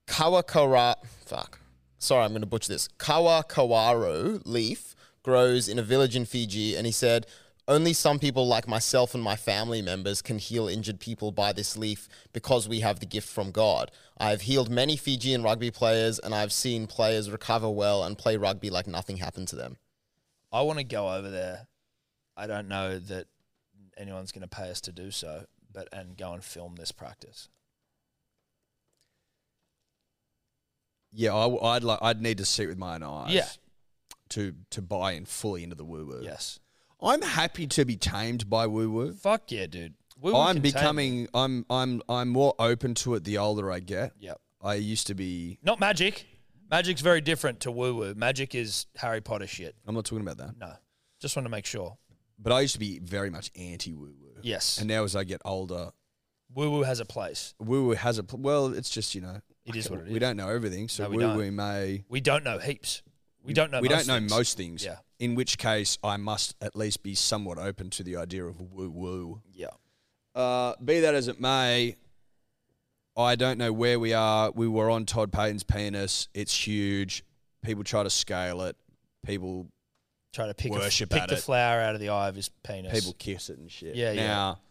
Speaker 3: Kawakara. Fuck. Sorry, I'm going to butcher this. Kawakawaro leaf grows in a village in Fiji, and he said. Only some people like myself and my family members can heal injured people by this leaf because we have the gift from God. I have healed many Fijian rugby players and I've seen players recover well and play rugby like nothing happened to them.
Speaker 1: I want to go over there. I don't know that anyone's going to pay us to do so, but and go and film this practice.
Speaker 2: Yeah, I, would like. I'd need to see it with my own eyes.
Speaker 1: Yeah.
Speaker 2: To to buy in fully into the woo woo.
Speaker 1: Yes.
Speaker 2: I'm happy to be tamed by woo woo.
Speaker 1: Fuck yeah, dude. We were
Speaker 2: I'm
Speaker 1: contained.
Speaker 2: becoming. I'm I'm I'm more open to it the older I get.
Speaker 1: Yep.
Speaker 2: I used to be.
Speaker 1: Not magic. Magic's very different to woo woo. Magic is Harry Potter shit.
Speaker 2: I'm not talking about that.
Speaker 1: No. Just want to make sure.
Speaker 2: But I used to be very much anti woo woo.
Speaker 1: Yes.
Speaker 2: And now as I get older,
Speaker 1: Woo woo has a place.
Speaker 2: woo woo has a pl- well. It's just you know.
Speaker 1: It is what it
Speaker 2: We
Speaker 1: is.
Speaker 2: don't know everything, so
Speaker 1: No, we
Speaker 2: woo
Speaker 1: don't.
Speaker 2: woo may.
Speaker 1: We don't know heaps. We don't know
Speaker 2: we
Speaker 1: most
Speaker 2: don't know
Speaker 1: things.
Speaker 2: most things.
Speaker 1: Yeah.
Speaker 2: In which case, I must at least be somewhat open to the idea of woo woo.
Speaker 1: Yeah.
Speaker 2: Uh, be that as it may, I don't know where we are. We were on Todd Payton's penis. It's huge. People try to scale it. People
Speaker 1: Try to pick, a,
Speaker 2: Worship
Speaker 1: pick
Speaker 2: at
Speaker 1: the
Speaker 2: it.
Speaker 1: flower out of the eye of his penis.
Speaker 2: people kiss it and shit.
Speaker 1: Yeah,
Speaker 2: now,
Speaker 1: yeah.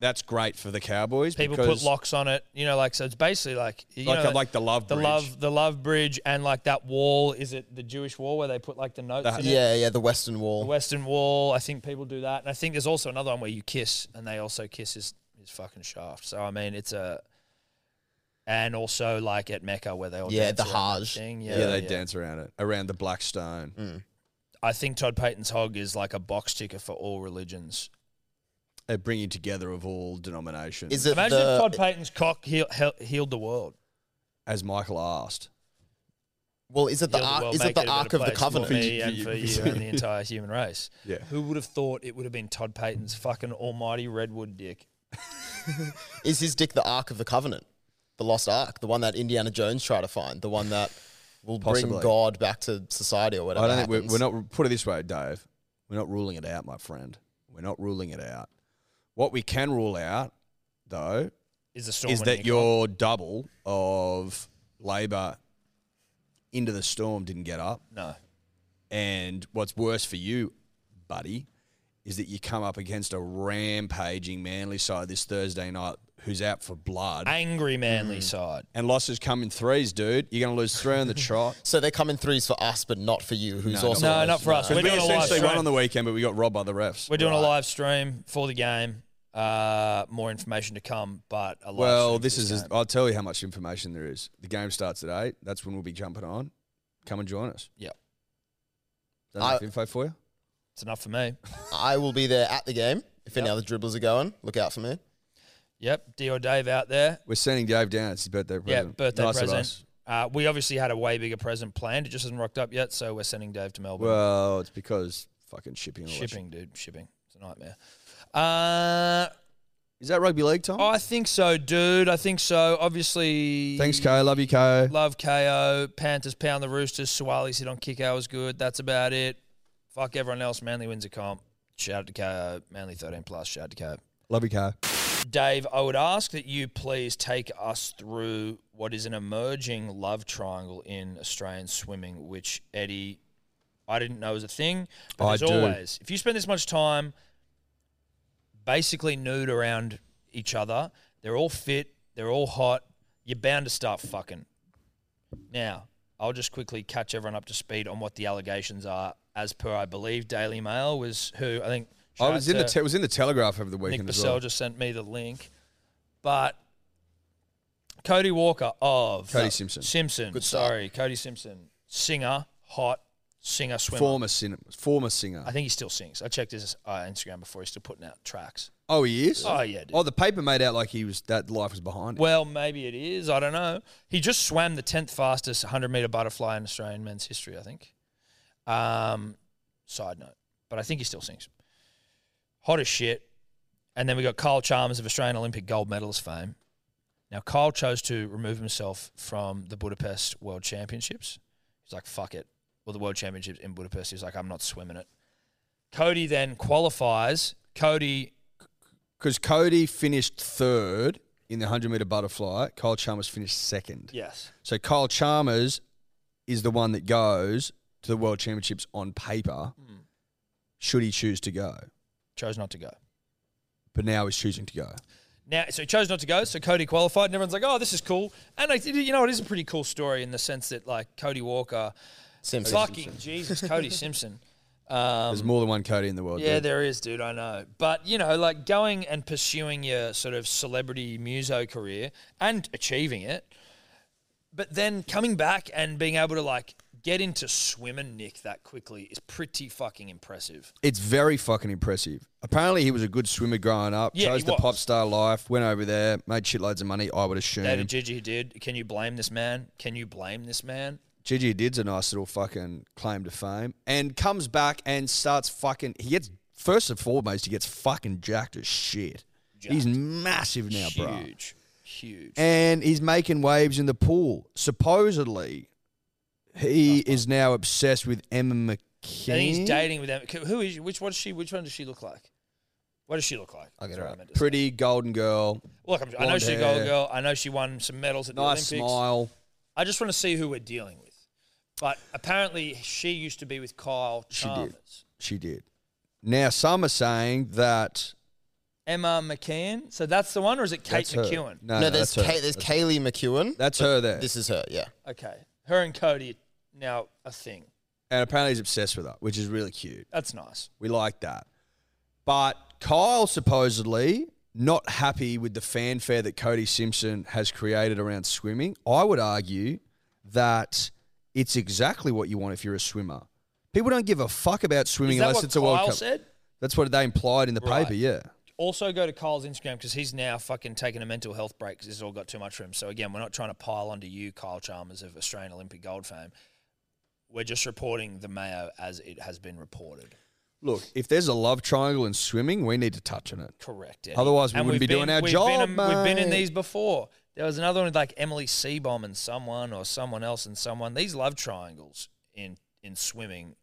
Speaker 2: that's great for the Cowboys.
Speaker 1: People put
Speaker 2: because
Speaker 1: locks on it, you know, like so. It's basically like you
Speaker 2: like
Speaker 1: know,
Speaker 2: like the love
Speaker 1: the
Speaker 2: bridge.
Speaker 1: love, the love bridge, and like that wall. Is it the Jewish wall where they put like the notes?
Speaker 2: The-
Speaker 1: in it?
Speaker 3: Yeah, yeah, the Western
Speaker 1: The
Speaker 3: Wall.
Speaker 1: Western Wall. I think people do that, and I think there's also another one where you kiss, and they also kiss his his fucking shaft. So I mean, it's a, and also like at Mecca where they all
Speaker 3: Yeah,
Speaker 1: dance
Speaker 3: the
Speaker 1: around that
Speaker 3: Hajj.
Speaker 1: thing.
Speaker 2: Yeah, they dance around it around the black stone.
Speaker 3: Mm.
Speaker 1: I think Todd Payton's hog is like a box ticker for all religions.
Speaker 2: They're bringing together of all denominations.
Speaker 3: Is it
Speaker 1: Imagine
Speaker 3: the,
Speaker 1: if Todd Payton's cock heal, heal, healed the world.
Speaker 2: as Michael asked?
Speaker 3: Well, is it the
Speaker 1: Healed
Speaker 3: ark?
Speaker 1: world,
Speaker 3: is
Speaker 1: make
Speaker 3: it the
Speaker 1: a
Speaker 3: Ark
Speaker 1: better
Speaker 3: of the
Speaker 1: place
Speaker 3: Covenant?
Speaker 1: for
Speaker 2: For
Speaker 1: me
Speaker 2: you-
Speaker 1: and
Speaker 2: you-
Speaker 1: for you and the entire human race?
Speaker 2: Yeah.
Speaker 1: Who would have thought it would have been Todd Payton's fucking almighty redwood dick?
Speaker 3: Is his dick the Ark of the Covenant? The lost Ark, the one that Indiana Jones tried to find, the one that will
Speaker 2: Possibly.
Speaker 3: bring God back to society or whatever.
Speaker 2: I don't think we're,
Speaker 3: happens.
Speaker 2: we're not put it this way, Dave. We're not ruling it out, my friend. We're not ruling it out. What we can rule out, though,
Speaker 1: Is the storm
Speaker 2: is
Speaker 1: in
Speaker 2: that
Speaker 1: your cock.
Speaker 2: your double of Labor into the storm didn't get up,
Speaker 1: no?
Speaker 2: and what's worse for you, buddy, is that you come up against a rampaging Manly side this Thursday night who's out for blood,
Speaker 1: angry manly
Speaker 2: Hmm.
Speaker 1: side.
Speaker 2: and losses come in threes, dude. You're going to lose three on the trot.
Speaker 3: So they come in threes for us, but not for you, who's also
Speaker 1: No, not for us. We're
Speaker 2: We
Speaker 1: doing a live
Speaker 2: essentially won
Speaker 1: stream.
Speaker 2: on the weekend, but we got robbed by the refs.
Speaker 1: Uh, We're doing a live stream for the game. Uh, more information to come, but a live
Speaker 2: Well,
Speaker 1: stream for
Speaker 2: this is.
Speaker 1: game.
Speaker 2: I'll tell you how much information there is. The game starts at eight. That's when we'll be jumping on. Come and join us.
Speaker 1: Yep.
Speaker 2: Is that enough
Speaker 3: I-
Speaker 2: info for you?
Speaker 1: it's enough for me.
Speaker 3: I will be there at the game. If any other dribblers are going, look out for me.
Speaker 1: Yep, D or Dave out there.
Speaker 2: We're sending Dave down. It's his birthday present.
Speaker 1: Yeah, birthday
Speaker 2: Nice of us.
Speaker 1: present. Uh, we obviously had a way bigger present planned. It just hasn't rocked up yet, so we're sending Dave to Melbourne.
Speaker 2: Well, it's because fucking shipping. and all that shit.
Speaker 1: shipping, dude, shipping. It's a nightmare. Uh,
Speaker 2: Is that rugby league time?
Speaker 1: I think so, dude. I think so. Obviously,
Speaker 2: Thanks, Kay. Love you, Kay.
Speaker 1: Love KO. Panthers pound the Roosters. Suwali's hit on kick out was good. That's about it. Fuck everyone else. Manly wins a comp. Shout out to KO. Manly 13 plus. Shout out to KO.
Speaker 2: Love you, Kay.
Speaker 1: Dave, I would ask that you please take us through what is an emerging love triangle in Australian swimming, which Eddie, I didn't know was a thing. But
Speaker 2: I
Speaker 1: as
Speaker 2: do.
Speaker 1: always, if you spend this much time basically nude around each other, they're all fit, they're all hot, you're bound to start fucking. Now, I'll just quickly catch everyone up to speed on what the allegations are. As per, I believe, Daily Mail was who I think
Speaker 2: I was in the
Speaker 1: Shout out
Speaker 2: te- it was in the Telegraph over the
Speaker 1: Nick
Speaker 2: weekend as
Speaker 1: Bissell
Speaker 2: well.
Speaker 1: just sent me the link. But Cody Walker of
Speaker 2: Cody Simpson.
Speaker 1: Simpson.
Speaker 3: Good start.
Speaker 1: sorry, Cody Simpson. Singer, hot, singer, swimmer.
Speaker 2: Former, sin- former singer.
Speaker 1: I think he still sings. I checked his uh, Instagram before. He's still putting out tracks.
Speaker 2: Oh, he is.
Speaker 1: Oh, yeah, dude.
Speaker 2: Oh, the paper made out like he was that life was behind him.
Speaker 1: Well, maybe it is. I don't know. He just swam the 10th fastest 100 meter butterfly in Australian men's history, I think. Um, side note, but I think he still sings. Hot as shit. And then we got Kyle Chalmers of Australian Olympic gold medalist fame. Now, Kyle chose to remove himself from the Budapest World Championships. He's like, fuck it. Well, the World Championships in Budapest. He's like, I'm not swimming it. Cody then qualifies. Cody,
Speaker 2: Because Cody finished third in the 100 meter butterfly. Kyle Chalmers finished second.
Speaker 1: yes,
Speaker 2: So Kyle Chalmers is the one that goes to the World Championships on paper,
Speaker 1: Hmm.
Speaker 2: should he choose to go.
Speaker 1: chose not to go.
Speaker 2: But now he's choosing to go.
Speaker 1: Now, so he chose not to go. So Cody qualified, and everyone's like, "Oh, this is cool." And like, you know, it is a pretty cool story in the sense that like Cody Walker,
Speaker 3: Simpson.
Speaker 1: fucking Jesus, Cody Simpson. Um,
Speaker 2: There's more than one Cody in the world.
Speaker 1: Yeah,
Speaker 2: dude.
Speaker 1: there is, dude. I know, but you know, like going and pursuing your sort of celebrity muso career and achieving it, but then coming back and being able to like get into swimming, Nick, that quickly is pretty fucking impressive.
Speaker 2: It's very fucking impressive. Apparently, he was a good swimmer growing up.
Speaker 1: Yeah,
Speaker 2: chose
Speaker 1: he
Speaker 2: the
Speaker 1: was.
Speaker 2: pop star life. Went over there, made shitloads of money. I would assume.
Speaker 1: David Gigi did. Can you blame this man? Can you blame this man?
Speaker 2: Gigi Did's a nice little fucking claim to fame, and comes back and starts fucking. He gets first and foremost, he gets fucking jacked as shit. He's massive now, bro,
Speaker 1: huge, huge.
Speaker 2: and he's making waves in the pool. Supposedly, he is now obsessed with Emma McKinney.
Speaker 1: I think he's dating with them. Who is? Which what is she? Which one does she look like? What does she look like?
Speaker 2: I'll get
Speaker 1: That's
Speaker 2: her
Speaker 1: what I
Speaker 2: up.
Speaker 1: meant to say.
Speaker 2: Pretty golden girl,
Speaker 1: Look, I'm, I know
Speaker 2: blonde
Speaker 1: she's a gold
Speaker 2: hair.
Speaker 1: girl. I know she won some medals at the
Speaker 2: nice
Speaker 1: Olympics.
Speaker 2: smile.
Speaker 1: I just want to see who we're dealing with. But apparently, she used to be with Kyle
Speaker 2: She did.
Speaker 1: Chalmers.
Speaker 2: She did. Now some are saying that
Speaker 1: Emma McCann. So that's the one, or is it Kate
Speaker 2: that's her.
Speaker 1: McEwen?
Speaker 2: No,
Speaker 3: No, there's
Speaker 2: that's her.
Speaker 3: Kay, there's Kaylee McEwen.
Speaker 2: That's her there.
Speaker 3: This is her. Yeah.
Speaker 1: Okay, her and Cody are now a thing.
Speaker 2: and apparently he's obsessed with her, which is really cute.
Speaker 1: That's nice.
Speaker 2: We like that. But Kyle supposedly not happy with the fanfare that Cody Simpson has created around swimming. I would argue that it's exactly what you want if you're a swimmer. People don't give a fuck about swimming
Speaker 1: Is that
Speaker 2: unless
Speaker 1: what
Speaker 2: it's a
Speaker 1: Kyle
Speaker 2: World Cup.
Speaker 1: said?
Speaker 2: That's what they implied in the
Speaker 1: Right.
Speaker 2: paper, yeah.
Speaker 1: also go to Kyle's Instagram because he's now fucking taking a mental health break because it's all got too much for him. So again, we're not trying to pile onto you, Kyle Chalmers of Australian Olympic gold fame. We're just reporting the Mayo as it has been reported.
Speaker 2: Look, if there's a love triangle in swimming, we need to touch on it.
Speaker 1: Correct. Eddie.
Speaker 2: Otherwise, we
Speaker 1: And
Speaker 2: wouldn't
Speaker 1: we've
Speaker 2: be doing
Speaker 1: been-
Speaker 2: our
Speaker 1: we've
Speaker 2: job,
Speaker 1: Been in, we've been in
Speaker 2: mate.
Speaker 1: these before. There was another one with like Emily Seabom and someone, or someone else and someone. These love triangles in in swimming.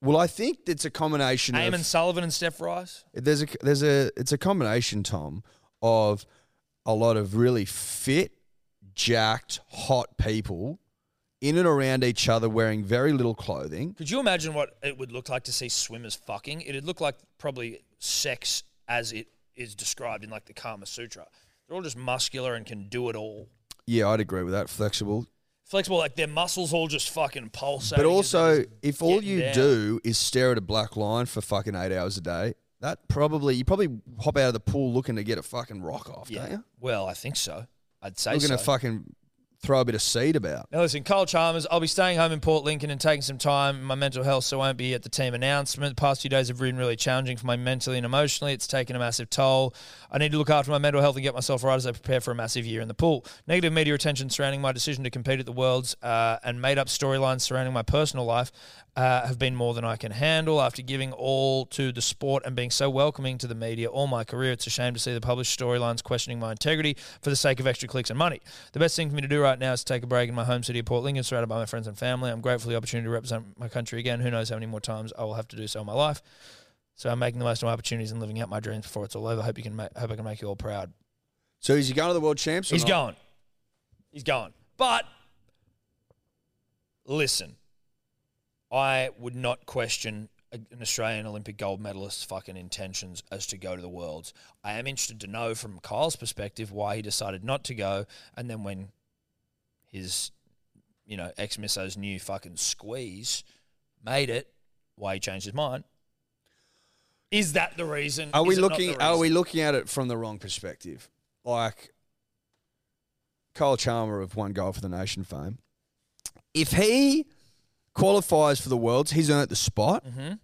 Speaker 2: Well, I think it's a combination of
Speaker 1: Eamon Sullivan and Steph Rice.
Speaker 2: there's a there's a it's a combination, Tom, of a lot of really fit, jacked, hot people in and around each other wearing very little clothing.
Speaker 1: Could you imagine what it would look like to see swimmers fucking? It'd look like probably sex as it is described in like the Kama Sutra. They're all just muscular and can do it all.
Speaker 2: Yeah, I'd agree with that. Flexible.
Speaker 1: Flexible, like their muscles all just fucking pulsate.
Speaker 2: But also, if all
Speaker 1: getting
Speaker 2: you
Speaker 1: down.
Speaker 2: do is stare at a black line for fucking eight hours a day, that probably you probably hop out of the pool looking to get a fucking rock off,
Speaker 1: yeah.
Speaker 2: don't you?
Speaker 1: Well, I think so. I'd say
Speaker 2: Looking
Speaker 1: so.
Speaker 2: to fucking throw a bit of seed about.
Speaker 1: Now listen, Cole Chalmers, I'll be staying home in Port Lincoln and taking some time in my mental health, so I won't be at the team announcement. The past few days have been really challenging for me mentally and emotionally. It's taken a massive toll. I need to look after my mental health and get myself right as I prepare for a massive year in the pool. Negative media attention surrounding my decision to compete at the Worlds uh, and made up storylines surrounding my personal life uh, have been more than I can handle. After giving all to the sport and being so welcoming to the media all my career, it's a shame to see the published storylines questioning my integrity for the sake of extra clicks and money. The best thing for me to do right now is to take a break in my home city of Port Lincoln, surrounded by my friends and family. I'm grateful for the opportunity to represent my country again. Who knows how many more times I will have to do so in my life. So I'm making the most of my opportunities and living out my dreams before it's all over. Hope you can make, hope I can make you all proud.
Speaker 2: So is he going to the world champs? or
Speaker 1: He's
Speaker 2: not?
Speaker 1: gone. He's gone. But listen, I would not question a- an Australian Olympic gold medalist's fucking intentions as to go to the Worlds. I am interested to know from Kyle's perspective why he decided not to go, and then when his, you know, ex misso's new fucking squeeze made it, why he changed his mind. Is that the reason?
Speaker 2: Are we
Speaker 1: Is it not the
Speaker 2: looking? Are
Speaker 1: reason?
Speaker 2: we looking at it from the wrong perspective? Like Kyle Chalmer of one goal for the nation fame. If he qualifies for the worlds, he's earned the spot, right? It's
Speaker 1: Mm-hmm.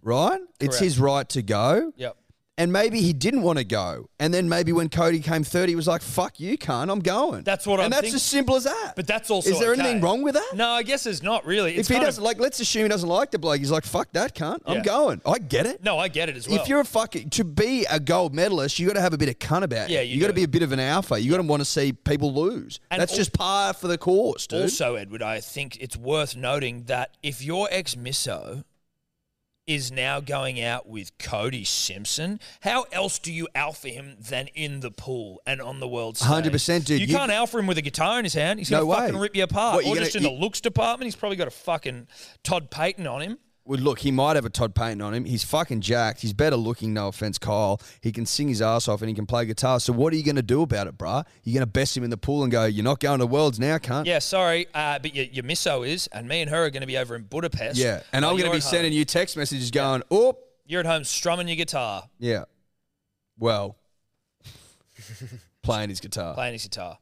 Speaker 1: Correct.
Speaker 2: his right to go.
Speaker 1: Yep.
Speaker 2: And maybe he didn't want to go. And then maybe when Cody came third, he was like, "Fuck you, can't. I'm going."
Speaker 1: That's what
Speaker 2: and
Speaker 1: I'm
Speaker 2: that's
Speaker 1: thinking.
Speaker 2: as simple as that.
Speaker 1: But that's also
Speaker 2: Is there
Speaker 1: okay.
Speaker 2: anything wrong with that?
Speaker 1: No, I guess it's not really.
Speaker 2: if
Speaker 1: It's
Speaker 2: he
Speaker 1: kind of-
Speaker 2: doesn't like, let's assume he doesn't like the bloke. He's like, "Fuck that, can't. I'm
Speaker 1: Yeah.
Speaker 2: going." I get it.
Speaker 1: no, I get it as well.
Speaker 2: If you're a fucking to be a gold medalist, you got to have a bit of cunt about
Speaker 1: Yeah,
Speaker 2: it.
Speaker 1: you
Speaker 2: you got to
Speaker 1: do.
Speaker 2: be a bit of an alpha. You got to want to see people lose.
Speaker 1: And
Speaker 2: That's
Speaker 1: al-
Speaker 2: just par for the course, dude.
Speaker 1: Also, Edward, I think it's worth noting that if your ex misso is now going out with Cody Simpson, how else do you alpha him than in the pool and on the world stage?
Speaker 2: 100%, dude.
Speaker 1: You,
Speaker 2: You-
Speaker 1: can't alpha him with a guitar in his hand. He's gonna
Speaker 2: No way.
Speaker 1: fucking rip you apart.
Speaker 2: What, you
Speaker 1: or
Speaker 2: gonna-
Speaker 1: just in
Speaker 2: you-
Speaker 1: the looks department, he's probably got a fucking Todd Payton on him.
Speaker 2: well, look, he might have a Todd Payton on him. He's fucking jacked. He's better looking. No offense, Kyle. He can sing his ass off and he can play guitar. So what are you going to do about it, bruh? You're going to best him in the pool and go, "You're not going to worlds now, cunt."
Speaker 1: Yeah, sorry, uh, but your, your misso is, and me and her are going to be over in Budapest.
Speaker 2: Yeah. And
Speaker 1: while
Speaker 2: I'm going
Speaker 1: you're
Speaker 2: to be
Speaker 1: at home.
Speaker 2: sending you text messages going, "Oh,
Speaker 1: You're at home strumming your guitar,
Speaker 2: yeah." Well, playing his guitar.
Speaker 1: playing his guitar.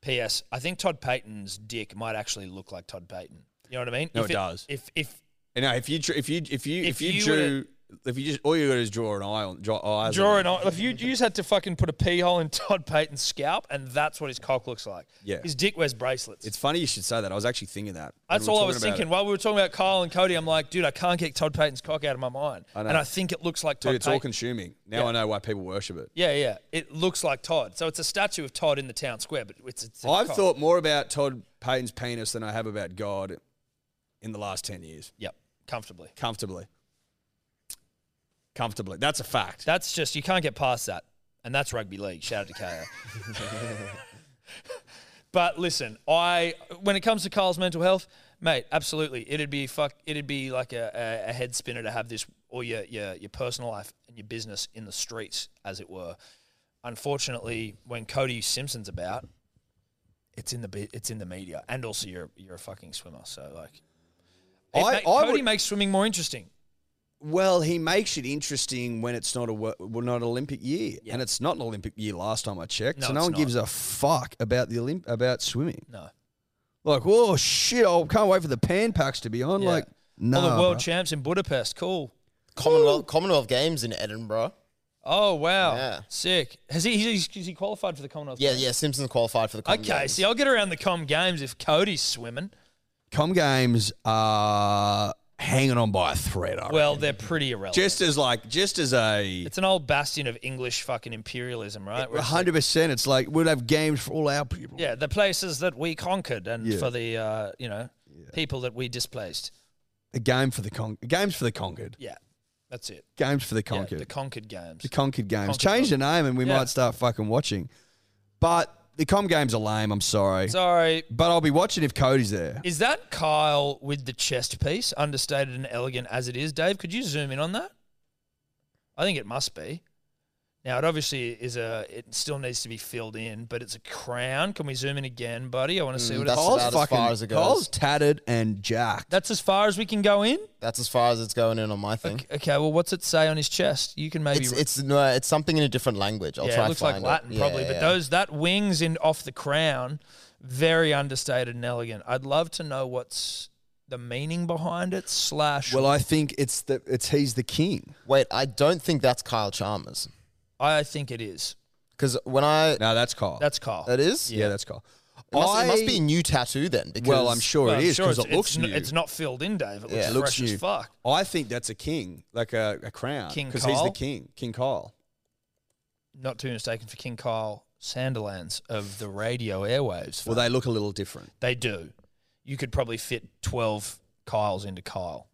Speaker 1: P.S. I think Todd Payton's dick might actually look like Todd Payton. You know what I mean?
Speaker 2: No,
Speaker 1: if
Speaker 2: it does.
Speaker 1: If if
Speaker 2: And now, if you dr- if you if you if,
Speaker 1: If
Speaker 2: you,
Speaker 1: you
Speaker 2: drew if you just all you got is draw an eye on draw eyes. on
Speaker 1: draw
Speaker 2: it.
Speaker 1: an eye, if you, you just had to fucking put a pee hole in Todd Payton's scalp, and that's what his cock looks like.
Speaker 2: Yeah.
Speaker 1: His dick wears bracelets.
Speaker 2: It's funny you should say that. I was actually thinking that. when
Speaker 1: that's
Speaker 2: we were
Speaker 1: all I
Speaker 2: talking
Speaker 1: was
Speaker 2: about
Speaker 1: thinking.
Speaker 2: it.
Speaker 1: While we were talking about Kyle and Cody, I'm like, dude, I can't get Todd Payton's cock out of my mind.
Speaker 2: I know.
Speaker 1: And I think it looks like Todd
Speaker 2: Dude, it's all
Speaker 1: Payton.
Speaker 2: consuming. Now I know why people worship it.
Speaker 1: yeah, yeah. It looks like Todd. So it's a statue of Todd in the town square, but it's, it's a
Speaker 2: I've
Speaker 1: cock.
Speaker 2: thought more about Todd Payton's penis than I have about God in the last ten years,
Speaker 1: Yep, comfortably.
Speaker 2: comfortably. Comfortably, that's a fact.
Speaker 1: That's just you can't get past that, and that's rugby league. Shout out to KO. but listen, I when it comes to Kyle's mental health, mate, absolutely, it'd be fuck, it'd be like a, a, a head spinner to have this or your, your your personal life and your business in the streets, as it were. Unfortunately, when Cody Simpson's about, it's in the bi- it's in the media, and also you're you're a fucking swimmer, so like. it
Speaker 2: I-
Speaker 1: ma-
Speaker 2: I
Speaker 1: Cody
Speaker 2: would-
Speaker 1: makes swimming more interesting.
Speaker 2: Well, he makes it interesting when it's not a wo- well, not an Olympic year, and it's not an Olympic year. Last time I checked,
Speaker 1: No,
Speaker 2: so no
Speaker 1: it's
Speaker 2: one
Speaker 1: not.
Speaker 2: gives a fuck about the Olymp- about swimming.
Speaker 1: No.
Speaker 2: Like, oh shit, I can't wait for the pan packs to be on.
Speaker 1: Yeah.
Speaker 2: Like, no.
Speaker 1: All the world champs in Budapest. Cool.
Speaker 3: Commonwealth Commonwealth Games in Edinburgh.
Speaker 1: Oh wow,
Speaker 3: Yeah.
Speaker 1: sick. Has he he's, he's he qualified for the Commonwealth?
Speaker 3: Yeah,
Speaker 1: Games?
Speaker 3: yeah. Simpsons qualified for the. Common
Speaker 1: Okay,
Speaker 3: Games.
Speaker 1: see, I'll get around the Com Games if Cody's swimming.
Speaker 2: Com games are hanging on by a thread. I
Speaker 1: Well, they're pretty irrelevant.
Speaker 2: just as like, just as a
Speaker 1: it's an old bastion of English fucking imperialism, right? Where it's like,
Speaker 2: hundred percent, it's like we'll have games for all our people.
Speaker 1: yeah, the places that we conquered and
Speaker 2: Yeah.
Speaker 1: for the uh, you know people that we displaced.
Speaker 2: A game for the con, games for the conquered,
Speaker 1: Yeah, that's it.
Speaker 2: games for the
Speaker 1: Yeah,
Speaker 2: conquered,
Speaker 1: the conquered games.
Speaker 2: the conquered games.
Speaker 1: Conquered
Speaker 2: Change the name, and we
Speaker 1: Yeah.
Speaker 2: might start fucking watching. But the com games are lame. I'm sorry,
Speaker 1: Sorry,
Speaker 2: but I'll be watching if Cody's there.
Speaker 1: is that Kyle with the chest piece, understated and elegant as it is? Dave, could you zoom in on that? I think it must be. Now it obviously is a. It still needs to be filled in, but it's a crown. Can we zoom in again, buddy? I want to see what
Speaker 3: Mm, that's
Speaker 1: it's.
Speaker 3: about as far as it goes.
Speaker 2: Cole's tattered and jacked.
Speaker 1: That's as far as we can go in.
Speaker 3: That's as far as it's going in on my thing.
Speaker 1: Okay, well, what's it say on his chest? You can maybe.
Speaker 3: It's it's no, it's something in a different language. I'll
Speaker 1: yeah,
Speaker 3: try
Speaker 1: it
Speaker 3: and
Speaker 1: looks like
Speaker 3: find
Speaker 1: Latin
Speaker 3: it.
Speaker 1: probably,
Speaker 3: Yeah,
Speaker 1: but
Speaker 3: yeah.
Speaker 1: those that wings in off the crown, very understated and elegant. I'd love to know what's the meaning behind it. Slash,
Speaker 2: well, I think it's the it's he's the king.
Speaker 3: Wait, I don't think that's Kyle Chalmers
Speaker 1: I think it is.
Speaker 3: because when I
Speaker 2: No, that's Kyle.
Speaker 1: That's Kyle.
Speaker 3: that is
Speaker 2: Yeah, that's Kyle.
Speaker 3: It must,
Speaker 2: I,
Speaker 3: it must be a new tattoo then. Because
Speaker 2: well, I'm sure
Speaker 1: Well,
Speaker 2: it
Speaker 1: I'm
Speaker 2: is
Speaker 1: sure
Speaker 2: because
Speaker 1: it's-
Speaker 2: it looks
Speaker 1: it's, n-
Speaker 2: new.
Speaker 1: it's not filled in, Dave. It looks
Speaker 3: Yeah,
Speaker 2: it
Speaker 1: fresh
Speaker 2: looks new.
Speaker 1: as fuck.
Speaker 2: I think that's a king, like a, a crown,
Speaker 1: King
Speaker 2: because he's the
Speaker 1: Kyle?
Speaker 2: king, King Kyle.
Speaker 1: Not too mistaken for King Kyle Sanderlands of the radio airwaves.
Speaker 2: Well, they look a little different.
Speaker 1: they do. You could probably fit 12 Kyles into Kyle.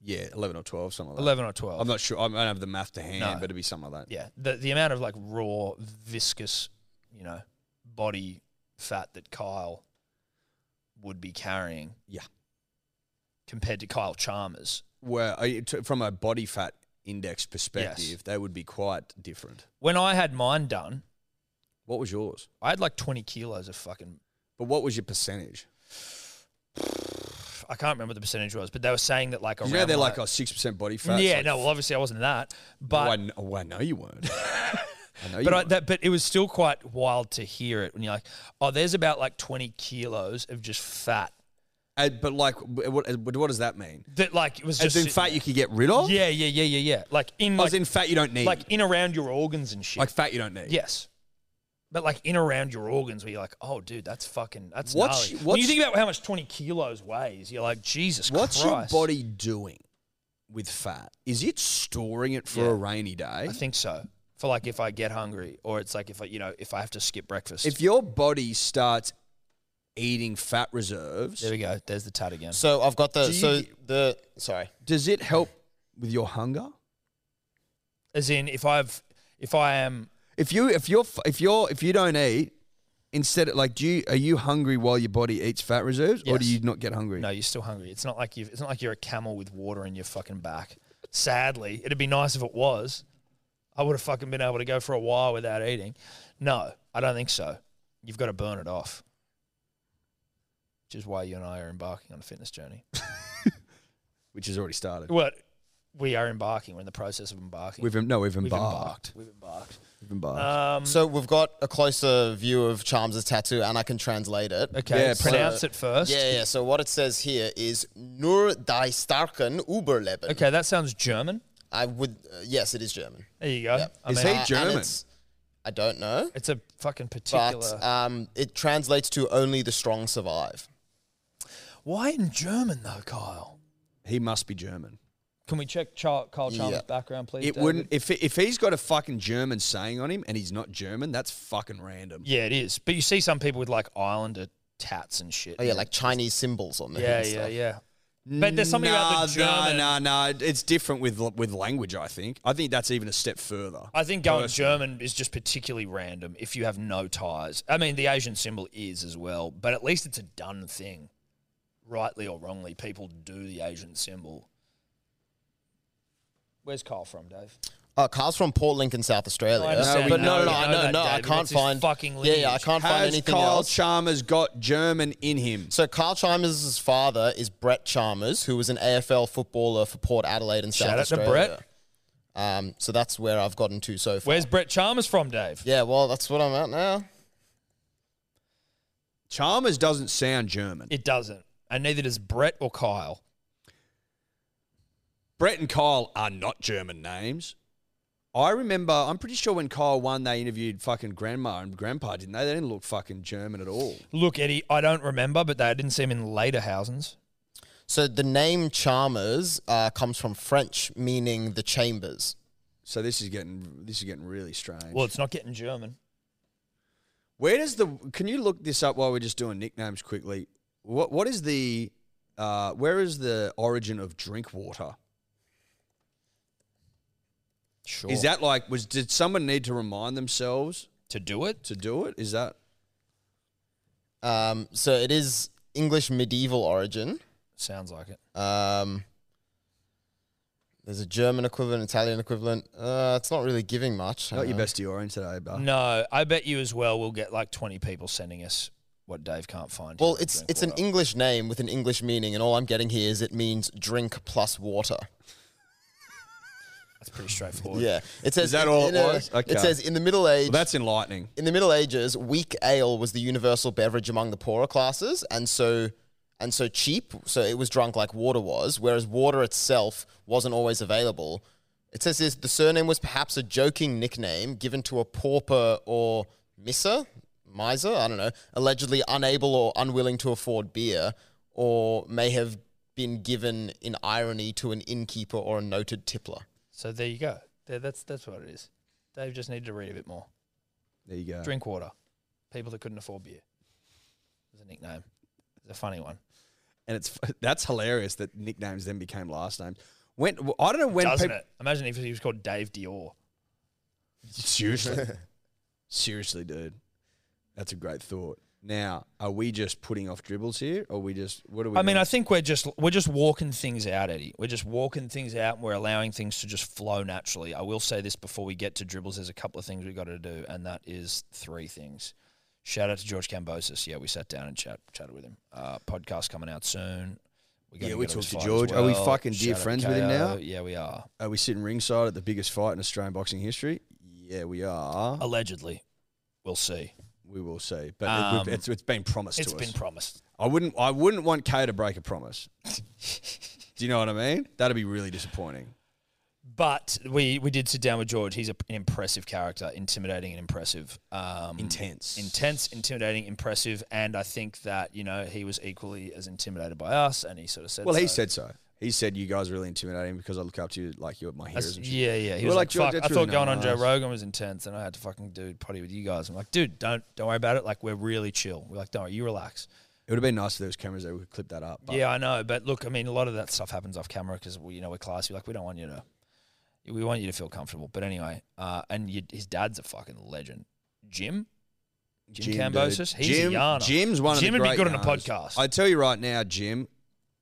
Speaker 2: Yeah, eleven or twelve, something like
Speaker 1: 11 or
Speaker 2: that.
Speaker 1: 12.
Speaker 2: I'm not sure. I don't have the math to hand,
Speaker 1: No.
Speaker 2: but it'd be something like that.
Speaker 1: yeah. The, the amount of like raw, viscous, you know, body fat that Kyle would be carrying
Speaker 2: Yeah.
Speaker 1: compared to Kyle Chalmers.
Speaker 2: Well, I- t- from a body fat index perspective, they would be quite different.
Speaker 1: When I had mine done,
Speaker 2: What was yours?
Speaker 1: I had like 20 kilos of fucking
Speaker 2: But what was your percentage?
Speaker 1: I can't remember what the percentage was, but they were saying that like around
Speaker 2: You know they're like
Speaker 1: like
Speaker 2: a six percent body fat.
Speaker 1: yeah,
Speaker 2: It's
Speaker 1: no,
Speaker 2: like,
Speaker 1: well, obviously I wasn't that,
Speaker 2: oh, I
Speaker 1: but
Speaker 2: kn- oh, I know you weren't. I know you
Speaker 1: but I,
Speaker 2: weren't.
Speaker 1: that but it was still quite wild to hear it when you're like, oh, there's about like 20 kilos of just fat
Speaker 2: Uh, but like, w- what, uh, what does that mean?
Speaker 1: that like it was just
Speaker 2: As in
Speaker 1: sitting
Speaker 2: fat you could get rid of.
Speaker 1: there. Yeah, yeah, yeah, yeah, yeah. Like in
Speaker 2: As
Speaker 1: like,
Speaker 2: in fat you don't need.
Speaker 1: like in around your organs and shit.
Speaker 2: Like fat you don't need.
Speaker 1: Yes. But like in around your organs, where you're like, oh, dude, that's fucking, that's
Speaker 2: What's-
Speaker 1: gnarly. when you
Speaker 2: what's-
Speaker 1: think about how much 20 kilos weighs, you're like, Jesus
Speaker 2: What's
Speaker 1: Christ.
Speaker 2: your body doing with fat? Is it storing it for
Speaker 1: Yeah.
Speaker 2: a rainy day?
Speaker 1: I think so. For like if I get hungry, or it's like if I, you know, if I have to skip breakfast.
Speaker 2: If your body starts eating fat reserves,
Speaker 1: there we go. There's the tat again.
Speaker 3: So I've got the
Speaker 2: Do
Speaker 3: so
Speaker 2: you-
Speaker 3: the sorry.
Speaker 2: does it help with your hunger?
Speaker 1: As in, if I've, if I am,
Speaker 2: If you if you're f- if you're if you don't eat, instead of, like do you are you hungry while your body eats fat reserves, or do
Speaker 1: Yes.
Speaker 2: you not get hungry?
Speaker 1: no, you're still hungry. It's not like you've, it's not like you're a camel with water in your fucking back. Sadly, it'd be nice if it was. I would have fucking been able to go for a while without eating. No, I don't think so. You've got to burn it off. Which is why you and I are embarking on a fitness journey.
Speaker 2: Which has already started.
Speaker 1: Well, we are embarking. We're in the process of embarking.
Speaker 2: We've em- no, we've
Speaker 1: We've
Speaker 2: embarked.
Speaker 1: We've embarked.
Speaker 2: We've embarked.
Speaker 1: Um,
Speaker 3: So we've got a closer view of Charms's tattoo, and I can translate it.
Speaker 1: okay,
Speaker 2: yeah,
Speaker 1: pronounce
Speaker 3: so-
Speaker 1: it first.
Speaker 3: Yeah, yeah. So what it says here is "Nur die starken Überleben."
Speaker 1: Okay, that sounds German.
Speaker 3: I would. Uh, yes, it is German. Uh,
Speaker 1: There you go. I
Speaker 2: Is
Speaker 1: mean,
Speaker 2: he
Speaker 3: and
Speaker 2: German?
Speaker 3: it's- I don't know,
Speaker 1: It's a fucking particular.
Speaker 3: but um, it translates to "Only the strong survive."
Speaker 1: Why in German though, Kyle?
Speaker 2: he must be German.
Speaker 1: Can we check Char- Kyle Chalmers'
Speaker 3: Yeah.
Speaker 1: background, please?
Speaker 2: It
Speaker 1: David?
Speaker 2: wouldn't if if he's got a fucking German saying on him and he's not German. That's fucking random.
Speaker 1: Yeah, it is. But you see some people with like Islander tats and shit.
Speaker 3: Oh yeah, like Chinese symbols on there.
Speaker 1: yeah,
Speaker 3: and
Speaker 1: yeah,
Speaker 3: stuff.
Speaker 1: yeah. But there's something
Speaker 2: nah,
Speaker 1: about the German.
Speaker 2: Nah, nah, nah. It's different with with language. I think. I think that's even a step further.
Speaker 1: I think going German is just particularly random if you have no ties. I mean, the Asian symbol is as well, but at least it's a done thing. Rightly or wrongly, people do the Asian symbol. Where's Kyle from, Dave?
Speaker 3: Oh, Carl's from Port Lincoln, South Australia.
Speaker 1: I understand
Speaker 3: but
Speaker 1: that.
Speaker 3: no, no,
Speaker 1: We
Speaker 3: no, I
Speaker 1: know
Speaker 3: know,
Speaker 1: that,
Speaker 3: no, I
Speaker 1: David.
Speaker 3: can't
Speaker 1: That's his
Speaker 3: find
Speaker 1: fucking
Speaker 3: Yeah, yeah, I
Speaker 1: lineage.
Speaker 3: can't find
Speaker 2: Has
Speaker 3: anything
Speaker 2: Kyle
Speaker 3: else.
Speaker 2: Chalmers got German in him?
Speaker 3: So Carl Chalmers' father is Brett Chalmers, who was an AFL footballer for Port Adelaide and
Speaker 1: Shout
Speaker 3: South
Speaker 1: out to
Speaker 3: Australia.
Speaker 1: Brett.
Speaker 3: Um, so that's where I've gotten to so far.
Speaker 1: Where's Brett Chalmers from, Dave?
Speaker 3: yeah, well, that's what I'm at now.
Speaker 2: Chalmers doesn't sound German.
Speaker 1: It doesn't. And neither does Brett or Kyle.
Speaker 2: Brett and Kyle are not German names. I remember. I'm pretty sure when Kyle won, they interviewed fucking grandma and grandpa, didn't they? They didn't look fucking German at all.
Speaker 1: Look, Eddie, I don't remember, but they, I didn't see him in later Housens.
Speaker 3: So the name Chalmers uh, comes from French, meaning the chambers.
Speaker 2: So this is getting this is getting really strange.
Speaker 1: Well, it's not getting German.
Speaker 2: Where does the? Can you look this up while we're just doing nicknames quickly? What what is the? Uh, where is the origin of drink water?
Speaker 1: Sure.
Speaker 2: Is that like was did someone need to remind themselves
Speaker 1: to do it?
Speaker 2: to do it? Is that
Speaker 3: Um, so it is English medieval origin.
Speaker 1: Sounds like it.
Speaker 3: Um, there's a German equivalent, Italian equivalent. Uh, it's not really giving much. Uh,
Speaker 2: not
Speaker 3: Hang
Speaker 2: your
Speaker 1: Uh,
Speaker 3: on.
Speaker 2: best Orion today, but
Speaker 1: No, I bet you as well. We'll get like twenty people sending us what Dave can't find.
Speaker 3: Well,
Speaker 1: here on
Speaker 3: it's
Speaker 1: Drink
Speaker 3: it's an
Speaker 1: Water.
Speaker 3: English name with an English meaning, and all I'm getting here is it means drink plus water.
Speaker 1: that's pretty straightforward.
Speaker 3: Yeah, it says
Speaker 2: that all
Speaker 3: in
Speaker 2: it
Speaker 3: a-
Speaker 2: was? Okay.
Speaker 3: It says in the Middle Age.
Speaker 2: well, that's enlightening.
Speaker 3: in the Middle Ages, weak ale was the universal beverage among the poorer classes, and so and so cheap, so it was drunk like water was, whereas water itself wasn't always available. It says this: the surname was perhaps a joking nickname given to a pauper or miser, miser, I don't know, allegedly unable or unwilling to afford beer, or may have been given in irony to an innkeeper or a noted tippler.
Speaker 1: So there you go. There, that's that's what it is. Dave just needed to read a bit more.
Speaker 2: There you go.
Speaker 1: Drink water. People that couldn't afford beer. It's a nickname. It's a funny one.
Speaker 2: And it's that's hilarious that nicknames then became last names. When I don't know when
Speaker 1: Doesn't
Speaker 2: people
Speaker 1: it? Imagine if he was called Dave Dior.
Speaker 2: seriously, seriously, dude, that's a great thought. Now, are we just putting off dribbles here, or we just what are we?
Speaker 1: I mean,
Speaker 2: doing?
Speaker 1: I think we're just we're just walking things out, Eddie. We're just walking things out, and we're allowing things to just flow naturally. I will say this before we get to dribbles: there's a couple of things we got to do, and that is three things. Shout out to George Cambosis. Yeah, we sat down and chat, chatted with him. Uh, podcast coming out soon. We're
Speaker 2: Yeah,
Speaker 1: gonna
Speaker 2: we
Speaker 1: go this
Speaker 2: talked to
Speaker 1: fight as
Speaker 2: George. Are we fucking dear
Speaker 1: Shout out to
Speaker 2: friends with
Speaker 1: KO.
Speaker 2: him now?
Speaker 1: Yeah, we are.
Speaker 2: Are we sitting ringside at the biggest fight in Australian boxing history? Yeah, we
Speaker 1: Oh.
Speaker 2: are.
Speaker 1: Allegedly. We'll see.
Speaker 2: We will see, but it,
Speaker 1: Um,
Speaker 2: it's, it's been promised
Speaker 1: It's
Speaker 2: to
Speaker 1: been
Speaker 2: us.
Speaker 1: promised.
Speaker 2: I wouldn't. I wouldn't want Kay to break a promise. Do you know what I mean? That'd be really disappointing.
Speaker 1: But we, we did sit down with George. He's a, an impressive character, intimidating and impressive. Um,
Speaker 2: Intense.
Speaker 1: Intense, intimidating, impressive. And I think that, you know, he was equally as intimidated by us. And he sort of said,
Speaker 2: Well, he
Speaker 1: so.
Speaker 2: said so. He said you guys are really intimidating because I look up to you like you're my heroes.
Speaker 1: That's-
Speaker 2: And shit.
Speaker 1: yeah, yeah. He
Speaker 2: We're
Speaker 1: was
Speaker 2: like,
Speaker 1: like,
Speaker 2: "George,
Speaker 1: fuck,
Speaker 2: that's
Speaker 1: I
Speaker 2: really
Speaker 1: thought going on Joe
Speaker 2: nice."
Speaker 1: Rogan was intense and I had to fucking do potty with you guys. I'm like, dude, don't don't worry about it. Like, we're really chill. We're like, don't worry, you relax.
Speaker 2: It would have been nice if there was cameras that we could clip that up. But
Speaker 1: Yeah, I know. But look, I mean, a lot of that stuff happens off camera because, you know, we're classy. Like, we don't want you to, we want you to feel comfortable. But anyway, uh, and you, his dad's a fucking legend. Jim? Jim,
Speaker 2: Jim,
Speaker 1: Cambosis?
Speaker 2: dude.
Speaker 1: He's
Speaker 2: Jim,
Speaker 1: a yarner.
Speaker 2: Jim's one
Speaker 1: Jim
Speaker 2: of the
Speaker 1: would be
Speaker 2: great
Speaker 1: good on a
Speaker 2: yarners.
Speaker 1: podcast.
Speaker 2: I tell you right now, Jim,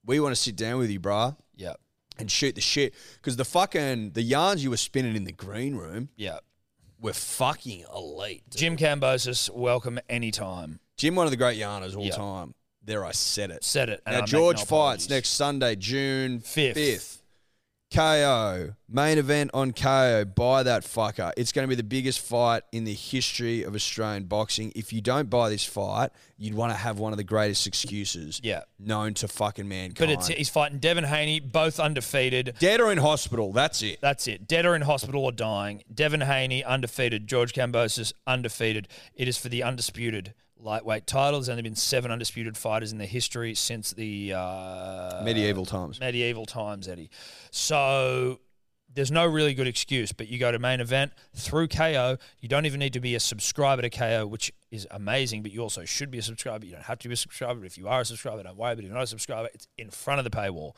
Speaker 2: we want to sit down with you, brah,
Speaker 1: yeah,
Speaker 2: and shoot the shit because the fucking the yarns you were spinning in the green room
Speaker 1: yeah.
Speaker 2: were fucking elite. dude.
Speaker 1: Jim Cambosis, welcome anytime.
Speaker 2: Jim, one of the great yarners all
Speaker 1: Yeah.
Speaker 2: time. There, I said it.
Speaker 1: Said it. and I
Speaker 2: now
Speaker 1: make
Speaker 2: George
Speaker 1: no
Speaker 2: fights
Speaker 1: apologies.
Speaker 2: next Sunday, June
Speaker 1: Fifth.
Speaker 2: fifth. KO main event on KO. Buy that fucker. It's going to be the biggest fight in the history of Australian boxing. If you don't buy this fight, you'd want to have one of the greatest excuses
Speaker 1: Yeah.
Speaker 2: known to fucking mankind.
Speaker 1: But it's, he's fighting Devin Haney, both undefeated.
Speaker 2: dead or in hospital. That's it.
Speaker 1: That's it. Dead or in hospital or dying. Devin Haney undefeated. George Cambosis undefeated. It is for the undisputed lightweight title. There's only been seven undisputed fighters in the history since the uh,
Speaker 2: Medieval times.
Speaker 1: medieval times, Eddie. So there's no really good excuse. But you go to main event through KO. You don't even need to be a subscriber to KO, which is amazing. But you also should be a subscriber. You don't have to be a subscriber. But if you are a subscriber, don't worry. But if you're not a subscriber, it's in front of the paywall.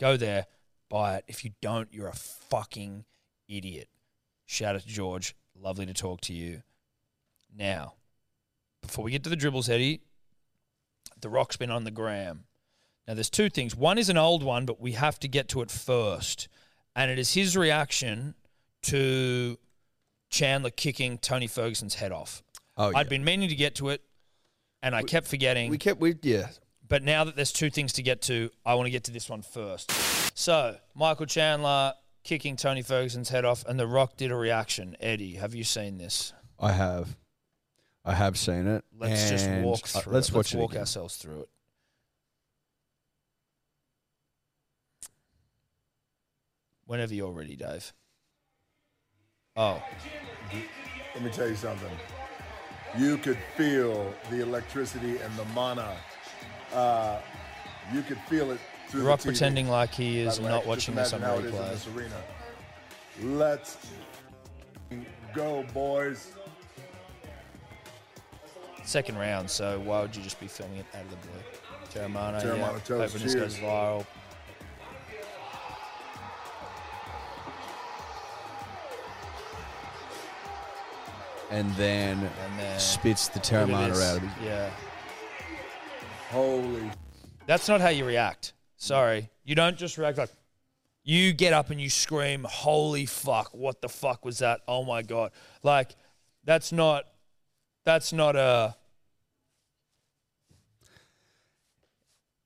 Speaker 1: Go there, buy it. If you don't, you're a fucking idiot. Shout out to George. Lovely to talk to you. Now, before we get to the dribbles, Eddie, The Rock's been on the gram. Now, there's two things. One is an old one, but we have to get to it first. And it is his reaction to Chandler kicking Tony Ferguson's head off.
Speaker 2: Oh, yeah.
Speaker 1: I'd been meaning to get to it, and I kept forgetting.
Speaker 2: we kept. We yeah.
Speaker 1: But now that there's two things to get to, I want to get to this one first. So, Michael Chandler kicking Tony Ferguson's head off, and The Rock did a reaction. Eddie, have you seen this?
Speaker 2: I have. I have seen it.
Speaker 1: Let's just
Speaker 2: and,
Speaker 1: walk
Speaker 2: uh,
Speaker 1: through
Speaker 2: let's
Speaker 1: it.
Speaker 2: watch
Speaker 1: Let's
Speaker 2: it.
Speaker 1: walk
Speaker 2: again.
Speaker 1: ourselves through it. Whenever you're ready, Dave. Oh,
Speaker 4: Let me tell you something. You could feel the electricity and the mana. Uh, you could feel it through
Speaker 1: The Rock
Speaker 4: the TV.
Speaker 1: pretending like he is
Speaker 4: By the way,
Speaker 1: not
Speaker 4: just
Speaker 1: watching this on
Speaker 4: imagine how it is in
Speaker 1: replay.
Speaker 4: this arena. Let's go, boys.
Speaker 1: second round, so why would you just be filming it out of the blue? Jeremano, yeah,
Speaker 4: Jeremiah tells
Speaker 1: hoping this goes
Speaker 4: cheers.
Speaker 1: viral.
Speaker 2: And then,
Speaker 1: And then-
Speaker 2: spits the
Speaker 1: Look at
Speaker 2: Terramana
Speaker 1: this.
Speaker 2: out of it.
Speaker 1: Yeah.
Speaker 4: Holy
Speaker 1: That's not how you react. Sorry. You don't just react like you get up and you scream, "Holy fuck, what the fuck was that? Oh my god." Like that's not that's not a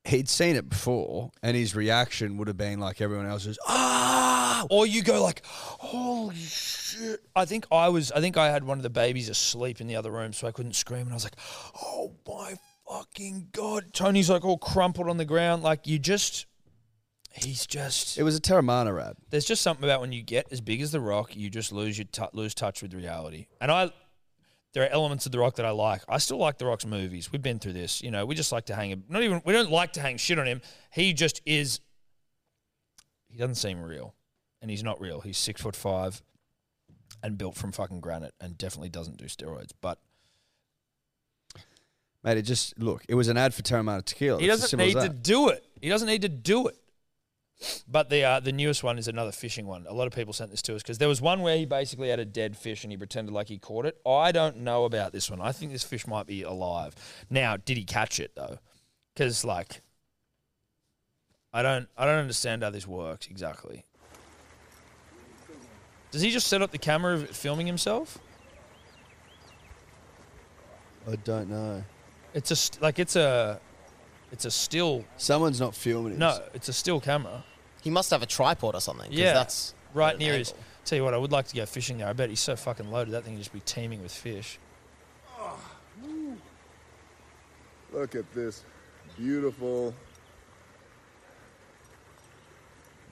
Speaker 2: he'd seen it before, and his reaction would have been like everyone else's. "Oh, Ah!
Speaker 1: or you go like, "Holy shit." I think I was I think I had one of the babies asleep in the other room so I couldn't scream and I was like, "Oh my fucking god." Tony's like all crumpled on the ground like you just he's just
Speaker 2: It was a Terramana rad.
Speaker 1: there's just something about when you get as big as the rock, you just lose your t- lose touch with reality. And I, there are elements of the rock that I like. I still like the rock's movies. We've been through this, you know. We just like to hang him. Not even we don't like to hang shit on him. He just is. He doesn't seem real, and he's not real. He's six foot five, and built from fucking granite, and definitely doesn't do steroids. But
Speaker 2: Mate, it just look. It was an ad for Terramana tequila.
Speaker 1: He
Speaker 2: Oh, It's as
Speaker 1: doesn't
Speaker 2: simple as
Speaker 1: need to
Speaker 2: that.
Speaker 1: do it. He doesn't need to do it. But the uh, the newest one is another fishing one. A lot of people sent this to us because there was one where he basically had a dead fish and he pretended like he caught it. I don't know about this one. I think this fish might be alive. Now, did he catch it though? Because like, I don't I don't understand how this works exactly. Does he just set up the camera filming himself?
Speaker 2: I don't know.
Speaker 1: It's just like it's a It's a still.
Speaker 2: Someone's not filming it.
Speaker 1: No, it's a still camera.
Speaker 3: He must have a tripod or something. 'cause
Speaker 1: Yeah,
Speaker 3: that's
Speaker 1: right
Speaker 3: an
Speaker 1: near his.
Speaker 3: angle.
Speaker 1: Tell you what, I would like to go fishing there. I bet he's so fucking loaded that thing would just be teeming with fish.
Speaker 4: Look at this beautiful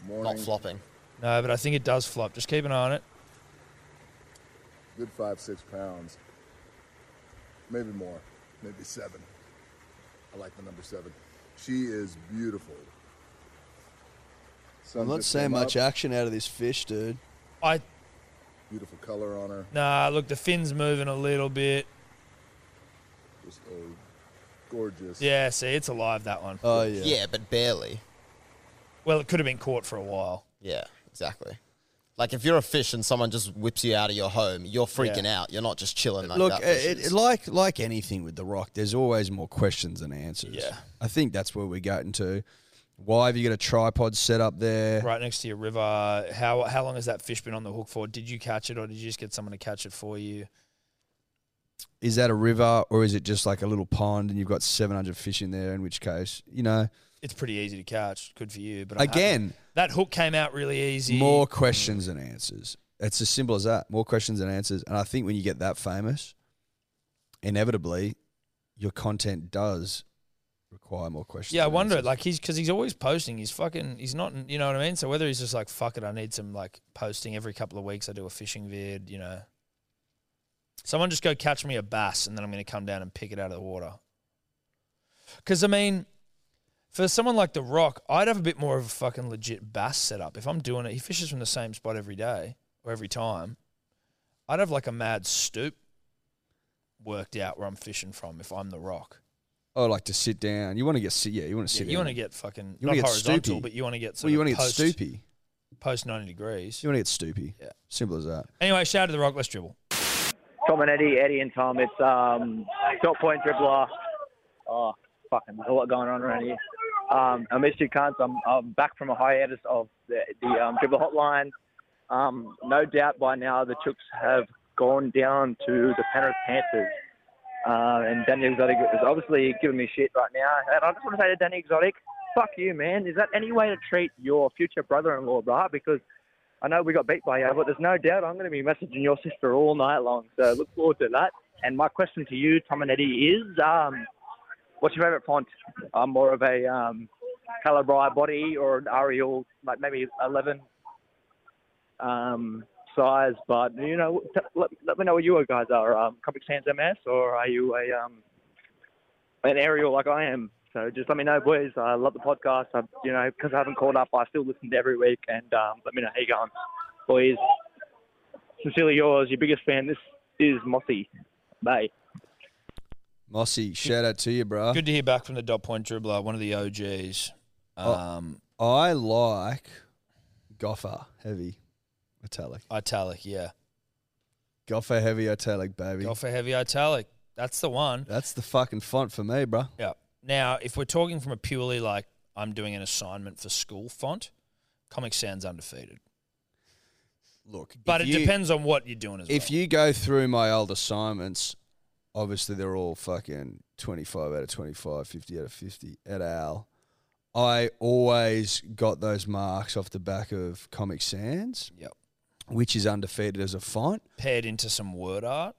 Speaker 4: morning.
Speaker 3: Not flopping.
Speaker 1: No, but I think it does flop. Just keep an eye on it.
Speaker 4: Good five, six pounds. Maybe more. Maybe seven. I like the number seven. She is beautiful. Sun
Speaker 2: I'm not
Speaker 4: just
Speaker 2: seeing
Speaker 4: came
Speaker 2: much
Speaker 4: up.
Speaker 2: action out of this fish, dude.
Speaker 1: I
Speaker 4: Beautiful color on her.
Speaker 1: nah. Look, the fin's moving a little bit.
Speaker 4: Just a gorgeous.
Speaker 1: Yeah, see, it's alive that one.
Speaker 2: Oh
Speaker 3: Yeah.
Speaker 2: yeah.
Speaker 3: but barely.
Speaker 1: Well, it could have been caught for a while.
Speaker 3: Yeah, exactly. Like if you're a fish and someone just whips you out of your home, you're freaking
Speaker 1: Yeah.
Speaker 3: out. You're not just chilling like
Speaker 2: Look, uh,
Speaker 3: that. fish
Speaker 2: it,
Speaker 3: is.
Speaker 2: it, like like anything with the rock, there's always more questions than answers.
Speaker 1: Yeah.
Speaker 2: I think that's where we're getting to. Why have you got a tripod set up there?
Speaker 1: Right next to your river. How how long has that fish been on the hook for? Did you catch it, or did you just get someone to catch it for you?
Speaker 2: Is that a river or is it just like a little pond and you've got 700 fish in there? In which case, you know,
Speaker 1: It's pretty easy to catch. Good for you. But I'm happy-
Speaker 2: again,
Speaker 1: that hook came out really easy.
Speaker 2: more
Speaker 1: Mm.
Speaker 2: questions than answers. It's as simple as that. More questions than answers. And I think when you get that famous, inevitably, your content does require more questions.
Speaker 1: Yeah, I
Speaker 2: than
Speaker 1: wonder.
Speaker 2: answers.
Speaker 1: Like he's because he's always posting. He's fucking. He's not. You know what I mean. So whether he's just like fuck it, I need some like posting every couple of weeks. I do a fishing vid. You know. Someone just go catch me a bass, and then I'm going to come down and pick it out of the water. Because I mean, for someone like The Rock, I'd have a bit more of a fucking legit bass setup if I'm doing it. He fishes from the same spot every day or every time. I'd have like a mad stoop worked out where I'm fishing from if I'm The Rock.
Speaker 2: oh, like to sit down. You want to get sit. Yeah, you want to
Speaker 1: Yeah,
Speaker 2: sit.
Speaker 1: you want
Speaker 2: down.
Speaker 1: to get fucking
Speaker 2: You
Speaker 1: not
Speaker 2: wanna get
Speaker 1: horizontal,
Speaker 2: stoopy.
Speaker 1: but you want to get sort
Speaker 2: Well, you
Speaker 1: of
Speaker 2: want to
Speaker 1: post,
Speaker 2: get stoopy.
Speaker 1: post ninety degrees.
Speaker 2: You want to get stoopy.
Speaker 1: Yeah.
Speaker 2: Simple as that.
Speaker 1: Anyway, shout out to the Rock. Let's dribble.
Speaker 5: Tom and Eddie, Eddie and Tom. It's um, top point dribbler. Oh, fucking, there's a lot going on around here. Um, I missed you, cunts. I'm, I'm back from a hiatus of the, the um, dribble hotline. Um, no doubt by now the Chooks have gone down to the Penrith Panthers. Uh, and Danny Exotic is obviously giving me shit right now. And I just want to say to Danny Exotic, fuck you, man. Is that any way to treat your future brother-in-law, bruh? Because I know we got beat by you, but there's no doubt I'm going to be messaging your sister all night long. So look forward to that. And my question to you, Tom and Eddie, is um, what's your favourite font? I'm more of a um, Calibri body or an Arial, like maybe 11 um, size. But, you know, t- let, let me know what you guys are. Um, Copic Sans MS or are you a um, an Arial like I am? So just let me know, boys. I love the podcast. I, you know, because I haven't called up, I still listen to every week. And um, let me know how you going boys. Sincerely yours, your biggest fan. This is Mossy. Bye.
Speaker 2: Mossy, shout out to you, bro.
Speaker 1: Good to hear back from the dot point dribbler, one of the OGs.
Speaker 2: Oh.
Speaker 1: Um,
Speaker 2: I like Goffer heavy italic.
Speaker 1: italic, yeah.
Speaker 2: Goffer heavy italic, baby.
Speaker 1: Go for heavy italic. That's the one.
Speaker 2: That's the fucking font for me, bro.
Speaker 1: Yeah. Now, if we're talking from a purely like I'm doing an assignment for school font, Comic Sans undefeated.
Speaker 2: Look,
Speaker 1: But
Speaker 2: if
Speaker 1: it
Speaker 2: you-
Speaker 1: depends on what you're doing as
Speaker 2: If
Speaker 1: well.
Speaker 2: you go through my old assignments, obviously they're all fucking 25 out of 25, 50 out of 50 at al. I always got those marks off the back of Comic Sans,
Speaker 1: Yep.
Speaker 2: which is undefeated as a font.
Speaker 1: Paired into some word art.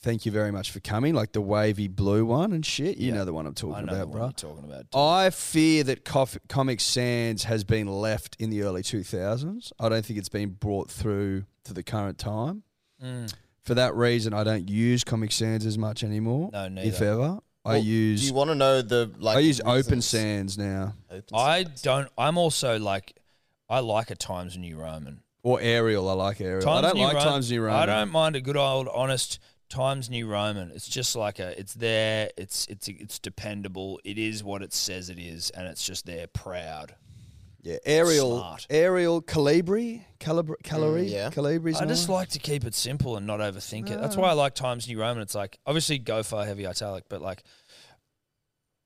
Speaker 2: thank you very much for coming. Like the wavy blue one and shit. You
Speaker 1: Yeah.
Speaker 2: know the one I'm
Speaker 1: I
Speaker 2: talking
Speaker 1: know
Speaker 2: about,
Speaker 1: what you're
Speaker 2: bro.
Speaker 1: talking about.
Speaker 2: I fear that Cof- Comic Sans has been left in the early 2000s. I don't think it's been brought through to the current time.
Speaker 1: Mm.
Speaker 2: For that reason, I don't use Comic Sans as much anymore.
Speaker 1: No,
Speaker 2: If
Speaker 1: neither.
Speaker 2: ever. I
Speaker 3: Well, Do
Speaker 2: use
Speaker 3: you want to know the like?
Speaker 2: I use Open
Speaker 3: reasons-
Speaker 2: Sans now
Speaker 3: Open
Speaker 1: I don't. I'm also like, I like a Times New Roman.
Speaker 2: or Arial. I like Arial. I
Speaker 1: Times
Speaker 2: don't
Speaker 1: New
Speaker 2: like
Speaker 1: Roman-
Speaker 2: Times New Roman.
Speaker 1: I don't mind a good old honest Times New Roman. It's just like a it's there, it's it's it's dependable. It is what it says it is and it's just there proud.
Speaker 2: Yeah, Arial.
Speaker 1: Smart. Mm,
Speaker 2: Arial Calibri. Calibri. Calibri.
Speaker 3: yeah.
Speaker 2: Calibri's
Speaker 1: I just
Speaker 2: another one.
Speaker 1: like to keep it simple and not overthink it. That's why I like Times New Roman. It's like obviously go for heavy italic, but like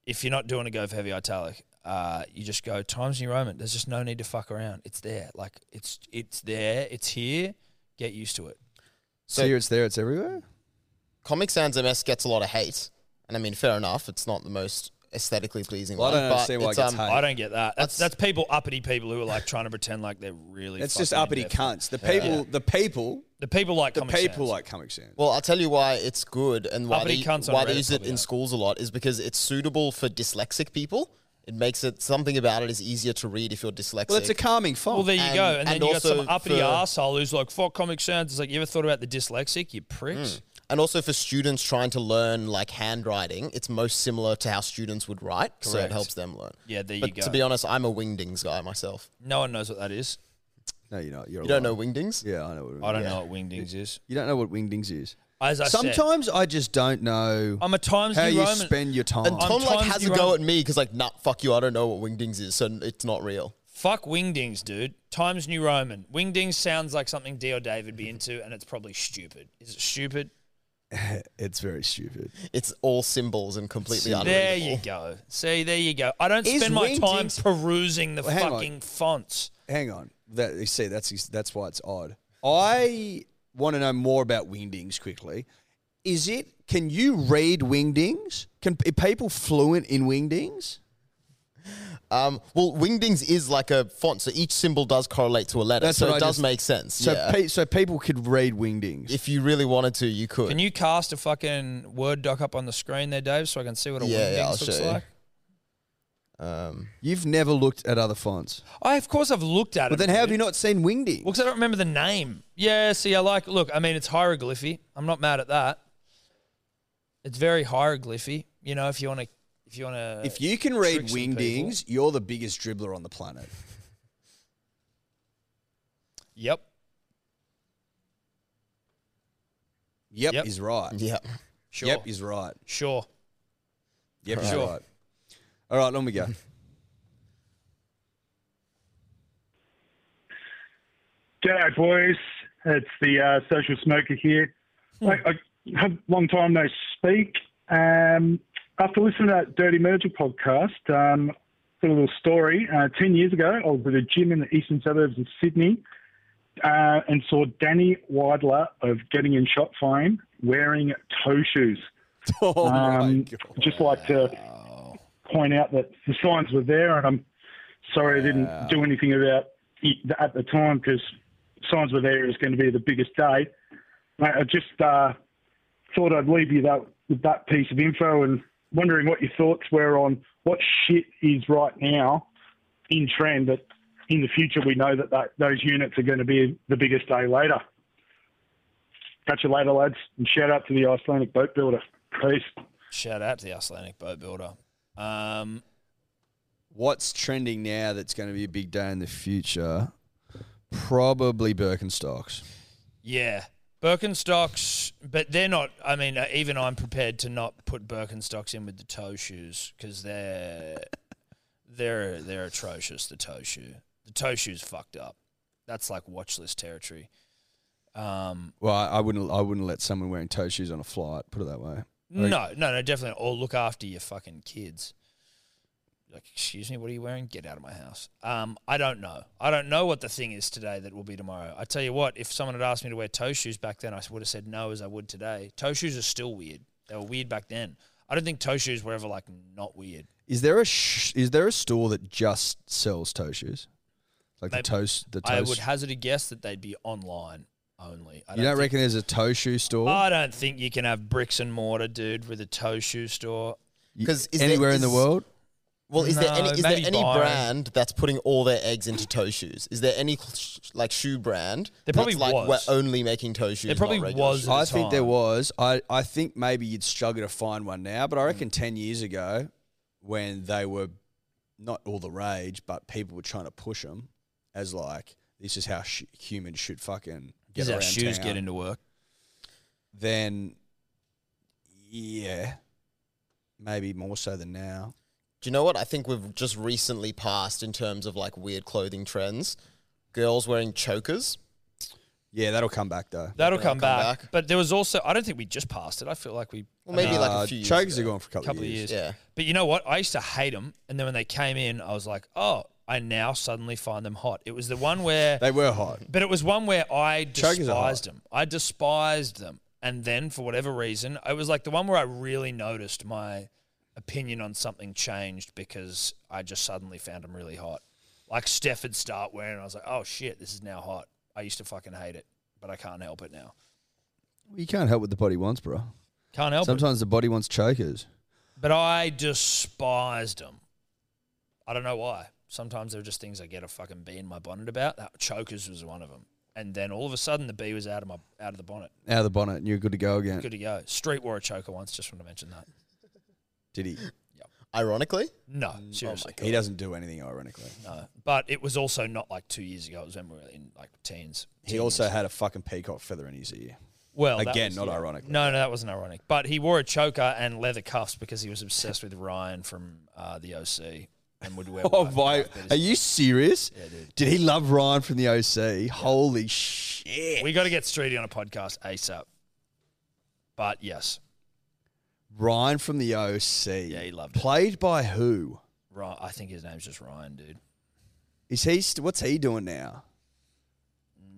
Speaker 1: if you're not doing a go for heavy italic, uh, you just go Times New Roman. There's just no need to fuck around. It's there. Like it's it's there. It's here. Get used to it.
Speaker 2: So here it's there. It's everywhere.
Speaker 3: Comic Sans MS gets a lot of hate, and I mean, fair enough. It's not the most aesthetically pleasing
Speaker 2: Well, I
Speaker 3: one.
Speaker 2: don't
Speaker 3: but
Speaker 2: understand why it
Speaker 3: it's,
Speaker 2: gets
Speaker 3: um,
Speaker 2: hate.
Speaker 1: I don't get that. That's, that's
Speaker 3: That's-
Speaker 1: people uppity people who are like trying to pretend like they're really.
Speaker 2: It's just
Speaker 1: fucking
Speaker 2: uppity
Speaker 1: in depth.
Speaker 2: cunts. The people, the people,
Speaker 1: The people like
Speaker 2: the
Speaker 1: Comic
Speaker 2: people
Speaker 1: Sans.
Speaker 2: like Comic Sans.
Speaker 3: Well, I'll tell you why it's good and why
Speaker 1: Uppity
Speaker 3: they,
Speaker 1: cunts on
Speaker 3: why they
Speaker 1: Reddit
Speaker 3: use it
Speaker 1: probably
Speaker 3: in
Speaker 1: are.
Speaker 3: schools a lot is because it's suitable for dyslexic people. It makes it something about it is easier to read if you're dyslexic.
Speaker 2: Well, it's a calming font.
Speaker 1: Well, there you
Speaker 3: And-
Speaker 1: go. And,
Speaker 3: and
Speaker 1: then you got some
Speaker 3: also
Speaker 1: uppity
Speaker 3: for-
Speaker 1: asshole who's like, "Fuck Comic Sans." It's like, you ever thought about the dyslexic? You pricks.
Speaker 2: Mm.
Speaker 3: and also for students trying to learn like handwriting, it's most similar to how students would write, so
Speaker 1: Correct.
Speaker 3: it helps them learn.
Speaker 1: Yeah, there you
Speaker 3: but
Speaker 1: go.
Speaker 3: To be honest, I'm a wingdings guy myself.
Speaker 1: No one knows what that is.
Speaker 2: no, you're not. You're
Speaker 3: You don't know wingdings?
Speaker 2: Yeah, I know. What it
Speaker 1: I don't
Speaker 2: is.
Speaker 1: know what wingdings is.
Speaker 2: You don't know what wingdings is.
Speaker 1: As I said-
Speaker 2: Sometimes I just don't know
Speaker 1: I'm a Times
Speaker 2: how
Speaker 1: New
Speaker 2: you
Speaker 1: Roman.
Speaker 2: spend your time.
Speaker 3: And Tom like
Speaker 1: times
Speaker 3: has
Speaker 1: you
Speaker 3: a go at
Speaker 1: run-
Speaker 3: me because like, nah, fuck you, I don't know what wingdings is, so it's not real.
Speaker 1: Fuck wingdings, dude. Times New Roman. Wingdings sounds like something D or Dave would be into, and it's probably stupid. Is it stupid?
Speaker 2: it's very stupid.
Speaker 3: It's all symbols and completely unreadable.
Speaker 1: There you go. See, there you go. I don't
Speaker 2: Is
Speaker 1: spend my time
Speaker 2: wingdings-
Speaker 1: perusing the
Speaker 2: Well, hang on.
Speaker 1: fucking fonts.
Speaker 2: Hang on. That you see, that's that's why it's odd. I want to know more about wingdings quickly. Is it? Can you read wingdings? Can are people fluent in wingdings?
Speaker 3: Um, well, Wingdings is like a font, so each symbol does correlate to a letter,
Speaker 2: That's
Speaker 3: so
Speaker 2: what
Speaker 3: it
Speaker 2: I
Speaker 3: does
Speaker 2: just-
Speaker 3: make sense.
Speaker 2: So,
Speaker 3: yeah.
Speaker 2: pe- so people could read wingdings.
Speaker 3: if you really wanted to, you could.
Speaker 1: Can you cast a fucking word doc up on the screen there, Dave, so I can see what a
Speaker 3: Yeah,
Speaker 1: wingdings
Speaker 3: yeah, I'll
Speaker 1: looks
Speaker 3: show you.
Speaker 1: like?
Speaker 3: um,
Speaker 2: You've never looked at other fonts,
Speaker 1: I, of course, I've looked at it.
Speaker 2: but then how have you not seen wingdings?
Speaker 1: Well, 'cause I don't remember the name. Yeah, see, I like. Look, I mean, it's hieroglyphy. I'm not mad at that. It's very hieroglyphy. You know, if you want to, if you want to,
Speaker 2: If you can read
Speaker 1: uh, tricks with people.
Speaker 2: wingdings, you're the biggest dribbler on the planet.
Speaker 1: yep,
Speaker 2: Yep,
Speaker 1: Yep.
Speaker 2: is right.
Speaker 3: yeah.
Speaker 1: sure,
Speaker 2: Yep is right.
Speaker 1: sure.
Speaker 2: Yep is
Speaker 1: Sure.
Speaker 2: right. All right, on we go.
Speaker 6: G'day, boys. It's the uh, social smoker here.
Speaker 2: Hmm.
Speaker 6: I, I have long time no speak. Um, after listening to that Dirty Merger podcast, um, got a little story. Uh, Ten years ago, I was at a gym in the eastern suburbs of Sydney uh, and saw Danny Widler of Getting in Shot Fame wearing toe shoes.
Speaker 2: Oh my
Speaker 6: Um,
Speaker 2: god.
Speaker 6: just like to point out that the signs were there, and I'm sorry I didn't do anything about it at the time because signs were there. It was going to be the biggest day. Mate, I just uh, thought I'd leave you that with that piece of info and wondering what your thoughts were on what shit is right now in trend that in the future we know that, that those units are going to be the biggest day later. Catch you later, lads, and shout out to the Icelandic boat builder. Peace.
Speaker 1: Shout out to the Icelandic boat builder. Um,
Speaker 2: What's trending now that's going to be a big day in the future? Probably Birkenstocks.
Speaker 1: yeah, Birkenstocks, but they're not. I mean, uh, even I'm prepared to not put Birkenstocks in with the toe shoes because they're they're they're atrocious. The toe shoe, the toe shoe's fucked up. That's like watch list territory. Um,
Speaker 2: Well, I, I wouldn't. I wouldn't let someone wearing toe shoes on a flight. Put it that way. Like-
Speaker 1: No, no, no, definitely. not. Or look after your fucking kids. Like, excuse me, what are you wearing? Get out of my house. Um, I don't know. I don't know what the thing is today that will be tomorrow. I tell you what, if someone had asked me to wear toe shoes back then, I would have said no as I would today. Toe shoes are still weird. They were weird back then. I don't think toe shoes were ever like not weird.
Speaker 2: Is there a sh- Is there a store that just sells toe shoes? Like the
Speaker 1: Maybe.
Speaker 2: toast. The toast.
Speaker 1: I would hazard a guess that they'd be online only. I
Speaker 2: you don't
Speaker 1: think- Uh,
Speaker 2: reckon there's a toe shoe store
Speaker 1: I don't think you can have bricks and mortar, dude, with a toe shoe store.
Speaker 2: You-
Speaker 3: 'Cause is there-
Speaker 2: anywhere in the
Speaker 3: is-
Speaker 2: world?
Speaker 3: Well, is there
Speaker 1: No,
Speaker 3: any is there
Speaker 1: maybe
Speaker 3: any
Speaker 1: Byron.
Speaker 3: brand that's putting all their eggs into toe shoes? Is there any sh- like shoe brand
Speaker 1: There probably
Speaker 3: that's like
Speaker 1: was.
Speaker 3: we're only making toe shoes?
Speaker 1: There probably
Speaker 3: not regular
Speaker 1: was.
Speaker 3: shoes?
Speaker 1: at the
Speaker 2: I think there
Speaker 1: time.
Speaker 2: was. I, I think maybe you'd struggle to find one now, but I reckon 10 years ago, when they were not all the rage, but people were trying to push them as like, this is how sh- humans should fucking get
Speaker 1: Is
Speaker 2: around
Speaker 1: our shoes
Speaker 2: town,
Speaker 1: get into work?
Speaker 2: Then, yeah, maybe more so than now.
Speaker 3: Do you know what? I think we've just recently passed in terms of like weird clothing trends. Girls wearing chokers.
Speaker 2: Yeah, that'll come back though.
Speaker 3: That'll
Speaker 1: That'll come,
Speaker 3: come
Speaker 1: back.
Speaker 3: back.
Speaker 1: But there was also I don't think we just passed it. I feel like we
Speaker 3: Well, maybe
Speaker 1: Uh,
Speaker 3: like a few years
Speaker 2: Chokers
Speaker 3: ago.
Speaker 2: are going for a couple,
Speaker 1: couple
Speaker 2: of years.
Speaker 3: Yeah.
Speaker 1: But you know what? I used to hate them, and then when they came in, I was like, oh, I now suddenly find them hot. It was the one where,
Speaker 2: They were hot.
Speaker 1: but it was one where I
Speaker 2: Chokers are hot.
Speaker 1: despised them. I despised them, and then for whatever reason, it was like the one where I really noticed my opinion on something changed because I just suddenly found him really hot. Like Steph would start wearing, it, I was like, oh shit, this is now hot. I used to fucking hate it, but I can't help it now.
Speaker 2: You can't help what the body wants, bro.
Speaker 1: Can't help it.
Speaker 2: Sometimes the body wants chokers.
Speaker 1: But I despised them. I don't know why. Sometimes there are just things I get a fucking bee in my bonnet about. That- chokers was one of them. And then all of a sudden, the bee was out of my out of the bonnet.
Speaker 2: Out of the bonnet, and you're good to go again.
Speaker 1: Good to go. Street wore a choker once. Just want to mention that.
Speaker 2: Did he?
Speaker 3: Ironically,
Speaker 1: No,
Speaker 2: Oh
Speaker 1: seriously,
Speaker 2: He doesn't do anything, ironically.
Speaker 1: no. But it was also not like two years ago. It was when we were in like teens.
Speaker 2: He also had a fucking peacock feather in his ear.
Speaker 1: Well, that
Speaker 2: Again,
Speaker 1: was-
Speaker 2: not
Speaker 1: yeah.
Speaker 2: ironically.
Speaker 1: No, no, that wasn't ironic. But he wore a choker and leather cuffs because he was obsessed with Ryan from uh, the OC and would wear.
Speaker 2: Oh
Speaker 1: white
Speaker 2: my!
Speaker 1: black beaters.
Speaker 2: Are you serious? Did he love Ryan from the OC? Holy shit!
Speaker 1: We got to get Streety on a podcast ASAP. But yes,
Speaker 2: Ryan from the OC.
Speaker 1: Yeah, he loved it.
Speaker 2: Played by who?
Speaker 1: Ryan, I think his name's just Ryan, dude.
Speaker 2: Is he? St- what's he doing now?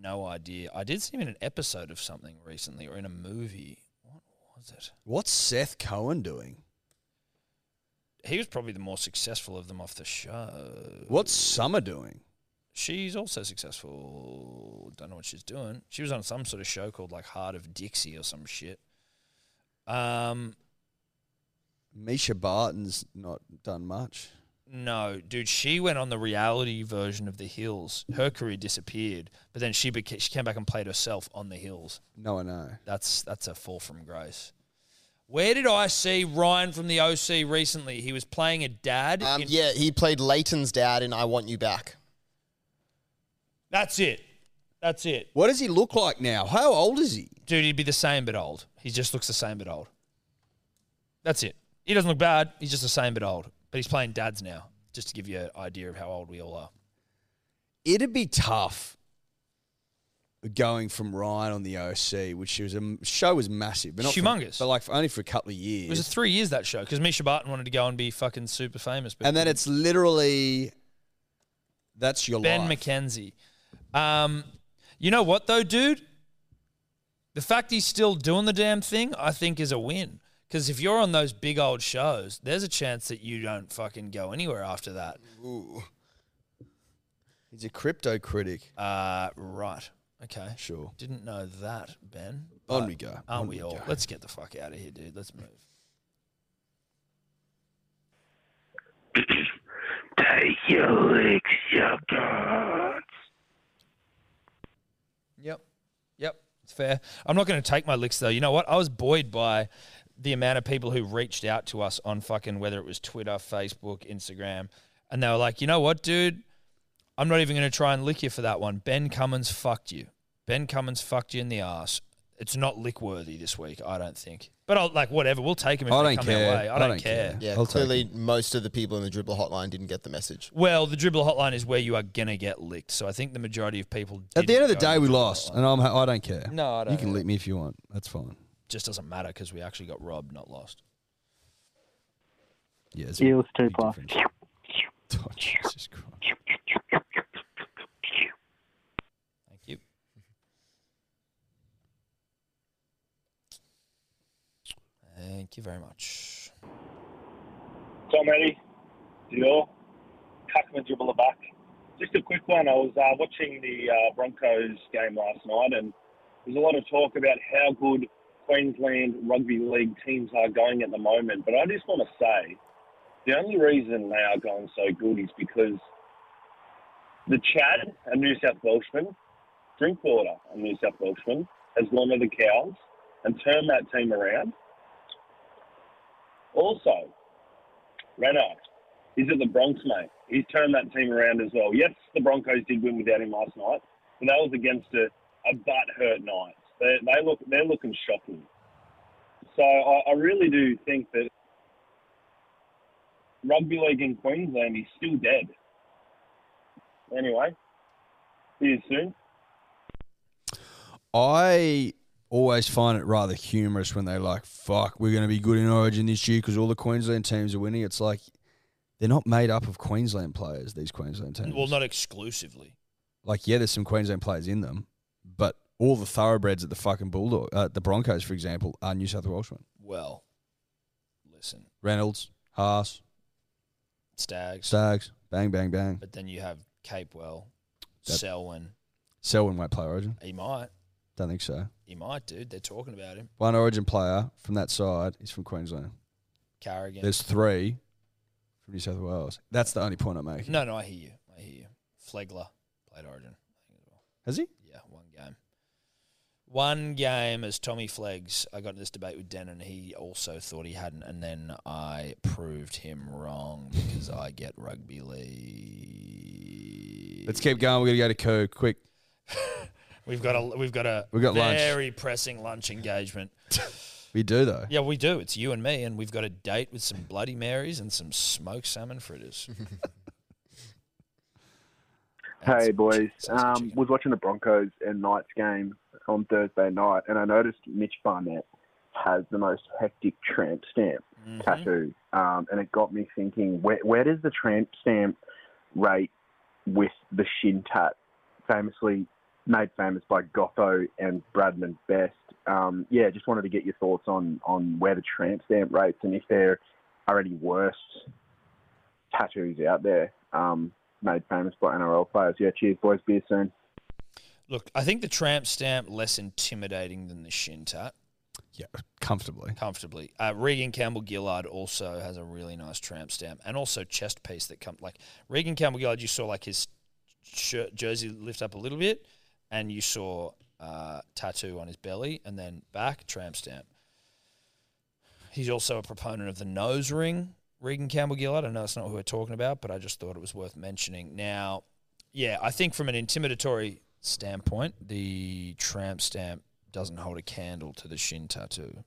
Speaker 1: No idea. I did see him in an episode of something recently or in a movie. What was it?
Speaker 2: What's Seth Cohen doing?
Speaker 1: He was probably the more successful of them off the show.
Speaker 2: What's Summer doing?
Speaker 1: She's also successful. Don't know what she's doing. She was on some sort of show called like Heart of Dixie or some shit. Um,
Speaker 2: Misha Barton's not done much.
Speaker 1: No, dude, she went on the reality version of The Hills. Her career disappeared, but then she beca- she came back and played herself on The Hills.
Speaker 2: No, I know.
Speaker 1: That's that's a fall from grace. Where did I see Ryan from the OC recently? He was playing a dad.
Speaker 3: um,
Speaker 1: in-
Speaker 3: yeah, he played Leighton's dad in "I Want You Back."
Speaker 1: That's it. That's it.
Speaker 2: What does he look like now? How old is he?
Speaker 1: Dude, he'd be the same but old. He just looks the same but old. That's it. He doesn't look bad. He's just the same but old. But he's playing dads now, just to give you an idea of how old we all are.
Speaker 2: It'd be tough going from Ryan on the OC, which was a m- show was massive, but not for-
Speaker 1: Humongous.
Speaker 2: but like for only for a couple of
Speaker 1: It
Speaker 2: years.
Speaker 1: was three years that show because Misha Barton wanted to go and be fucking super famous. But
Speaker 2: and then it's literally that's your
Speaker 1: Ben
Speaker 2: life.
Speaker 1: McKenzie. Um, you know what though, dude? The fact he's still doing the damn thing, I think, is a win. Because if you're on those big old shows, there's a chance that you don't fucking go anywhere after that.
Speaker 2: He's a crypto critic.
Speaker 1: Uh, right. Okay.
Speaker 2: Sure.
Speaker 1: Didn't know that, Ben.
Speaker 2: On
Speaker 1: But
Speaker 2: we go. On
Speaker 1: Aren't
Speaker 2: we
Speaker 1: we all?
Speaker 2: go.
Speaker 1: Let's get the fuck out of here, dude. Let's move. Yep. Yep. It's fair. I'm not going to take my licks, though. You know what? I was buoyed by the amount of people who reached out to us on fucking whether it was Twitter, Facebook, Instagram. And they were like, you know what, dude? I'm not even going to try and lick you for that one. Ben Cummins fucked you. Ben Cummins fucked you in the ass. It's not lick worthy this week, I don't think. But I'll like whatever. We'll take him if
Speaker 2: I
Speaker 1: they
Speaker 2: don't
Speaker 1: come our
Speaker 2: care.
Speaker 1: way. I don't, care.
Speaker 3: Yeah,
Speaker 2: I'll take
Speaker 3: clearly most of the people in the dribbler hotline didn't get the message.
Speaker 1: Well, the dribbler hotline is where you are gonna get licked. So I think the majority of people.
Speaker 2: At the
Speaker 1: didn't
Speaker 2: end of the
Speaker 1: go
Speaker 2: day,
Speaker 1: to
Speaker 2: we
Speaker 1: dribbler
Speaker 2: lost,
Speaker 1: hotline.
Speaker 2: and I'm, I don't care.
Speaker 1: No, I don't
Speaker 2: You can
Speaker 1: care.
Speaker 2: lick me if you want. That's fine.
Speaker 1: Just doesn't matter because we actually got robbed, not lost.
Speaker 2: Yeah, it's
Speaker 7: Deals too far.
Speaker 2: Oh, Jesus Christ.
Speaker 1: Thank you. Thank you very much.
Speaker 8: Tom Eddie, Dior, Cuckman dribble back. Just a quick one. I was uh, watching the uh, Broncos game last night, and there's a lot of talk about how good Queensland rugby league teams are going at the moment. But I just want to say, the only reason they are going so good is because the Chad, a New South Welshman, Drinkwater, a New South Welshman, has gone to the cows and turned that team around. Also, Renault. He's at the Bronx, mate. He's turned that team around as well. Yes, the Broncos did win without him last night, but that was against a, a butt hurt Knights. They, they look they're looking shocking. So I, I really do think that rugby league in Queensland is still dead. Anyway, see you soon.
Speaker 2: I always find it rather humorous when they're like, fuck, we're going to be good in Origin this year because all the Queensland teams are winning. It's like, they're not made up of Queensland players, these Queensland teams.
Speaker 1: Well, not exclusively.
Speaker 2: like yeah, there's some Queensland players in them, but all the thoroughbreds at the fucking Bulldog, uh, the Broncos, for example, are New South Welshmen.
Speaker 1: Well, listen.
Speaker 2: Reynolds, Haas,
Speaker 1: Stags.
Speaker 2: Stags, bang, bang, bang.
Speaker 1: But then you have Capewell,
Speaker 2: That-
Speaker 1: Selwyn.
Speaker 2: Selwyn won't play Origin.
Speaker 1: He might.
Speaker 2: Don't think so.
Speaker 1: He might, dude. They're talking about him.
Speaker 2: One Origin player from that side is from Queensland.
Speaker 1: Carrigan.
Speaker 2: There's three from New South Wales. That's the only point I'm making.
Speaker 1: no, no, I hear you. I hear you. Flegler played Origin.
Speaker 2: Has he?
Speaker 1: Yeah, one game. One game as Tommy Flegs. I got in this debate with Denon. He also thought he hadn't, and then I proved him wrong because I get rugby league.
Speaker 2: Let's keep going. We're gonna go to Coo. Quick.
Speaker 1: We've got a we've got a
Speaker 2: We've got lunch.
Speaker 1: very pressing lunch engagement.
Speaker 2: We do though.
Speaker 1: Yeah, we do. It's you and me, and we've got a date with some Bloody Marys and some smoked salmon fritters.
Speaker 7: Hey boys,
Speaker 1: Sounds like
Speaker 7: um,
Speaker 1: chicken.
Speaker 7: was watching the Broncos and Knights game on Thursday night, and I noticed Mitch Barnett has the most hectic tramp stamp tattoo, um, and it got me thinking: where, where does the tramp stamp rate with the shin tat, famously made famous by Gotho and Bradman Best? Um, yeah, just wanted to get your thoughts on on where the tramp stamp rates and if there are any worse tattoos out there. Um, made famous by NRL players. Yeah, cheers, boys. Be you soon.
Speaker 1: Look, I think the tramp stamp less intimidating than the shin tat.
Speaker 2: Yeah, comfortably.
Speaker 1: comfortably. Uh, Regan Campbell Gillard also has a really nice tramp stamp, and also chest piece that comes like Regan Campbell Gillard. You saw like his shirt jersey lift up a little bit, and you saw uh, tattoo on his belly, and then back tramp stamp. He's also a proponent of the nose ring. Regan Campbell Gillard. I know it's not who we're talking about, but I just thought it was worth mentioning. Now, yeah, I think from an intimidatory standpoint, the tramp stamp doesn't hold a candle to the shin tattoo.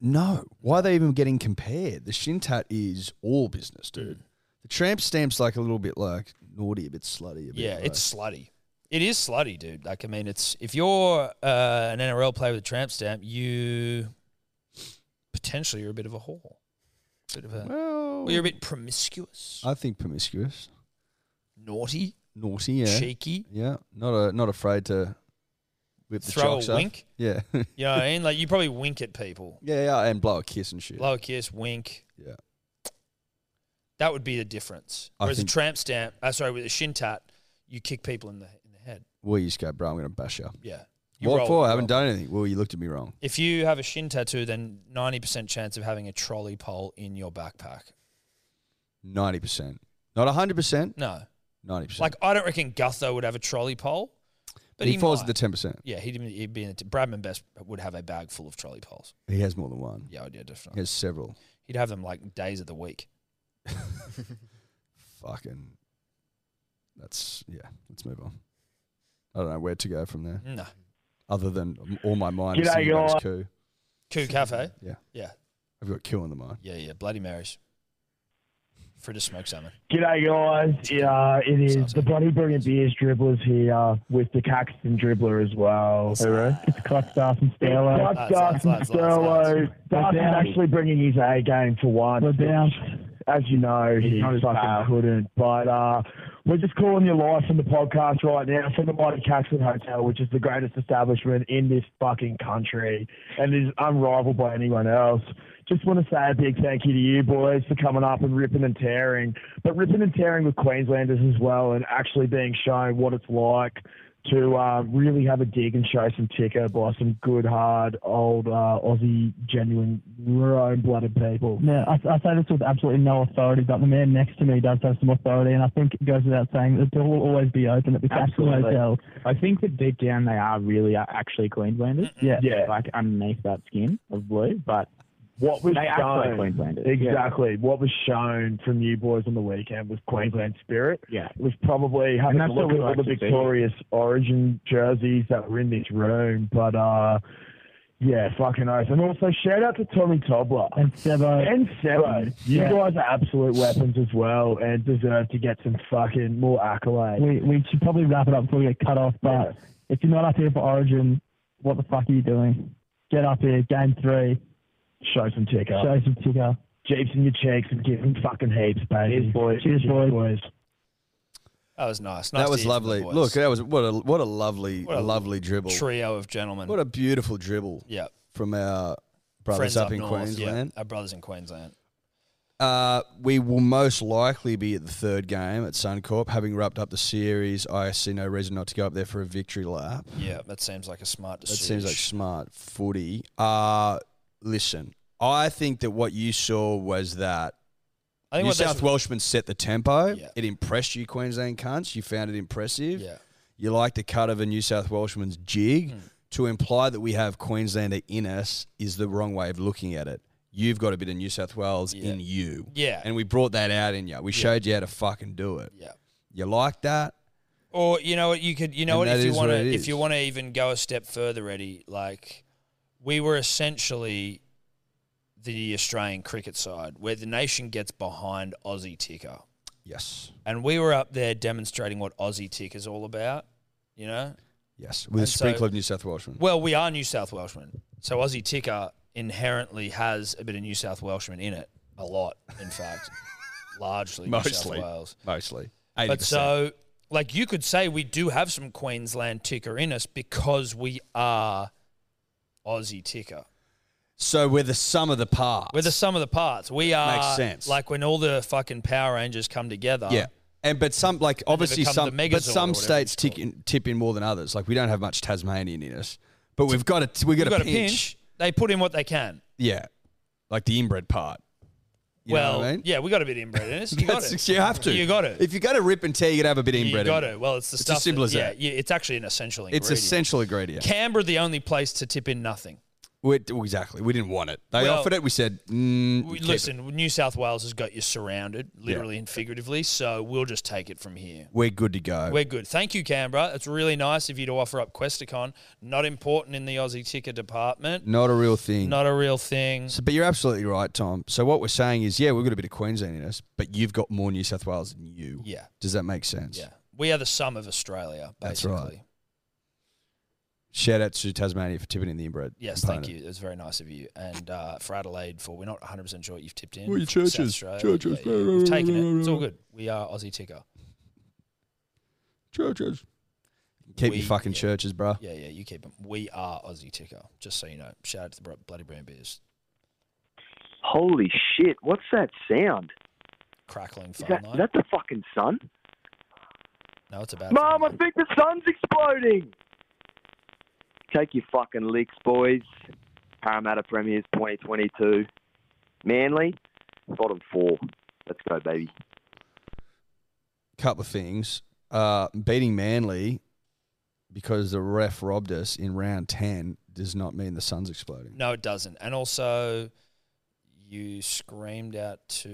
Speaker 2: No. Why are they even getting compared? The shin tat is all business, dude. The tramp stamp's like a little bit like naughty, a bit slutty. A bit
Speaker 1: Yeah,
Speaker 2: like-
Speaker 1: it's slutty. It is slutty, dude. Like, I mean, it's if you're uh, an NRL player with a tramp stamp, you potentially you're a bit of a whore, bit of a,
Speaker 2: well.
Speaker 1: or uh, you're a bit promiscuous,
Speaker 2: I think promiscuous,
Speaker 1: naughty,
Speaker 2: naughty. Yeah,
Speaker 1: cheeky.
Speaker 2: yeah. Not a not afraid to whip the
Speaker 1: Throw a
Speaker 2: chocks up.
Speaker 1: wink?
Speaker 2: Yeah, yeah,
Speaker 1: You know what I mean? Like, you probably wink at people,
Speaker 2: yeah, and blow a kiss and shit.
Speaker 1: blow a kiss, wink.
Speaker 2: Yeah.
Speaker 1: That would be the difference.
Speaker 2: I
Speaker 1: Whereas a
Speaker 2: think-
Speaker 1: tramp stamp, uh, sorry, with a shin tat, you kick people in the in the head.
Speaker 2: Well, you just go, bro. I'm gonna bash you.
Speaker 1: Yeah. You
Speaker 2: What
Speaker 1: roll-
Speaker 2: for?
Speaker 1: you
Speaker 2: I haven't
Speaker 1: roll.
Speaker 2: done anything. Well, you looked at me wrong.
Speaker 1: If you have a shin tattoo, then 90% chance of having a trolley pole in your backpack.
Speaker 2: Ninety percent, not hundred percent.
Speaker 1: No.
Speaker 2: Ninety percent.
Speaker 1: Like, I don't reckon Gutho would have a trolley pole, but
Speaker 2: he,
Speaker 1: he,
Speaker 2: falls
Speaker 1: might.
Speaker 2: at the ten percent.
Speaker 1: Yeah, he'd, be- he'd be in the. T- Bradman Best would have a bag full of trolley poles.
Speaker 2: He has more than one.
Speaker 1: Yeah, I do,
Speaker 2: He
Speaker 1: definitely.
Speaker 2: has several.
Speaker 1: He'd have them like days of the week.
Speaker 2: Fucking. That's yeah. Let's move on. I don't know where to go from there.
Speaker 1: No.
Speaker 2: Other than all my mind is
Speaker 9: G'day,
Speaker 2: thinking about
Speaker 9: y'all.
Speaker 2: is coup.
Speaker 1: Coup Cafe.
Speaker 2: Yeah.
Speaker 1: Yeah.
Speaker 2: I've got coup on the mind.
Speaker 1: Yeah, yeah. Bloody Marys. Fritter smoked salmon.
Speaker 9: G'day, guys. Yeah, it
Speaker 1: Sounds
Speaker 9: is the
Speaker 1: good.
Speaker 9: Bloody Brilliant Beers dribblers here uh, with the Caxton dribbler as well. It's Coxstaff and Sterlo.
Speaker 1: Lads, lads, lads, lads, lads.
Speaker 9: Darcy's actually bringing his A game for once. which, As you know, he fucking couldn't. But uh, we're just calling you live from the podcast right now from the Mighty Caxton Hotel, which is the greatest establishment in this fucking country and is unrivaled by anyone else. Just want to say a big thank you to you boys for coming up and ripping and tearing, but ripping and tearing with Queenslanders as well and actually being shown what it's like to uh, really have a dig and show some ticker by some good, hard, old uh, Aussie, genuine, own blooded people.
Speaker 10: Yeah, I, I say this with absolutely no authority, but the man next to me does have some authority, and I think it goes without saying that the door will always be open at the Castle
Speaker 6: Absolutely.
Speaker 10: Hotel.
Speaker 6: I think that deep down they are really are actually Queenslanders.
Speaker 10: Yeah.
Speaker 9: Yeah.
Speaker 6: Like underneath that skin of blue, but
Speaker 9: What was
Speaker 6: they act like
Speaker 9: shown,
Speaker 6: Queenslanders.
Speaker 9: exactly, what was shown from you boys on the weekend was Queensland spirit.
Speaker 6: Yeah.
Speaker 9: It was probably having
Speaker 6: And that's
Speaker 9: a look
Speaker 6: what we
Speaker 9: at all
Speaker 6: like
Speaker 9: the
Speaker 6: to see.
Speaker 9: victorious origin jerseys that were in this room, but uh, yeah, fucking oath. And also, shout out to Tommy Tobler.
Speaker 10: And Sebo,
Speaker 9: And Sebo, you
Speaker 10: Yeah.
Speaker 9: guys are absolute weapons as well, and deserve to get some fucking more accolades.
Speaker 10: we, we should probably wrap it up before we get cut off, but if you're not up here for Origin, what the fuck are you doing? Get up here, game three,
Speaker 9: Show some ticker.
Speaker 10: show some ticker.
Speaker 9: Jeeps in your cheeks and give them fucking heaps, baby. Cheers, boys. Cheers, boys.
Speaker 1: That was nice. nice
Speaker 2: That
Speaker 1: to
Speaker 2: was
Speaker 1: hear from the
Speaker 2: lovely.
Speaker 1: boys.
Speaker 2: Look, uh, that was what a what a lovely
Speaker 1: What a
Speaker 2: lovely dribble.
Speaker 1: trio of gentlemen.
Speaker 2: What a beautiful dribble
Speaker 1: yeah.
Speaker 2: from our brothers
Speaker 1: Friends
Speaker 2: up, in
Speaker 1: north,
Speaker 2: Queensland.
Speaker 1: Yeah, our brothers in Queensland.
Speaker 2: Uh, we will most likely be at the third game at Suncorp, having wrapped up the series. I see no reason not to go up there for a victory lap.
Speaker 1: Yeah, that seems like a smart
Speaker 2: That
Speaker 1: decision.
Speaker 2: seems like smart footy. Uh, listen, I think that what you saw was that
Speaker 1: I think
Speaker 2: New
Speaker 1: what they
Speaker 2: South
Speaker 1: should-
Speaker 2: Welshmen set the tempo. It impressed you, Queensland cunts. You found it impressive.
Speaker 1: Yeah. Hmm.
Speaker 2: You like the cut of a New South Welshman's jig. To imply that we have Queenslander in us is the wrong way of looking at it. You've got a bit of New South Wales in you.
Speaker 1: Yeah.
Speaker 2: And we brought that out in you. We
Speaker 1: Yeah.
Speaker 2: showed you how to fucking do it.
Speaker 1: Yeah.
Speaker 2: You like that?
Speaker 1: Or you know what you could you know
Speaker 2: And
Speaker 1: what
Speaker 2: that
Speaker 1: if you
Speaker 2: is
Speaker 1: want
Speaker 2: what
Speaker 1: to
Speaker 2: it
Speaker 1: if
Speaker 2: is.
Speaker 1: you want to even go a step further, Eddie, like we were essentially the Australian cricket side where the nation gets behind Aussie ticker.
Speaker 2: Yes.
Speaker 1: And we were up there demonstrating what Aussie ticker is all about, you know?
Speaker 2: Yes. With
Speaker 1: And
Speaker 2: a
Speaker 1: so-
Speaker 2: sprinkle of New South Welshmen.
Speaker 1: Well, we are New South Welshmen. So Aussie ticker inherently has a bit of New South Welshman in it. A lot, in fact. Largely New
Speaker 2: Mostly.
Speaker 1: South Wales.
Speaker 2: Mostly.
Speaker 1: But uh,
Speaker 2: 80%.
Speaker 1: so, like, you could say we do have some Queensland ticker in us because we are Aussie ticker.
Speaker 2: So we're the sum of the parts.
Speaker 1: We're the sum of the parts. We are
Speaker 2: Makes sense.
Speaker 1: like when all the fucking Power Rangers come together.
Speaker 2: Yeah. And but some like obviously
Speaker 1: become the
Speaker 2: some
Speaker 1: Megazord
Speaker 2: but
Speaker 1: or
Speaker 2: some
Speaker 1: whatever
Speaker 2: states tick in, tip in more than others. Like we don't have much Tasmanian in us, but we've got a we've got,
Speaker 1: You've
Speaker 2: a, pinch.
Speaker 1: They put in what they can.
Speaker 2: Yeah, like the inbred part. You know
Speaker 1: well,
Speaker 2: what I mean?
Speaker 1: yeah, we got a bit inbred in us. You got it.
Speaker 2: That's- You have to.
Speaker 1: You got it.
Speaker 2: If you got to rip and tear, you got to have a bit inbred.
Speaker 1: You got
Speaker 2: in
Speaker 1: it. Well, it's the
Speaker 2: It's
Speaker 1: stuff.
Speaker 2: as simple
Speaker 1: that-
Speaker 2: as
Speaker 1: yeah,
Speaker 2: that.
Speaker 1: yeah, it's actually an essential ingredient.
Speaker 2: It's essential ingredient.
Speaker 1: Canberra, the only place to tip in nothing.
Speaker 2: We- exactly. We didn't want it. They
Speaker 1: Well,
Speaker 2: offered it. We said, mm,
Speaker 1: We,
Speaker 2: keep it.
Speaker 1: listen, New South Wales has got you surrounded,
Speaker 2: Yeah.
Speaker 1: literally and figuratively. So we'll just take it from here.
Speaker 2: we're good to go.
Speaker 1: We're good. Thank you, Canberra. It's really nice of you to offer up Questacon. Not important in the Aussie ticker department.
Speaker 2: Not a real thing.
Speaker 1: Not a real thing.
Speaker 2: So, but you're absolutely right, Tom. So what we're saying is, yeah, we've got a bit of Queensland in us, but you've got more New South Wales than you.
Speaker 1: Yeah.
Speaker 2: Does that make sense?
Speaker 1: Yeah. We are the sum of Australia,
Speaker 2: That's
Speaker 1: basically.
Speaker 2: right. Shout out to Tasmania for tipping in the inbred.
Speaker 1: Yes, thank you. It was very nice of you. And uh, for Adelaide, for we're not 100% sure what you've tipped in.
Speaker 2: Well, your
Speaker 1: South
Speaker 2: churches,
Speaker 1: Australia.
Speaker 2: churches.
Speaker 1: Yeah, yeah. We've taken it. It's all good. We are Aussie ticker.
Speaker 2: Churches. Keep
Speaker 1: We-
Speaker 2: your fucking
Speaker 1: yeah.
Speaker 2: churches, bro.
Speaker 1: Yeah, yeah, you keep them. We are Aussie ticker, just so you know. Shout out to the bro- Bloody Brown Beers.
Speaker 11: Holy shit! What's that sound?
Speaker 1: Crackling
Speaker 11: Is
Speaker 1: phone
Speaker 11: that,
Speaker 1: line.
Speaker 11: is that the fucking sun?
Speaker 1: no, it's about.
Speaker 11: Mom, I think the sun's exploding. Take your fucking licks, boys. Parramatta Premiers 2022. Manly, bottom four. Let's go, baby.
Speaker 2: Couple of things. Uh, beating Manly because the ref robbed us in round 10 does not mean the sun's exploding.
Speaker 1: No, it doesn't. And also, you screamed out to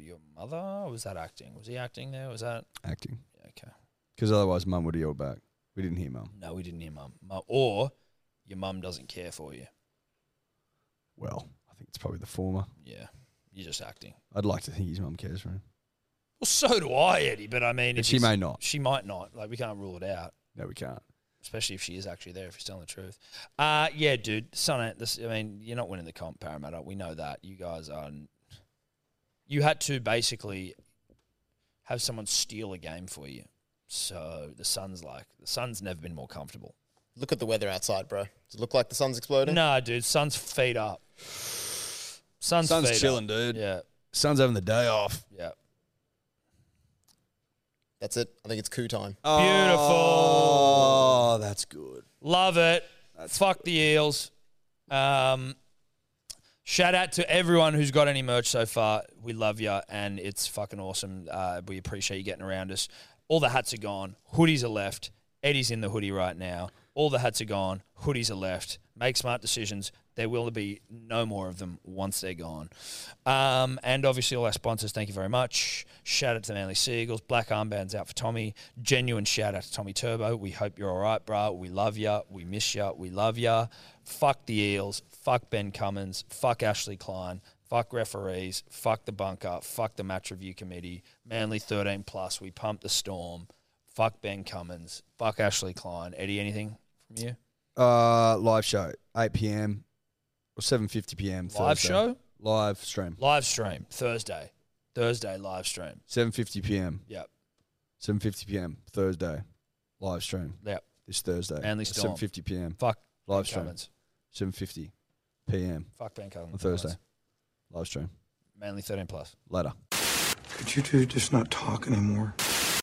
Speaker 1: your mother. Or was that acting? Was he acting there? Was that
Speaker 2: Acting.
Speaker 1: okay?
Speaker 2: Because otherwise, mum would yell back. We didn't hear mum.
Speaker 1: No, we didn't hear mum. Mu- Or your mum doesn't care for you.
Speaker 2: Well, I think it's probably the former.
Speaker 1: Yeah, you're just acting.
Speaker 2: I'd like to think his mum cares for him.
Speaker 1: Well, so do I, Eddie. But I mean,
Speaker 2: But
Speaker 1: if
Speaker 2: she
Speaker 1: it's-
Speaker 2: may not.
Speaker 1: She might not. Like we can't rule it out.
Speaker 2: No, we can't.
Speaker 1: especially if she is actually there, if she's telling the truth. Uh, yeah, dude, son, ain't this, I mean, you're not winning the comp, Parramatta. We know that. You guys are. You had to basically have someone steal a game for you. So the sun's like the sun's never been more comfortable.
Speaker 3: Look at the weather outside, bro. Does it look like the sun's exploding?
Speaker 1: Nah, dude, sun's feet up. Sun's,
Speaker 2: Sun's
Speaker 1: feet up.
Speaker 2: chilling, dude.
Speaker 1: Yeah,
Speaker 2: Sun's having the day off.
Speaker 1: yeah.
Speaker 3: That's it. I think it's coup time.
Speaker 2: Oh, that's good.
Speaker 1: Love it. Fuck the eels. Um, shout out to everyone who's got any merch so far. We love you, and it's fucking awesome. Uh, we appreciate you getting around us. All the hats are gone. Hoodies are left. Eddie's in the hoodie right now. All the hats are gone. Hoodies are left. Make smart decisions. There will be no more of them once they're gone. Um, and obviously, all our sponsors, thank you very much. Shout out to the Manly Seagulls. Black armbands out for Tommy. Genuine shout out to Tommy Turbo. We hope you're all right, brah. We love ya. We miss ya. We love ya. Fuck the Eels. Fuck Ben Cummins. Fuck Ashley Klein. Fuck referees. Fuck the bunker. Fuck the match review committee. Manly 13 plus. We pump the storm. Fuck Ben Cummins. Fuck Ashley Klein. Eddie, anything from you?
Speaker 2: Uh, live show, 8 p.m. or 7.50 p.m.
Speaker 1: Live
Speaker 2: Thursday.
Speaker 1: show?
Speaker 2: Live stream,
Speaker 1: Live stream Thursday. Thursday live stream.
Speaker 2: 7.50 p.m.
Speaker 1: Yep.
Speaker 2: 7.50 p.m. Thursday, live stream.
Speaker 1: Yep.
Speaker 2: This Thursday.
Speaker 1: Manly
Speaker 2: at
Speaker 1: Storm.
Speaker 2: 7.50 p.m.
Speaker 1: Fuck
Speaker 2: Live stream.
Speaker 1: Cummins.
Speaker 2: 7.50. p.m.
Speaker 1: Fuck Ben Carlin.
Speaker 2: on Thursday. Live stream
Speaker 1: Manly 13 plus.
Speaker 2: later.
Speaker 7: Could you two just not talk anymore?